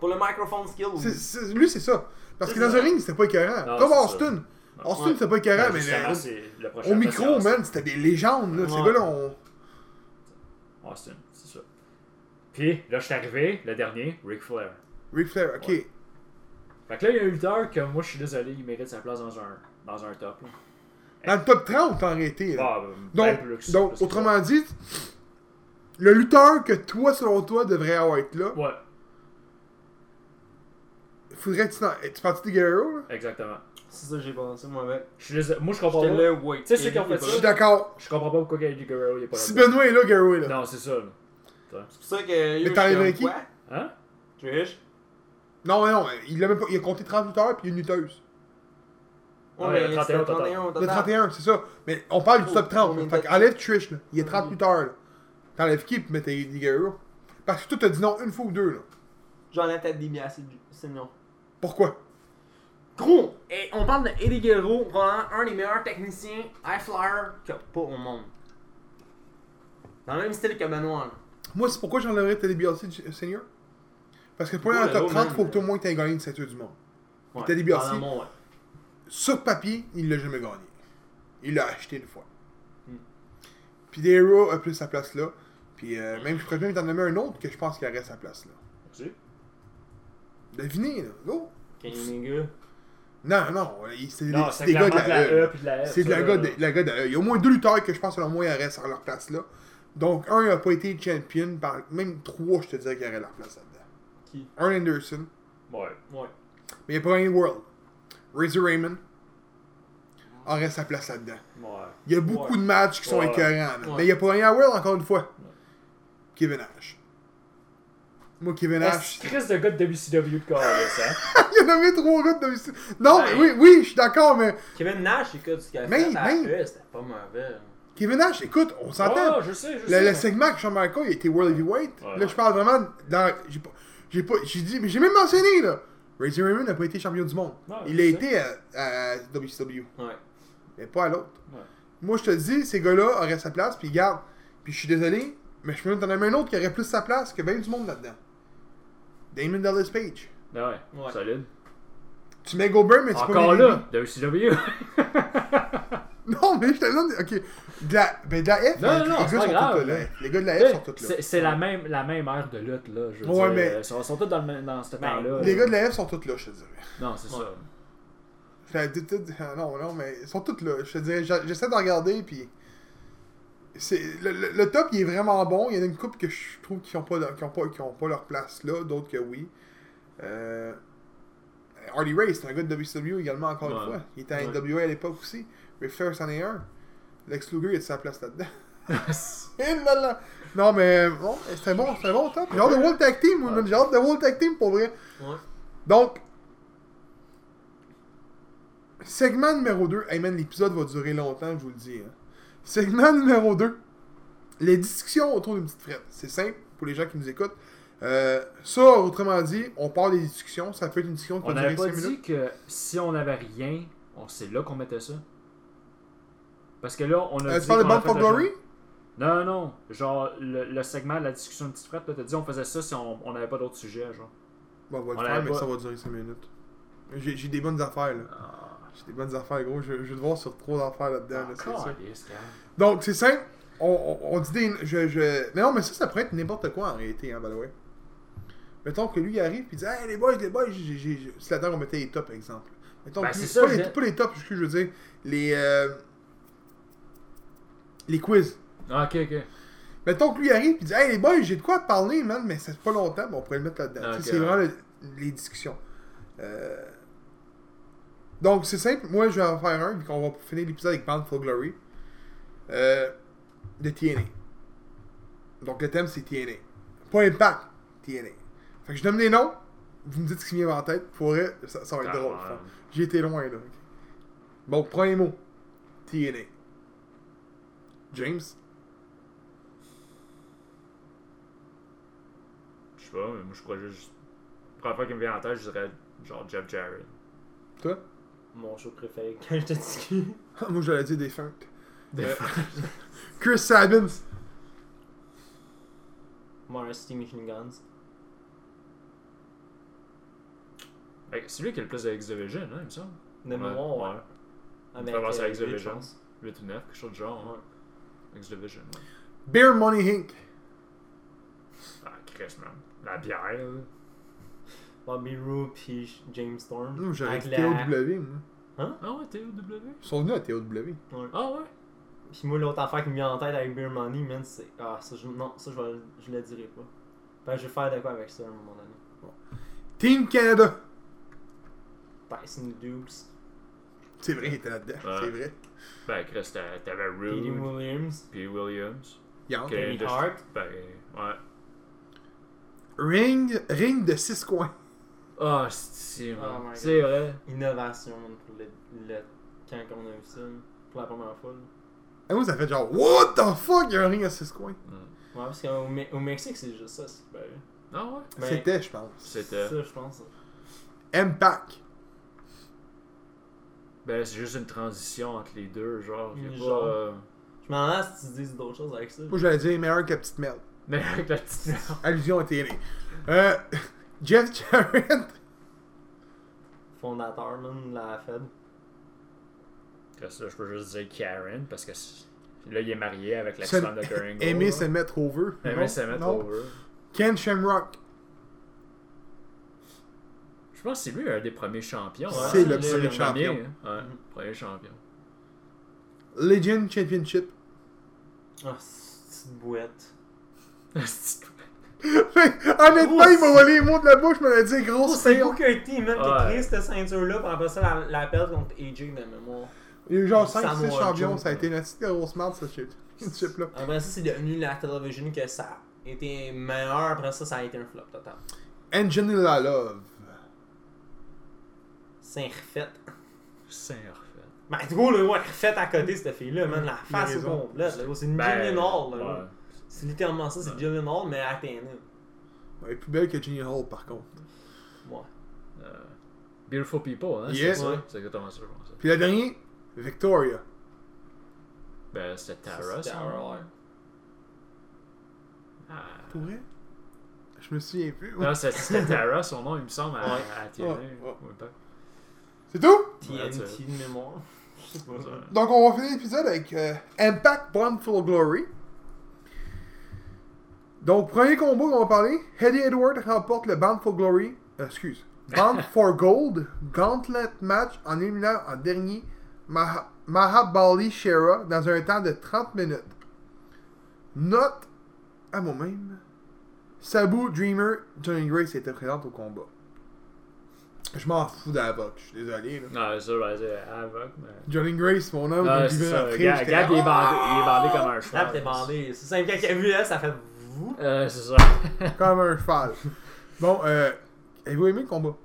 Speaker 2: Pour le microphone skill, oui.
Speaker 1: c'est- c'est- lui, c'est ça. Parce que
Speaker 2: C'est
Speaker 1: dans
Speaker 2: ça.
Speaker 1: un ring, c'était pas écœurant.
Speaker 3: Non,
Speaker 1: Comme
Speaker 3: c'est
Speaker 1: Austin.
Speaker 3: ça.
Speaker 1: Austin,
Speaker 2: Ouais.
Speaker 1: c'était pas écœurant, mais
Speaker 3: Ben, Justement,
Speaker 1: là,
Speaker 3: c'est le prochain
Speaker 1: au
Speaker 3: place,
Speaker 1: micro,
Speaker 3: c'est Austin.
Speaker 1: man, c'était des légendes, là. Ces
Speaker 2: Ouais.
Speaker 1: gars-là, on.
Speaker 3: Austin, c'est ça. Puis, là, je suis arrivé, le dernier, Ric Flair.
Speaker 1: Ric Flair, ok.
Speaker 3: Ouais. Fait que là, il y a un lutteur que moi, je suis désolé, il mérite sa place dans un, dans un top. là.
Speaker 1: Dans le top 30, en réalité. là.
Speaker 3: Ah, ben,
Speaker 1: Donc,
Speaker 3: ben plus,
Speaker 1: donc
Speaker 3: plus que
Speaker 1: autrement dit, le lutteur que toi, selon toi, devrait avoir être là,
Speaker 3: ça. Ouais,
Speaker 1: faudrait que tu. t'en- eh, Tu parti des Guerrero, là?
Speaker 3: exactement.
Speaker 2: C'est ça que j'ai pensé, moi, avec.
Speaker 3: Je suis désolé- Moi, je comprends pas.
Speaker 2: J'étais là, ouais.
Speaker 3: Tu sais, ceux qui ont
Speaker 2: Il est pas
Speaker 3: fait
Speaker 1: Je
Speaker 2: là.
Speaker 1: suis d'accord.
Speaker 3: Je comprends pas pourquoi Eddie Guerrero, il est pas là.
Speaker 1: Si Benoît est là, Guerrero est là.
Speaker 3: Non, c'est ça. là.
Speaker 2: C'est pour ça que. yo,
Speaker 1: t'en
Speaker 2: je suis
Speaker 1: avais
Speaker 2: comme,
Speaker 1: qui?
Speaker 2: quoi?
Speaker 3: Hein?
Speaker 2: Trish?
Speaker 1: Non, mais non, il a même pas. Il a compté 30 lutteurs puis une lutteuse.
Speaker 2: Ouais,
Speaker 3: Ouais,
Speaker 2: mais
Speaker 3: il y a
Speaker 2: c'est
Speaker 3: 31 au total.
Speaker 2: 31 au
Speaker 1: Le
Speaker 2: total.
Speaker 1: 31, c'est ça. Mais on parle du
Speaker 2: Oh,
Speaker 1: top 30.
Speaker 2: combien
Speaker 1: Fait
Speaker 2: de-
Speaker 1: qu'enlève Trish, là. Il y a 30
Speaker 3: Mm.
Speaker 2: Mhm.
Speaker 1: lutteurs, là. T'enlèves qui puis mets tes des Guerrero? Parce que toi, t'as dit non une fois ou deux, là.
Speaker 2: J'enlève ta DBA, c'est du- c'est non.
Speaker 1: Pourquoi?
Speaker 2: Gros, et on parle de Eddie Guerrero, probablement un des meilleurs techniciens high flyer qu'il n'y a pas au monde. Dans le même style que Benoît. là.
Speaker 1: Moi, c'est pourquoi j'enlèverais Teddy BLC du- euh, Senior. Parce que pour aller dans le
Speaker 2: Ouais,
Speaker 1: top
Speaker 2: l'autre
Speaker 1: 30, faut
Speaker 2: man,
Speaker 1: que au moins t'aies gagné une ceinture du monde.
Speaker 2: Ouais,
Speaker 1: Teddy DiBiase.
Speaker 2: dans le monde, ouais.
Speaker 1: Sur papier, il l'a jamais gagné. Il l'a acheté une fois.
Speaker 3: Hmm.
Speaker 2: Mm.
Speaker 1: Puis Guerrero a plus sa place là. Puis euh, même, je pourrais même t'en nommer un autre que je pense qu'il aurait sa place là.
Speaker 3: Merci.
Speaker 1: Devinez, là. Go!
Speaker 2: Kenny Omega.
Speaker 1: Non, non, il- c'est des,
Speaker 3: Non,
Speaker 1: c'est
Speaker 3: c'est
Speaker 1: des gars de
Speaker 3: clairement
Speaker 1: la,
Speaker 3: de la
Speaker 1: E.
Speaker 3: E puis de la F.
Speaker 1: C'est de
Speaker 3: ça,
Speaker 1: la,
Speaker 3: là.
Speaker 1: gars de, la gars de la E. Il y a au moins deux lutteurs que je pense selon moi ils restent à leur place là. Donc un n'a pas été champion, par, même trois je te dirais qu'il aurait leur place là-dedans.
Speaker 2: Qui
Speaker 1: Un Anderson,
Speaker 3: Ouais.
Speaker 2: Ouais.
Speaker 1: mais il n'y a pas un World. Razor Raymond aurait sa place là-dedans.
Speaker 3: Ouais.
Speaker 1: Il y a beaucoup
Speaker 2: Ouais.
Speaker 1: de matchs qui sont
Speaker 3: Ouais.
Speaker 1: écœurants, man.
Speaker 2: Ouais.
Speaker 1: mais il n'y a pas rien à World encore une fois. Kevin Nash. Moi Kevin Nash.
Speaker 3: C'est Chris de gars de WCW de Carlis, hein?
Speaker 1: il y en avait trois gars de WC. Non,
Speaker 3: Ben.
Speaker 1: mais oui,
Speaker 2: Ouais.
Speaker 1: oui, je suis d'accord, mais
Speaker 2: Kevin Nash, écoute, ce qu'il a
Speaker 1: Mais- ben!
Speaker 2: fait à
Speaker 1: mais-
Speaker 2: E, c'était pas mauvais. là.
Speaker 1: Kevin Nash, écoute, on s'entend.
Speaker 3: Ouais, Ah, je sais, je
Speaker 1: Le,
Speaker 3: sais.
Speaker 1: le segment que Shawn Michaels, il était World Heavyweight.
Speaker 3: Ouais.
Speaker 1: Là, je parle vraiment de- dans. J'ai pas. J'ai pas. J'ai dit. Mais j'ai même mentionné, là. Razor Raymond n'a pas été champion du monde.
Speaker 3: Ouais,
Speaker 1: il
Speaker 3: je
Speaker 1: a
Speaker 3: sais.
Speaker 1: été à, à WCW.
Speaker 2: Ouais.
Speaker 1: Mais pas à l'autre.
Speaker 3: Ouais.
Speaker 1: Moi, je te dis, ces gars-là auraient sa place, puis garde. Puis je suis désolé, mais je peux même t'en nommer un autre qui aurait plus sa place que bien du monde là-dedans. Damon Dallas Page.
Speaker 3: Ben ouais,
Speaker 2: Ouais.
Speaker 3: solide.
Speaker 1: Tu mets Goldberg, mais tu peux
Speaker 3: Encore
Speaker 1: mettre
Speaker 3: là, WCW.
Speaker 1: lui. Non, mais je te donne. Ok. De la, ben, de la F,
Speaker 3: Non,
Speaker 1: les,
Speaker 3: non,
Speaker 1: gars
Speaker 3: c'est
Speaker 1: sont
Speaker 3: pas grave,
Speaker 1: tous là.
Speaker 3: mais-
Speaker 1: Les gars de la F sont
Speaker 3: T'sais,
Speaker 1: tous là.
Speaker 3: C'est c'est la même, la même ère de lutte, là. Je veux
Speaker 1: Ouais,
Speaker 3: dire.
Speaker 1: mais-
Speaker 3: Ils sont, sont tous dans, le même- dans ce
Speaker 2: Ben,
Speaker 3: temps-là.
Speaker 1: Les
Speaker 3: là.
Speaker 1: gars de la F sont tous là, je te dirais.
Speaker 3: Non, c'est
Speaker 2: Ouais.
Speaker 3: ça.
Speaker 1: Fait, tout- tout- ah, non, non, mais ils sont toutes là. Je te dirais, j'a- j'essaie de regarder, puis. c'est- Le, le- le top, il est vraiment bon. Il y en a une coupe que je trouve qui n'ont pas, leur- qui ont pas, qui ont pas leur place là, d'autres que oui. Euh, Hardy Ray, c'est un gars de WCW également, encore une
Speaker 3: Ouais.
Speaker 1: fois. Il était à
Speaker 3: Ouais.
Speaker 1: NWA à l'époque aussi. Ric Flair, c'en est un. Lex Luger, il a de sa place là-dedans. Et là, là. Non, mais bon, c'était bon, c'était bon, top. J'ai hâte de World Tag Team, moi,
Speaker 3: Ouais.
Speaker 1: man. J'ai hâte de World Tag Team pour vrai.
Speaker 2: Ouais.
Speaker 1: Donc, segment numéro 2. Hey man, l'épisode va durer longtemps, je vous le dis. hein. Segment numéro 2. Les discussions autour d'une petite frette. C'est simple pour les gens qui nous écoutent. Euh, ça, autrement dit, on part des discussions. Ça peut être une discussion qui va
Speaker 3: On n'avait
Speaker 1: durer
Speaker 3: pas
Speaker 1: 5
Speaker 3: dit
Speaker 1: minutes.
Speaker 3: que si on n'avait rien, on c'est là qu'on mettait ça. Parce que là, on a
Speaker 1: Euh,
Speaker 3: dit
Speaker 1: tu parles de
Speaker 3: qu'on a
Speaker 1: Bound
Speaker 3: fait
Speaker 1: for
Speaker 3: le
Speaker 1: Glory
Speaker 3: genre- Non, non. Genre, le, le segment de la discussion de petite frette, là, t'as dit on faisait ça si on on n'avait pas d'autres sujets, genre.
Speaker 1: Bon, on va
Speaker 3: On
Speaker 1: le faire,
Speaker 3: l'avait
Speaker 1: mais
Speaker 3: pas.
Speaker 1: ça va durer 5 minutes. J'ai j'ai des bonnes affaires, là.
Speaker 3: Ah,
Speaker 1: J'ai des bonnes affaires, gros. Je, je vais devoir sur trois affaires là-dedans, là, c'est sûr.
Speaker 3: caliste, hein.
Speaker 1: Donc, c'est simple. On, on- on dit des. Je, je... Mais non, mais ça, ça pourrait être n'importe quoi en réalité, hein, by the way. Mettons que lui, il arrive et dit Hey, les boys, les boys, j'ai- j'ai- j'ai- c'est là-dedans qu'on mettait les tops, par exemple. Mettons,
Speaker 2: Ben,
Speaker 1: plus-
Speaker 2: c'est ça,
Speaker 1: pas,
Speaker 2: je
Speaker 1: les,
Speaker 2: vais-
Speaker 1: pas les tops, excuse, je veux dire. Les. euh, les quiz.
Speaker 3: Ah, ok, ok.
Speaker 1: Mettons que lui arrive et dit Hey les boys, j'ai de quoi te parler, man, mais ça fait pas longtemps, mais on pourrait le mettre là-dedans.
Speaker 3: Ok,
Speaker 1: Tu sais,
Speaker 3: ouais.
Speaker 1: c'est vraiment le- les discussions. Euh, Donc, c'est simple. Moi, je vais en faire un, puis qu'on va finir l'épisode avec Bound for Glory euh, de TNA. Donc, le thème, c'est TNA. Pas Impact, TNA. Fait que je donne les noms, vous me dites ce qui me vient en tête. Pour vrai, ça, ça va être
Speaker 3: Ah,
Speaker 1: drôle.
Speaker 3: ouais.
Speaker 1: Fait- J'ai été loin, là. Bon, premier mot TNA. James
Speaker 3: Je sais pas, mais moi je crois juste. La première fois qu'il me vient en tête, je dirais genre Jeff Jarrett.
Speaker 1: Toi
Speaker 2: Mon show préféré quand j'étais petit.
Speaker 1: Ah, Moi, j'allais dire Defunct.
Speaker 3: Euh,
Speaker 1: Chris Sabins.
Speaker 2: Morris City Machine Guns.
Speaker 3: fait que C'est lui qui a le plus de X-Division, hein, il me semble.
Speaker 2: De mémoire, ouais.
Speaker 3: Ça va, c'est avec The
Speaker 2: huit,
Speaker 3: Legends.
Speaker 2: je pense.
Speaker 3: 8 ou 9, quelque chose de genre. hein. X-Division. ouais.
Speaker 1: Beer Money Inc.
Speaker 3: Ah, Chris, man. La bière, là.
Speaker 2: Bobby Roode puis James Storm.
Speaker 1: Moi, j'aurais
Speaker 2: Avec
Speaker 1: dit
Speaker 2: la-
Speaker 1: TOW, moi.
Speaker 3: Ah ouais, TOW?
Speaker 1: Ils sont venus à TOW.
Speaker 2: Ouais.
Speaker 3: Ah ouais?
Speaker 2: Puis moi, l'autre affaire qui me vient en tête avec Beer Money, man, c'est. Ah, ça, je... non, ça, je, vais... je le dirai pas. Ben, je vais faire de quoi avec ça à un moment donné.
Speaker 1: Team Canada.
Speaker 2: Tyson Dukes,
Speaker 1: C'est vrai, il était là-dedans.
Speaker 3: Ouais.
Speaker 1: C'est vrai.
Speaker 3: Ben, Chris, t'a- t'avais
Speaker 2: Petey
Speaker 3: Rude,
Speaker 2: Williams,
Speaker 3: puis Williams.
Speaker 1: Yann.
Speaker 3: Kenny
Speaker 2: Kenny Hart.
Speaker 3: Ben, ouais.
Speaker 1: Ring, ring de 6 coins.
Speaker 3: Ah,
Speaker 1: Oh
Speaker 3: c'est
Speaker 2: man. my God.
Speaker 3: C'est
Speaker 2: C'est
Speaker 3: vrai.
Speaker 2: innovation, man, pour le... le... quand on a vu ça, là, pour la première fois. là.
Speaker 1: Et Ah, moi, ça fait genre, What the fuck, il y a un ring à 6 coins.
Speaker 2: Ouais, parce qu'au Me- au Mexique, c'est juste ça, c'est pareil.
Speaker 3: Mm. Ah ouais?
Speaker 2: Ben,
Speaker 1: C'était, je pense.
Speaker 3: C'était.
Speaker 2: Ça, je pense.
Speaker 1: Impact.
Speaker 3: Ben, c'est juste une transition entre les deux, genre. y a
Speaker 2: Genre.
Speaker 3: pas, euh,
Speaker 2: Je m'en lasse si tu dis d'autres choses avec ça.
Speaker 1: Moi, j'allais dire meilleur que la petite merde.
Speaker 3: Mais avec la petite.
Speaker 1: Allusion à TNA. Euh, Jeff Jarrett.
Speaker 2: Fondateur, man, de la Fed.
Speaker 3: Après ça, je peux juste dire Karen, parce que c'est- là, il est marié avec la
Speaker 1: Se-
Speaker 3: femme de Karen.
Speaker 1: Aimer se mettre over.
Speaker 3: Aimer
Speaker 1: Non,
Speaker 3: se mettre
Speaker 1: non.
Speaker 3: over.
Speaker 1: Ken Shamrock.
Speaker 3: Je pense que c'est lui un des premiers champions. hein.
Speaker 1: C'est le
Speaker 3: Il est
Speaker 1: premier champion. Mm-hmm.
Speaker 3: premier, hein. Ouais,
Speaker 2: Mhm.
Speaker 3: premier champion.
Speaker 1: Legend Championship.
Speaker 2: Ah, c'est une petite bouette.
Speaker 1: Honnêtement, il m'a volé les mots de la bouche, il m'avait dit grosse
Speaker 2: C'est
Speaker 1: fail.
Speaker 2: Booker T, man, qui
Speaker 3: Ouais.
Speaker 2: crée cette ceinture-là, puis après ça, la, la perd contre AJ de mémoire.
Speaker 1: Il y a eu genre 5
Speaker 2: Samoa
Speaker 1: 6 champions,
Speaker 2: Joe. Ah
Speaker 1: ça a été une petite grosse merde, ce chip- ce chip-là.
Speaker 2: Après ça, c'est devenu la télévision que ça a été meilleur. Après ça, ça a été un flop total.
Speaker 1: Engineer la Love.
Speaker 2: C'est refait.
Speaker 3: C'est refait.
Speaker 2: Mais gros, le ouais, refait à côté, cette fille-là, man. La
Speaker 1: Il a
Speaker 2: face au
Speaker 1: raison.
Speaker 2: complet. là, gros, C'est une Jillian Hall, là, gros.
Speaker 3: Ben, ouais.
Speaker 2: C'est littéralement ça, c'est Jillian Hall, mais à TNA.
Speaker 1: Elle est plus belle que Jenny Hall, par contre.
Speaker 2: Ouais.
Speaker 3: Euh, Beautiful People, eh, hein?
Speaker 1: Yeah.
Speaker 3: C'est ça?
Speaker 2: Ouais.
Speaker 3: C'est exactement ça, je pense.
Speaker 1: Puis la dernière, Victoria.
Speaker 3: Ben, c'était Tara,
Speaker 2: C'est
Speaker 3: ça.
Speaker 2: Tara, ouais.
Speaker 3: Ah.
Speaker 1: Pour vrai? Je me souviens plus.
Speaker 2: Ah.
Speaker 3: Non, c'est- c'était Tara, son nom, il me semble, à,
Speaker 2: Ouais.
Speaker 3: à TNA.
Speaker 1: Ouais, ouais.
Speaker 3: ou pas.
Speaker 1: C'est tout?
Speaker 2: TNT de mémoire. Je sais pas.
Speaker 1: Donc, on va finir l'épisode avec euh, Impact Bound for Glory. Donc, premier combo qu'on va parler, Eddie Edward remporte le Bound for Glory, euh, excuse, Bound for Gold Gauntlet match en éliminant en dernier Maha- Mahabali Shera dans un temps de 30 minutes. Note à moi-même, Sabu Dreamer, Johnny Grace était présente au combat. Je m'en fous de la boxe, je suis désolé. là.
Speaker 3: Non, ça, ben, c'est Havoc, mais.
Speaker 1: Johnny Grace, mon homme,
Speaker 3: Non,
Speaker 1: il
Speaker 3: Ah, c'est
Speaker 1: vivait
Speaker 3: ça.
Speaker 1: après,
Speaker 3: Gab,
Speaker 1: j'étais
Speaker 3: Gab, il est bandé, il est bandé
Speaker 1: Ah!
Speaker 3: comme un cheval.
Speaker 2: Là, t'es bandé. C'est simple. Quand il a vu elle, ça fait vous.
Speaker 3: Euh, c'est ça.
Speaker 1: ah, Comme un cheval. Bon, euh, avez-vous aimé le combat?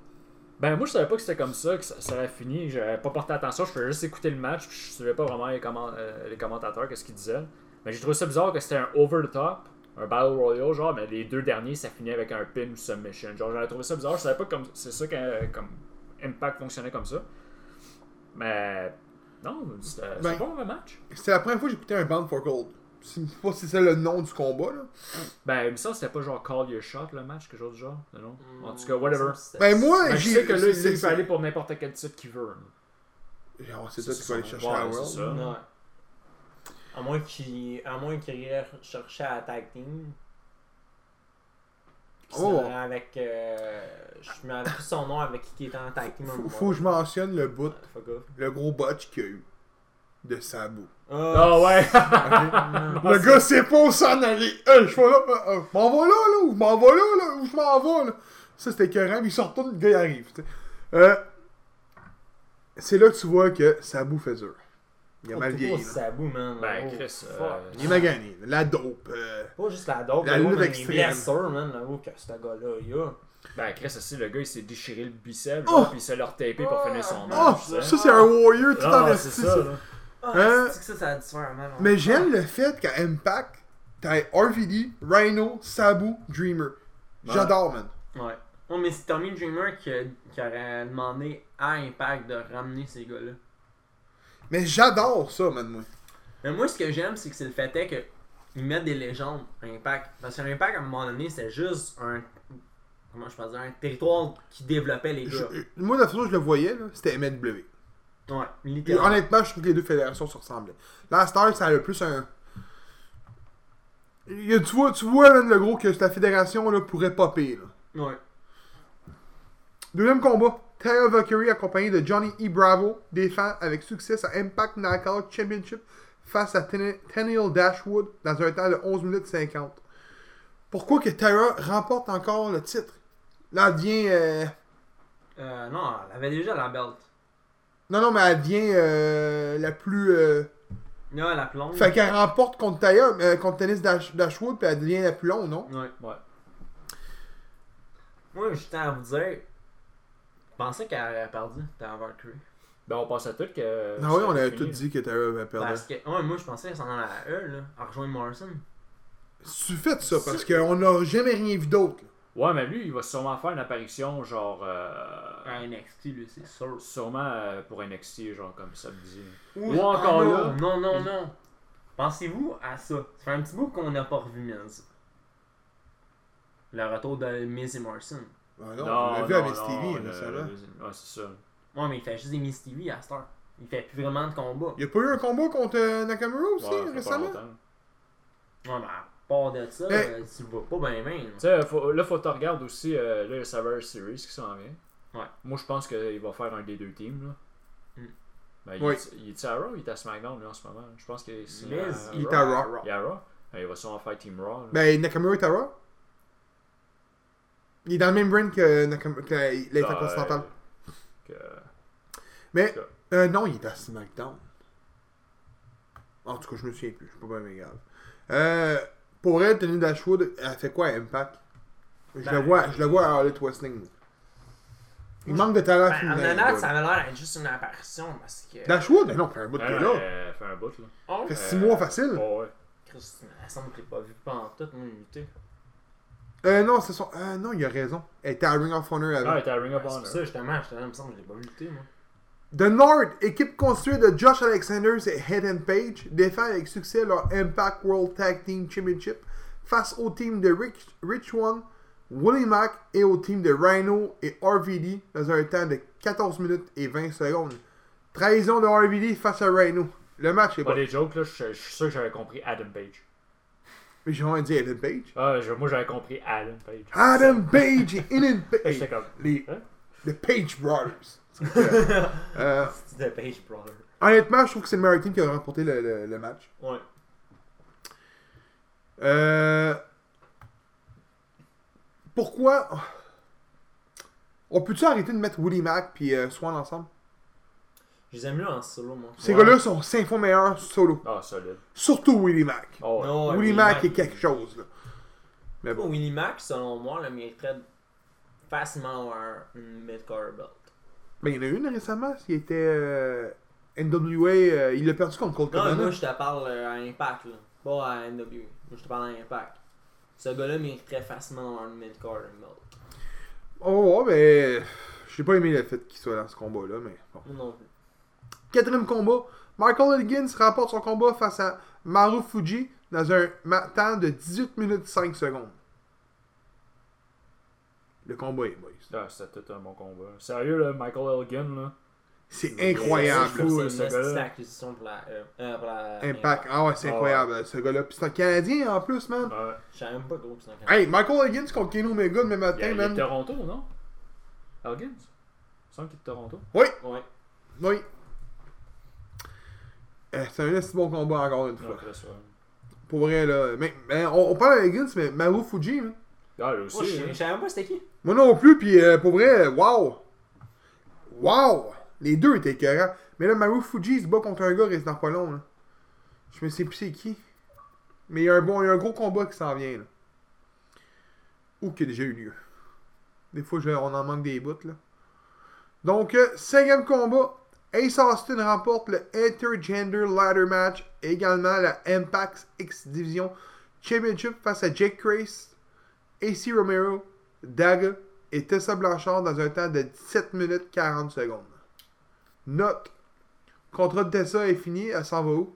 Speaker 3: Ben moi je savais pas que c'était comme ça, que ça, ça avait fini, j'avais pas porté attention, je faisais juste écouter le match, puis je suivais pas vraiment les, comment- euh, les commentateurs, qu'est-ce qu'ils disaient. Mais j'ai trouvé ça bizarre que c'était un over the top, un battle royal, genre, mais les deux derniers ça finit avec un pin ou submission. Genre j'avais trouvé ça bizarre, je savais pas comme c'est ça que comme Impact fonctionnait comme ça. Mais non, c'était c'était
Speaker 1: Ben-
Speaker 3: bon le match.
Speaker 1: C'était la première fois que j'écoutais un Bound for Gold. Je sais pas si c'est le nom du combat, là.
Speaker 3: Ben il me semble que c'était pas genre call your shot le match, quelque chose du genre, non?
Speaker 2: Mm.
Speaker 3: En tout cas, whatever.
Speaker 1: Ben, moi,
Speaker 3: Ben, je
Speaker 1: j'ai-
Speaker 3: sais que là,
Speaker 1: c'est-
Speaker 3: il sait qu'il
Speaker 1: c'est-
Speaker 3: peut aller pour n'importe quel titre qu'il veut.
Speaker 1: Et, oh, c'est toi
Speaker 3: C'est
Speaker 1: qui vas aller
Speaker 3: ça,
Speaker 1: chercher
Speaker 3: ouais,
Speaker 1: la
Speaker 3: c'est
Speaker 1: World.
Speaker 3: ça.
Speaker 2: Ouais. À moins qu'il à moins qu'il cherchait à tag team. C'est
Speaker 1: Oh.
Speaker 2: avec. euh, je me rappelle plus son nom avec qui il était en tag team.
Speaker 1: Faut, faut que je mentionne le bout,
Speaker 2: Fuck off.
Speaker 1: le gros botch qu'il y a eu de Sabu.
Speaker 2: Oh,
Speaker 3: Ah ouais!
Speaker 1: Ok?
Speaker 2: ouais.
Speaker 1: le gars sait pas où s'en aller. Hey, je vais là, euh, euh, je m'en vais là, là, ou je m'en vais là, là, ou je m'en vais là. Ça, c'était écœurant, puis il sort tout, le gars il arrive. tu sais. Euh, c'est là que tu vois que Sabu fait dur. Il a
Speaker 3: Oh,
Speaker 1: mal vieilli. là.
Speaker 2: Sabu, man.
Speaker 3: Ben,
Speaker 2: Oh,
Speaker 3: Chris,
Speaker 2: fuck.
Speaker 3: euh,
Speaker 1: Il m'a gagné. La dope. euh,
Speaker 2: Pas juste la dope,
Speaker 1: La
Speaker 2: mais
Speaker 1: lutte
Speaker 2: les
Speaker 1: extrême.
Speaker 2: blessures, man, là-haut, que ce gars-là, il a.
Speaker 3: Ben, Chris, aussi, le gars, il s'est déchiré le biceps,
Speaker 1: Oh!
Speaker 3: là, puis il s'est leur tapé pour finir son
Speaker 1: Oh,
Speaker 3: match.
Speaker 1: ça,
Speaker 3: tu sais.
Speaker 1: c'est un warrior tout
Speaker 3: Ah,
Speaker 1: en
Speaker 3: ouais,
Speaker 1: esti,
Speaker 3: c'est
Speaker 1: ça.
Speaker 3: ça, là.
Speaker 2: Ah,
Speaker 1: Hein?
Speaker 2: c'est que ça, ça a dû faire mal. hein?
Speaker 1: Mais j'aime le fait qu'à Impact, t'as RVD, Rhino, Sabu, Dreamer. J'adore, man.
Speaker 2: Ouais. Non, mais c'est Tommy Dreamer qui, qui aurait demandé à Impact de ramener ces gars-là.
Speaker 1: Mais j'adore ça, man, moi.
Speaker 2: Mais moi, ce que j'aime, c'est que c'est le fait est que ils mettent des légendes à Impact. Parce que Impact, à un moment donné, c'était juste un. Comment je peux dire Un territoire qui développait les
Speaker 1: Je-
Speaker 2: gars.
Speaker 1: euh, moi, la façon dont je le voyais, là, c'était MLW.
Speaker 2: Ouais,
Speaker 1: Et
Speaker 2: littéralement.
Speaker 1: honnêtement, je trouve que les deux fédérations se ressemblaient. La Star, ça a le plus un. Il y a- tu vois, tu vois man, le gros que la fédération là, pourrait popper. Là.
Speaker 2: Ouais.
Speaker 1: Deuxième combat. Taya Valkyrie accompagné de Johnny E. Bravo défend avec succès sa Impact Knockout Championship face à Ten- Tennille Dashwood dans un temps de 11 minutes 50. Pourquoi que Tara remporte encore le titre? Là, elle devient... euh,
Speaker 2: Euh, non, elle avait déjà la belt.
Speaker 1: Non, non, mais elle devient euh, la plus... euh,
Speaker 2: Là, la plombe.
Speaker 1: Fait qu'elle remporte contre Taya, euh, contre Tennis Dash- Dashwood, puis elle devient la plus longue, non?
Speaker 2: Ouais.
Speaker 3: Ouais.
Speaker 2: Moi, j'étais à vous dire. Je pensais qu'elle avait perdu dans Valkyrie.
Speaker 3: Ben, on pense à tout que.
Speaker 1: Non, oui, Ah on
Speaker 3: ça
Speaker 1: avait
Speaker 3: fini,
Speaker 1: tout
Speaker 3: là.
Speaker 1: dit que Tara va perdre.
Speaker 2: Parce que. Ouais, moi, je pensais qu'elle s'en allait à eux, là. À rejoindre Morrison.
Speaker 3: Bah,
Speaker 1: Tu fais ça, parce qu'on n'a jamais rien vu d'autre. là.
Speaker 3: Ouais, mais lui, il va sûrement faire une apparition, genre. euh,
Speaker 2: À NXT, lui, c'est sûr.
Speaker 3: Sûrement euh, pour NXT, genre comme samedi.
Speaker 2: Ou
Speaker 3: Ou encore
Speaker 2: non,
Speaker 3: là.
Speaker 2: Non, non, non. Pensez-vous à ça. Ça fait un petit bout qu'on n'a pas revu Miz. Le retour de Miz et Morrison.
Speaker 1: Ah non, on l'a vu avec Stevie,
Speaker 3: le-
Speaker 1: récemment.
Speaker 3: le- Ouais, c'est ça.
Speaker 2: Ouais, mais il fait juste des Miz TV à cette heure. Il fait plus vraiment de combat.
Speaker 1: Il n'y a pas eu un combat contre euh, Nakamura aussi
Speaker 3: Ouais, ça fait pas
Speaker 1: récemment?
Speaker 3: longtemps.
Speaker 2: Ouais, mais à part de ça,
Speaker 1: Mais-
Speaker 2: euh, tu le vois pas bien, bien.
Speaker 3: Tu sais, faut- là, faut que tu regardes aussi euh, là, le Survivor Series qui s'en vient.
Speaker 2: Ouais.
Speaker 3: Moi, je pense qu'il va faire un des deux teams. Là.
Speaker 2: Mm.
Speaker 3: Ben, il,
Speaker 1: Oui.
Speaker 3: est, il est à Raw, il est à SmackDown lui, en ce moment. Je pense que c'est.
Speaker 2: Miz,
Speaker 3: à-
Speaker 1: il est à Raw.
Speaker 3: Il est à Raw. Ben, il va sûrement faire Team Raw. là.
Speaker 1: Ben, Nakamura et Tara? Il est dans le même brand que, Nakam- que
Speaker 3: Dans,
Speaker 1: l'Intercontinental.
Speaker 3: Bah, euh, que-
Speaker 1: Mais,
Speaker 3: ça.
Speaker 1: euh, non, il est à SmackDown. En tout cas, je me souviens plus. Je suis pas bien grave. Euh, pour elle, tenue Dashwood, elle fait quoi à Impact? Je
Speaker 2: Ben,
Speaker 1: la vois, je la vois à Harley Wrestling. Il manque de talent
Speaker 2: Ben, en
Speaker 1: féminin,
Speaker 2: honnête,
Speaker 1: là.
Speaker 2: ça avait l'air d'être juste une apparition parce que.
Speaker 1: Dashwood, ben non, fait un bout de
Speaker 3: Ah,
Speaker 1: qu'elle est là.
Speaker 3: euh, fait un bout, là.
Speaker 2: Oh,
Speaker 1: Fait
Speaker 2: euh,
Speaker 1: six mois facile.
Speaker 3: ouais, ouais.
Speaker 2: Christ, il me semble que je l'ai pas vu pendant toute mon unité.
Speaker 1: Euh, non, c'est son. Euh, non, il a raison. Elle était à Ring of Honor avant.
Speaker 3: Ah, il était à Ring of
Speaker 2: Ouais, c'est
Speaker 3: Honor.
Speaker 2: pour ça, justement, je te il me semble que je l'ai pas vu lutter, moi.
Speaker 1: The Nord, équipe construite de Josh Alexanders et Hayden Page, défend avec succès leur Impact World Tag Team Championship face au team de Rich, Rich One, Willie Mack et au team de Rhino et RVD dans un temps de 14 minutes et 20 secondes. Trahison de RVD face à Rhino. Le match est
Speaker 3: Pas
Speaker 1: bon.
Speaker 3: des jokes, là, je je suis sûr que j'avais compris Adam Page.
Speaker 1: Mais j'ai envie de dire Hayden Page.
Speaker 3: Ah, je- moi, j'avais compris Adam Page.
Speaker 1: Adam Page et Hayden
Speaker 3: J'étais
Speaker 1: Page.
Speaker 3: comme.
Speaker 1: Les,
Speaker 3: Hein?
Speaker 1: les Page Brothers. Euh, euh,
Speaker 2: C'est The Page Brother.
Speaker 1: honnêtement, je trouve que c'est le meilleur team qui a remporté le- le- le match.
Speaker 2: Ouais.
Speaker 1: Euh, pourquoi on peut-tu arrêter de mettre Willie Mack puis euh, Swan ensemble
Speaker 2: Je les aime mieux en solo, moi.
Speaker 1: Ces
Speaker 3: Ouais.
Speaker 1: gars-là sont 5 fois meilleurs solo,
Speaker 3: Ah, solide.
Speaker 1: surtout Willie Mack.
Speaker 3: Oh, ouais.
Speaker 2: Non,
Speaker 1: Willie
Speaker 2: Willie
Speaker 1: Mack
Speaker 2: Mack,
Speaker 1: est quelque chose. Là. Mais bon,
Speaker 2: Winnie Mac, selon moi, le mériterait facilement un une mid-car belt.
Speaker 1: mais Ben, il y en a une récemment, il était euh, NWA, euh, il l'a perdu contre Colt
Speaker 2: Non, mais
Speaker 1: Cabana.
Speaker 2: moi, je te parle euh, à Impact, là. Pas à NW. Moi, je te parle à Impact. Ce gars-là mériterait facilement un mid-car belt.
Speaker 1: Oh, ouais, mais j'ai pas aimé le fait qu'il soit dans ce combat-là, mais bon.
Speaker 2: Moi non plus.
Speaker 1: Quatrième combat, Michael Higgins remporte son combat face à Maru Fuji dans un ma- temps de 18 minutes 5 secondes. Le combat est boys.
Speaker 3: Ah, c'était tout un bon combat. Sérieux, là, Michael Elgin, là,
Speaker 1: C'est incroyable.
Speaker 3: fou,
Speaker 2: C'est
Speaker 3: hein. ce
Speaker 2: une
Speaker 3: gars-là.
Speaker 2: petite acquisition pour la. euh, euh, pour la-
Speaker 1: Impact. Ah ouais, c'est
Speaker 3: Ah
Speaker 1: incroyable, ce gars-là. Puis c'est un Canadien en plus, man.
Speaker 3: Euh,
Speaker 2: Je savais même pas gros que c'est un Canadien.
Speaker 1: Hey, Michael Higgins contre Keno Omega demain
Speaker 3: il y a-
Speaker 1: matin,
Speaker 3: il est de
Speaker 1: man.
Speaker 3: Toronto, non Elgins Il me semble qu'il est de Toronto.
Speaker 2: Ouais.
Speaker 1: Oui. Euh, c'est un assez bon combat encore une
Speaker 3: Non,
Speaker 1: fois.
Speaker 3: Chris, ouais.
Speaker 1: Pour vrai, là. Mais, mais on, on parle de Higgins, mais Maru Fuji, man.
Speaker 3: Ah, lui aussi.
Speaker 2: Moi, je
Speaker 3: hein.
Speaker 2: je savais même pas c'était qui.
Speaker 1: Moi non plus, puis euh, pour vrai, waouh! Waouh! Les deux étaient écœurants. Mais là, Maru Fuji il se bat contre un gars restant pas long. Là. Je me sais plus c'est qui. Mais il y, a un bon, il y a un gros combat qui s'en vient. Là. Ou qui a déjà eu lieu. Des fois, je- on en manque des bouts. Là. Donc, euh, cinquième combat. Ace Austin remporte le Intergender Ladder Match. Également la Impact X Division Championship face à Jake Grace, AC Romero, Daga et Tessa Blanchard dans un temps de 17 minutes 40 secondes. Note. Contrat de Tessa est fini, elle s'en va où?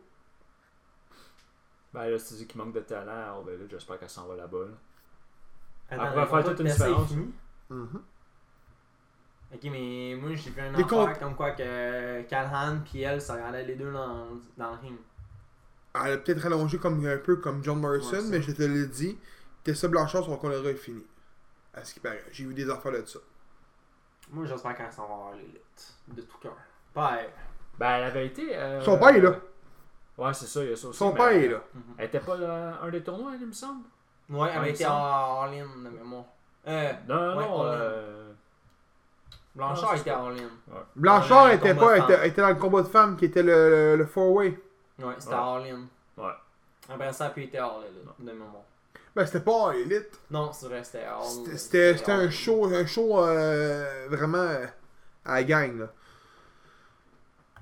Speaker 3: Ben là, si tu dis qu'il manque de talent, oh, ben là, j'espère qu'elle s'en va là-bas. là.
Speaker 2: Attends, le
Speaker 3: Après, faire
Speaker 2: contrat
Speaker 3: toute
Speaker 2: de
Speaker 3: une
Speaker 2: Tessa est
Speaker 3: différence.
Speaker 2: fini.
Speaker 1: Mhm.
Speaker 2: Ok, mais moi j'ai vu un
Speaker 1: Des
Speaker 2: affaire
Speaker 1: comptes.
Speaker 2: comme quoi que Calhan puis elle se regardaient les deux dans, dans le ring.
Speaker 1: Elle a peut-être allongé comme, un peu comme John Morrison,
Speaker 2: Morrison.
Speaker 1: mais je te l'ai dit, Tessa Blanchard, son contrat est fini. À ce qui paraît. J'ai vu des affaires de ça.
Speaker 2: Moi j'espère qu'elle s'en va vers l'élite. De tout cœur. Pas elle.
Speaker 3: Ben, elle avait été. euh,
Speaker 1: Son père est là.
Speaker 3: Ouais, c'est ça, il y a ça aussi.
Speaker 1: Son
Speaker 3: mais euh,
Speaker 1: père est
Speaker 3: elle-
Speaker 1: là.
Speaker 2: Mm-hmm.
Speaker 3: Elle était pas dans un des tournois, elle, il me semble.
Speaker 2: Ouais, elle
Speaker 3: Ouais,
Speaker 2: avait
Speaker 3: il
Speaker 2: été
Speaker 3: me semble.
Speaker 2: en all-in de mémoire. Euh,
Speaker 3: Non, non,
Speaker 2: Ouais,
Speaker 3: non.
Speaker 2: on l'a.
Speaker 3: euh,
Speaker 2: Blanchard
Speaker 3: Ah, c'est
Speaker 2: était
Speaker 3: ça.
Speaker 2: all-in.
Speaker 1: Blanchard
Speaker 2: Ouais, le
Speaker 1: était
Speaker 2: combat
Speaker 1: pas,
Speaker 2: de femmes.
Speaker 1: était, était dans le combat de femmes qui était le, le, le four-way.
Speaker 2: Ouais, c'était
Speaker 3: Ouais.
Speaker 2: all-in.
Speaker 3: Ouais.
Speaker 2: Après ça, puis il était all-in de mémoire.
Speaker 1: Ben c'était pas en élite.
Speaker 2: Non, c'est vrai, c'était all
Speaker 1: C'était- C'était c'était un show, hein. un show euh, vraiment euh, à la gang là.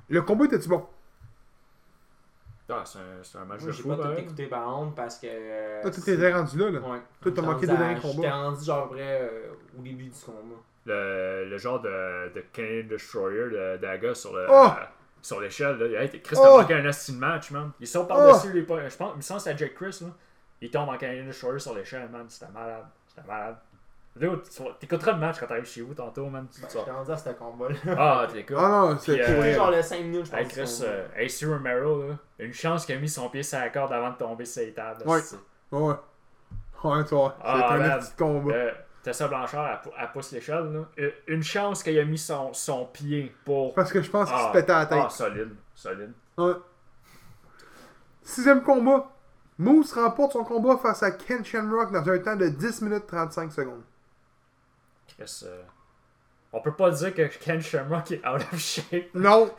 Speaker 1: Le combat était-tu bon?
Speaker 3: ah, c'est un, c'est un match
Speaker 2: Moi,
Speaker 3: de
Speaker 2: j'ai
Speaker 3: fou, ben
Speaker 2: pas tout
Speaker 3: pareil.
Speaker 2: écouté par contre parce que. euh,
Speaker 3: Ben,
Speaker 1: Toi, tu
Speaker 2: c'est-
Speaker 1: t'es rendu là, là.
Speaker 2: Ouais.
Speaker 1: Toi, t'as manqué
Speaker 2: J'étais
Speaker 1: des derniers
Speaker 2: rendu à-
Speaker 1: combats.
Speaker 2: J'étais rendu genre après euh, au début du combat.
Speaker 3: le, le genre de, de Canadian Destroyer de Daga sur le.
Speaker 1: Oh!
Speaker 3: euh, sur l'échelle, là. Hey, t'es- Chris,
Speaker 1: Oh!
Speaker 3: t'as manqué un hostile match, man. Ils sont par-dessus les points. Je pense, il me semble que c'est à Jack Chris, là. Il tombe en Canadian Destroyer sur l'échelle, man. C'était malade. C'était malade. Dude, tu vas- T'écouteras le match quand t'arrives chez vous tantôt, man. Tu-
Speaker 2: Ben,
Speaker 3: tu vas-
Speaker 2: J'étais rendu à ce combat-là.
Speaker 3: Ah, t'écoutes.
Speaker 1: Ah non, c'est
Speaker 3: Puis,
Speaker 1: pour
Speaker 3: euh,
Speaker 1: vrai,
Speaker 2: genre
Speaker 1: là.
Speaker 2: le 5 minutes, je pense.
Speaker 3: Hey, Chris,
Speaker 2: qu'on-
Speaker 3: euh, AC Romero, là, une chance qu'il a mis son pied sur la corde avant de tomber sur les tables.
Speaker 1: Ouais.
Speaker 3: c'est-
Speaker 1: Ouais. Ouais, toi.
Speaker 3: euh, Ah,
Speaker 1: c'est un
Speaker 3: man.
Speaker 1: petit combat.
Speaker 3: Euh, Tessa Blanchard, elle, pou- elle pousse l'échelle. là. Euh, Une chance qu'il a mis son, son pied pour.
Speaker 1: Parce que je pense qu'il se pétait la
Speaker 3: ah,
Speaker 1: tête.
Speaker 3: solide, solide.
Speaker 1: Ouais. Sixième combat. Moose remporte son combat face à Ken Shamrock dans un temps de 10 minutes 35 secondes.
Speaker 3: Chris, euh, on peut pas dire que Ken Shamrock est out of shape.
Speaker 1: Non!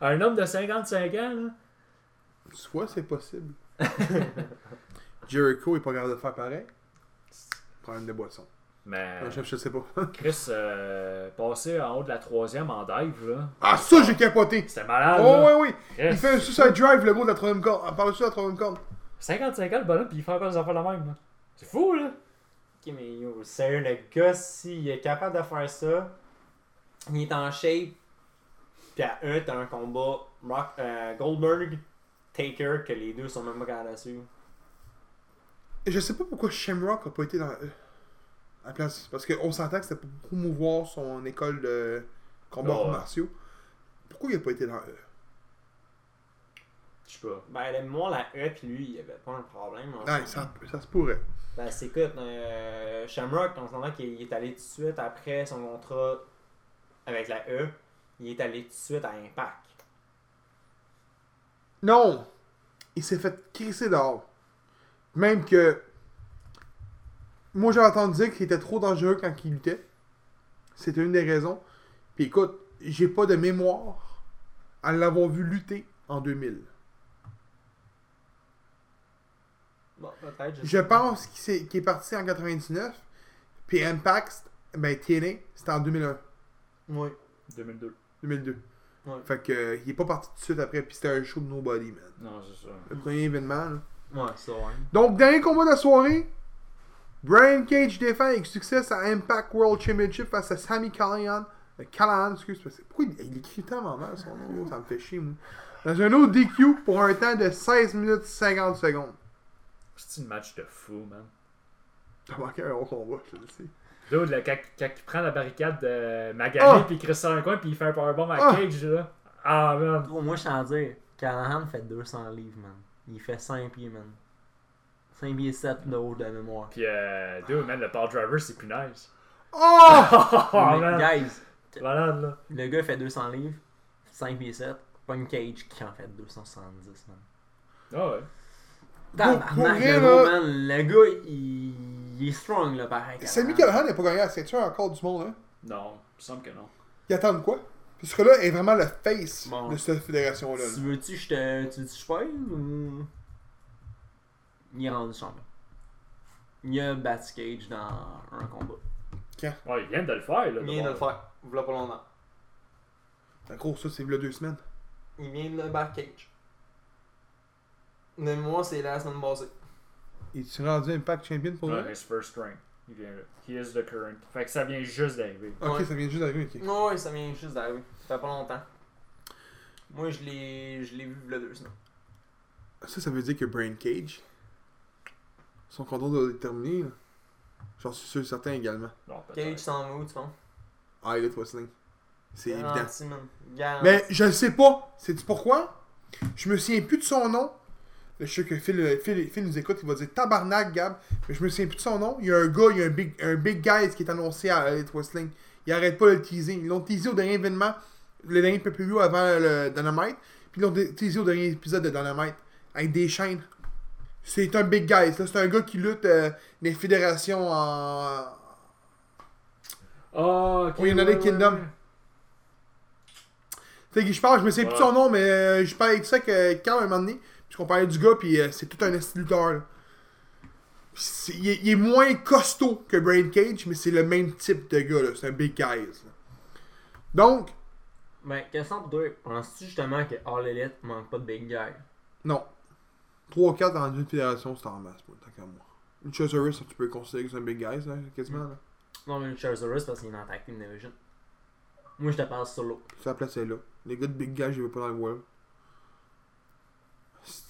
Speaker 3: Un homme de 55 ans, là.
Speaker 1: Soit c'est possible. Jericho est pas capable de faire pareil. Problème de boisson.
Speaker 3: Mais
Speaker 1: Ah, Je, je sais pas.
Speaker 3: Chris, euh, passé en haut de la troisième en dive, là.
Speaker 1: ah, ça, j'ai capoté!
Speaker 3: C'était malade,
Speaker 1: Oh,
Speaker 3: Ah, là.
Speaker 1: ouais, oui!
Speaker 3: Chris,
Speaker 1: Il fait un suicide drive, le gros de la troisième corde. Par-dessus la troisième corde.
Speaker 3: 55 ans, le bonhomme, puis il fait encore des affaires de même, là. C'est fou, là.
Speaker 2: Ok, mais yo, sérieux, le gars, s'il est capable de faire ça, il est en shape. Puis à eux, t'as un combat Rock, euh, Goldberg, Taker, que les deux sont même pas capables de suivre.
Speaker 1: Et Je sais pas pourquoi Shamrock a pas été dans euh, à la place. Parce qu'on s'entend que c'était pour promouvoir son école de combat
Speaker 3: Ouais.
Speaker 1: martiaux. Pourquoi il a pas été dans euh, eux?
Speaker 3: Je sais pas.
Speaker 2: Ben, le moi, la E, puis lui, il y avait pas un problème. en
Speaker 1: Ouais,
Speaker 2: fait.
Speaker 1: Ah, ça, ça se pourrait.
Speaker 2: Ben, c'est écoute, euh, Shamrock, on s'entend qu'il est allé tout de suite après son contrat avec la E, il est allé tout de suite à Impact.
Speaker 1: Non! Il s'est fait crisser dehors. Même que. Moi, j'avais entendu dire qu'il était trop dangereux quand il luttait. C'était une des raisons. Puis écoute, j'ai pas de mémoire à l'avoir vu lutter en 2000.
Speaker 2: Bon, peut-être.
Speaker 1: Je pense qu'il s'est- qu'il est parti en 99. Puis Impact, ben TNA, c'était en 2001,
Speaker 2: Oui.
Speaker 3: 2002.
Speaker 1: 2002.
Speaker 2: Ouais.
Speaker 1: Fait que euh, il est pas parti tout de suite après. Puis c'était un show de Nobody, man.
Speaker 3: Non, c'est ça.
Speaker 1: Le premier événement. là.
Speaker 2: Ouais, c'est vrai.
Speaker 1: Donc, dernier combat de la soirée. Brian Cage défend avec succès à Impact World Championship face à Sammy Callahan. Euh, Callahan, excuse. parce que- Pourquoi il, il écrit tellement mal son nom? gros, Ça me fait chier, moi. Dans un autre DQ pour un temps de 16 minutes 50 secondes.
Speaker 3: C'est un match de fou, man.
Speaker 1: T'as manqué un bon combat, je le sais.
Speaker 3: Dude, là, quand, quand il prend la barricade de Magali,
Speaker 1: Ah!
Speaker 3: puis il crisse ça dans un coin, puis il fait un powerbomb à
Speaker 1: Ah!
Speaker 3: Cage, là. Ah, man.
Speaker 2: Pour moi, je suis en dire, Callahan fait 200 livres, man. Il fait 5 pieds, man. 5 pieds 7 de haut de mémoire.
Speaker 3: Puis, euh, dude, man, le power driver, c'est plus nice.
Speaker 1: Oh!
Speaker 3: Oh,
Speaker 2: Mais,
Speaker 3: man.
Speaker 2: guys,
Speaker 3: Malade, là.
Speaker 2: le gars fait 200 livres, 5 pieds 7. Punk Cage qui en fait 270, man.
Speaker 3: Ah, ouais.
Speaker 1: Pour- pour
Speaker 2: Tabarnak,
Speaker 1: vrai,
Speaker 2: le gros,
Speaker 1: là-
Speaker 2: man. Le gars, il, il est strong, là, pareil.
Speaker 1: Sammy
Speaker 2: Callahan.
Speaker 1: Callahan n'a pas gagné la ceinture encore du monde, hein?
Speaker 3: Non, il me semble que non.
Speaker 1: Ils attendent quoi? Parce que là est vraiment le face
Speaker 2: Bon.
Speaker 1: de cette fédération-là. là.
Speaker 2: Tu veux-tu que je te. Tu veux je fasse ou. Il est rendu champion. Il a battu Cage dans un combat.
Speaker 3: Ouais, il vient de le faire, là.
Speaker 4: Il vient de le faire. Il pas longtemps.
Speaker 1: En gros, ça, c'est il y a deux semaines.
Speaker 4: Il vient de battre Cage. Mais moi, c'est la semaine passée.
Speaker 1: Il est rendu Impact Champion pour
Speaker 3: Ouais,
Speaker 1: vrai?
Speaker 3: his first ring. Il vient là. He is the current. Fait que ça vient juste d'arriver.
Speaker 1: Ok,
Speaker 4: Ouais.
Speaker 1: ça vient juste d'arriver, ok.
Speaker 4: Non, ouais, ça vient juste d'arriver. Ça fait pas longtemps. Moi, je l'ai, je l'ai vu le deux semaines.
Speaker 1: Ça, ça veut dire que Brain Cage, son contrat doit être terminé, là. J'en suis sûr et certain également. Ah,
Speaker 3: Non, peut-être.
Speaker 4: Cage s'en va où, tu penses
Speaker 1: Elliot Wrestling. C'est évident.
Speaker 4: Garanti, man. Garanti.
Speaker 1: Mais je ne sais pas. C'est pourquoi? Je me souviens plus de son nom. Je sais que Phil, Phil- Phil nous écoute, il va dire tabarnak, Gab. Mais je me souviens plus de son nom. Il y a un gars, il y a un big, un big guy qui est annoncé à Elliot Wrestling. Il arrête pas de le teaser. Ils l'ont teasé au dernier événement, le dernier PPU avant le Dynamite. Puis ils l'ont dé- teasé au dernier épisode de Dynamite. Avec des chaînes. C'est un big guy. ça. C'est un gars qui lutte euh, les fédérations en.
Speaker 3: Ah, ok.
Speaker 1: Oui, il y en a des Kingdom. Tu sais, je parle, je me souviens plus de son nom, mais euh, je parlais de ça que quand un moment donné, puisqu'on parlait du gars, puis euh, c'est tout un esti de lutteur. là. Puis c'est- Il est, il est moins costaud que Brain Cage, mais c'est le même type de gars, là. C'est un big guy. là. Donc,
Speaker 2: Mais Ben, question pour toi, penses-tu justement que All Elite manque pas de big guy?
Speaker 1: non. 3-4 dans une fédération, c'est en masse, moi, tant qu'à moi. Une Chazorus, tu peux le considérer que c'est un big guy, ça, quasiment, là.
Speaker 2: Non, mais Charizard, parce qu'il est en tag team division. Moi, je te parle solo.
Speaker 1: Ça la place est là. Les gars de big guys, je vais pas dans le world.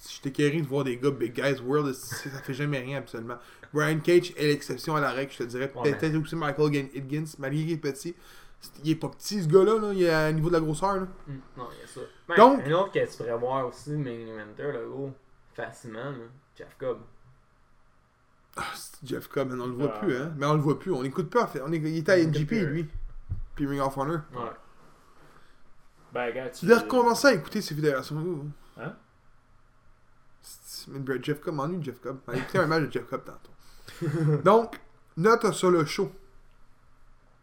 Speaker 1: J'étais carré de voir des gars big guys world, c'est- ça fait jamais rien absolument. Brian Cage est l'exception à la règle, je te dirais.
Speaker 2: Ouais,
Speaker 1: Peut-être aussi Michael Gan- Higgins, malgré qu'il est petit. c'est- Il est pas petit ce gars-là, là. il est à un niveau de la grosseur. Là.
Speaker 2: Hum, Non, il y a ça. Ben,
Speaker 1: Donc-
Speaker 2: un autre que tu pourrais voir aussi, Main Eventer, là, gros, facilement, là, Jeff Cobb.
Speaker 1: Ah, c'est Jeff Cobb, mais on le voit
Speaker 3: Ah.
Speaker 1: plus, hein. Mais on le voit plus, on écoute pas. en fait. On est- Il était à
Speaker 3: On écoute
Speaker 1: NGP
Speaker 3: plus,
Speaker 1: lui. Puis Ring of Honor.
Speaker 2: Ouais.
Speaker 3: Ben, gars, tu.
Speaker 1: Tu dois recommencer à écouter ces fédérations.
Speaker 3: Hein?
Speaker 1: C'est- Mais Brad- Jeff Cobb m'ennuie, Jeff Cobb. On va écouter un match de Jeff Cobb tantôt. Donc, note sur le show.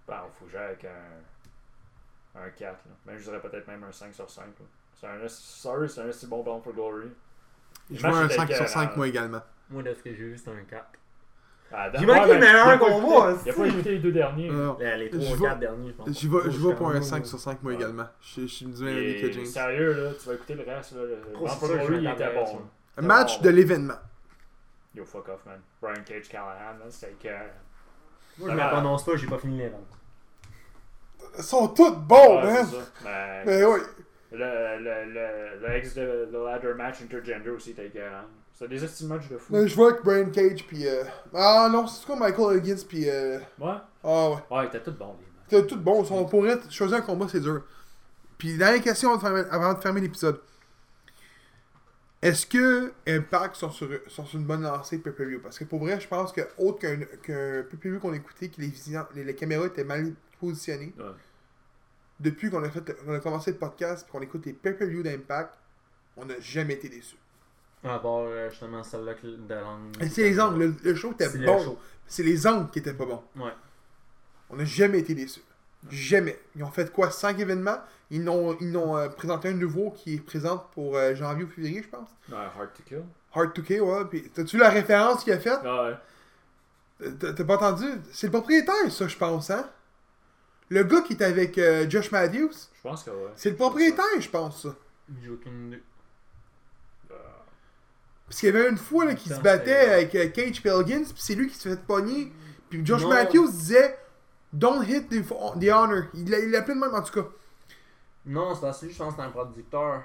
Speaker 3: Ben, faut que j'aille avec un. Un 4, là. Ben, je dirais peut-être même un 5 sur 5, là. C'est un. Sorry, c'est un si bon Bound for Glory.
Speaker 1: Je
Speaker 3: Le match
Speaker 1: vois un
Speaker 3: était
Speaker 1: 5 sur 5
Speaker 3: écœurant.
Speaker 1: moi également.
Speaker 2: Moi, de ce que j'ai vu, c'était un 4.
Speaker 3: Ah,
Speaker 2: J'ai manqué le meilleur qu'on voit,
Speaker 3: Il a pas
Speaker 2: c'est-
Speaker 3: écouté les deux derniers.
Speaker 1: Alors,
Speaker 2: Ben, les
Speaker 1: Je
Speaker 2: 3 ou
Speaker 1: vois-
Speaker 2: 4 derniers, je pense.
Speaker 1: je vais, je vais pour un
Speaker 2: Ouais.
Speaker 1: 5 sur 5 moi
Speaker 3: Ouais.
Speaker 1: également. Je, je suis du même avis que
Speaker 3: Et
Speaker 1: James.
Speaker 3: sérieux, là, tu vas écouter le reste, là. Le
Speaker 2: Gros,
Speaker 3: Bound
Speaker 2: c'est
Speaker 3: for
Speaker 2: sûr que je
Speaker 3: Glory, il
Speaker 2: vais
Speaker 3: était
Speaker 2: regarder
Speaker 3: bon.
Speaker 2: ça.
Speaker 1: Un match de l'événement.
Speaker 3: Yo, fuck off, man. Brian Cage Callahan, là, c'était que.
Speaker 2: Moi, je me prononce pas, j'ai pas fini les ventes.
Speaker 1: Ils sont tous bons,
Speaker 3: Ah,
Speaker 1: hein?
Speaker 3: c'est ça. Ben,
Speaker 1: Mais oui.
Speaker 3: Le, le, le, le ex de le ladder match intergender aussi était écœurant. C'était des estimes matchs de fou.
Speaker 1: Mais je vois que Brian Cage puis euh... Ah non, c'est quoi Michael Higgins puis euh...
Speaker 3: Ouais.
Speaker 1: Ah ouais.
Speaker 3: Ouais, ils étaient tous bons, les matchs.
Speaker 1: C'était tout bon. On pourrait choisir un combat, c'est dur. Puis dernière question avant de fermer- avant de fermer l'épisode. Est-ce que Impact sont sur, sont sur une bonne lancée de pay Parce que pour vrai, je pense que autre qu'un qu'un pay qu'on écoutait, que les, vision- les, les caméras étaient mal positionnées,
Speaker 3: Ouais.
Speaker 1: depuis qu'on a, fait, qu'on a commencé le podcast et qu'on écoute les pay-per-view d'Impact, on n'a jamais été déçus.
Speaker 2: À part euh, justement celle-là que- de langue.
Speaker 1: Et C'est les angles. Le, le show était
Speaker 2: C'est le
Speaker 1: bon.
Speaker 2: show.
Speaker 1: C'est les angles qui étaient pas bons.
Speaker 2: Ouais.
Speaker 1: On n'a jamais été déçus. Jamais. Ils ont fait quoi? Cinq événements. Ils n'ont ils n'ont, euh, présenté un nouveau qui est présent pour euh, janvier ou février, je pense.
Speaker 3: Ouais, hard to kill. Ah,
Speaker 1: Hard 2K, ouais. Puis, t'as-tu vu la référence qu'il a faite?
Speaker 3: Ouais.
Speaker 1: Euh, T'as t'as pas entendu? C'est le propriétaire, ça, je pense, hein? Le gars qui est avec euh, Josh Matthews,
Speaker 3: Je pense que ouais.
Speaker 1: c'est le propriétaire, je pense, ça.
Speaker 2: J'ai aucune idée.
Speaker 3: Euh,
Speaker 1: Parce qu'il y avait une fois là, qu'il se
Speaker 2: Putain,
Speaker 1: battait
Speaker 2: c'est-
Speaker 1: avec euh, Cage Pelgins, puis c'est lui qui se fait pogner. Puis Josh
Speaker 2: Non.
Speaker 1: Matthews disait Don't hit the, the honor. Il l'a- il l'appelait de même en tout cas.
Speaker 2: Non, c'est parce que je pense que c'est un producteur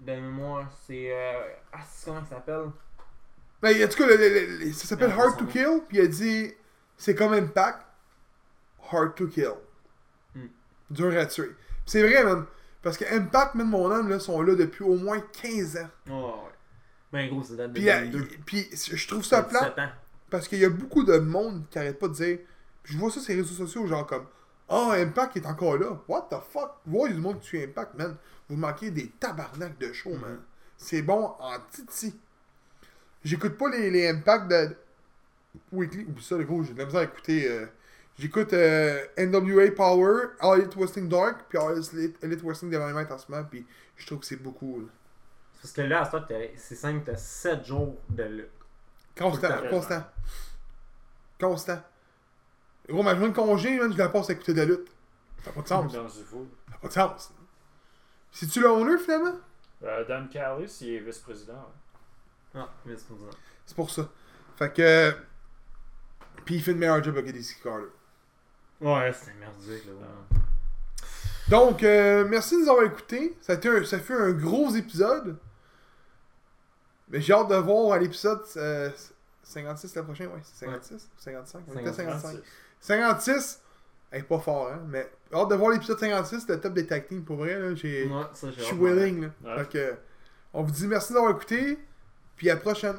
Speaker 2: de mémoire. C'est. Euh... Ah, c'est comment il s'appelle
Speaker 1: Ben, Mais en tout cas, le- le- le- ça s'appelle
Speaker 2: Non,
Speaker 1: Hard
Speaker 2: c'est
Speaker 1: to
Speaker 2: bon.
Speaker 1: Kill, puis il a dit C'est comme Impact. hard to kill.
Speaker 2: Mm.
Speaker 1: Dur à tuer. Puis C'est vrai, man. Parce que Impact, man, mon homme, là, sont là depuis au moins 15 ans.
Speaker 2: Oh, ouais. Ben gros, c'est date de
Speaker 1: Puis, euh, la-
Speaker 2: 2002.
Speaker 1: puis je trouve ça plat
Speaker 2: 17 ans.
Speaker 1: parce qu'il y a beaucoup de monde qui arrête pas de dire. puis je vois ça sur les réseaux sociaux, genre comme Ah, Impact est encore là. What the fuck? Voyez du monde qui tue Impact, man. Vous manquez des tabarnaks de show, man. C'est bon en titi. J'écoute pas les, les Impacts de Weekly. Oublie ça, le gros, j'ai de la misère à écouter. euh, J'écoute euh, NWA Power, All Elite Wrestling Dark, puis All Elite Elite Wrestling Development en ce moment, puis je trouve que c'est beaucoup. là.
Speaker 2: C'est Parce que là, à ce temps, t'as- c'est simple, t'as 7 jours de lutte.
Speaker 1: Constant,
Speaker 2: Tout à fait,
Speaker 1: constant. Constant. Gros, ma journée de congé, man, je la passe à écouter de la lutte. Ça n'a pas de sens. Ça
Speaker 3: Dans du fou.
Speaker 1: n'a pas de sens. C'est-tu le owner, finalement?
Speaker 3: Euh, Don Callis, il est vice-président. ouais.
Speaker 2: Ah, mais c'est pour ça.
Speaker 1: C'est pour ça. Fait que... Puis il fait une meilleure job avec DC Carter.
Speaker 2: Ouais, c'était merdique, là. vraiment.
Speaker 1: Donc, euh, merci de nous avoir écoutés. Ça, a été un- ça fait un gros épisode. Mais j'ai hâte de voir à l'épisode euh, 56 le prochain. Ouais, c'est 56 ou 55? On était à 55. 56, elle est pas fort, hein, mais hâte de voir l'épisode 56, le top des tag teams, pour vrai, là, j'ai...
Speaker 2: Ouais, ça, j'ai
Speaker 1: Je suis
Speaker 2: hâte de voir.
Speaker 1: willing, là.
Speaker 3: Ouais.
Speaker 1: Fait que, on vous dit merci d'avoir écouté, puis à la prochaine.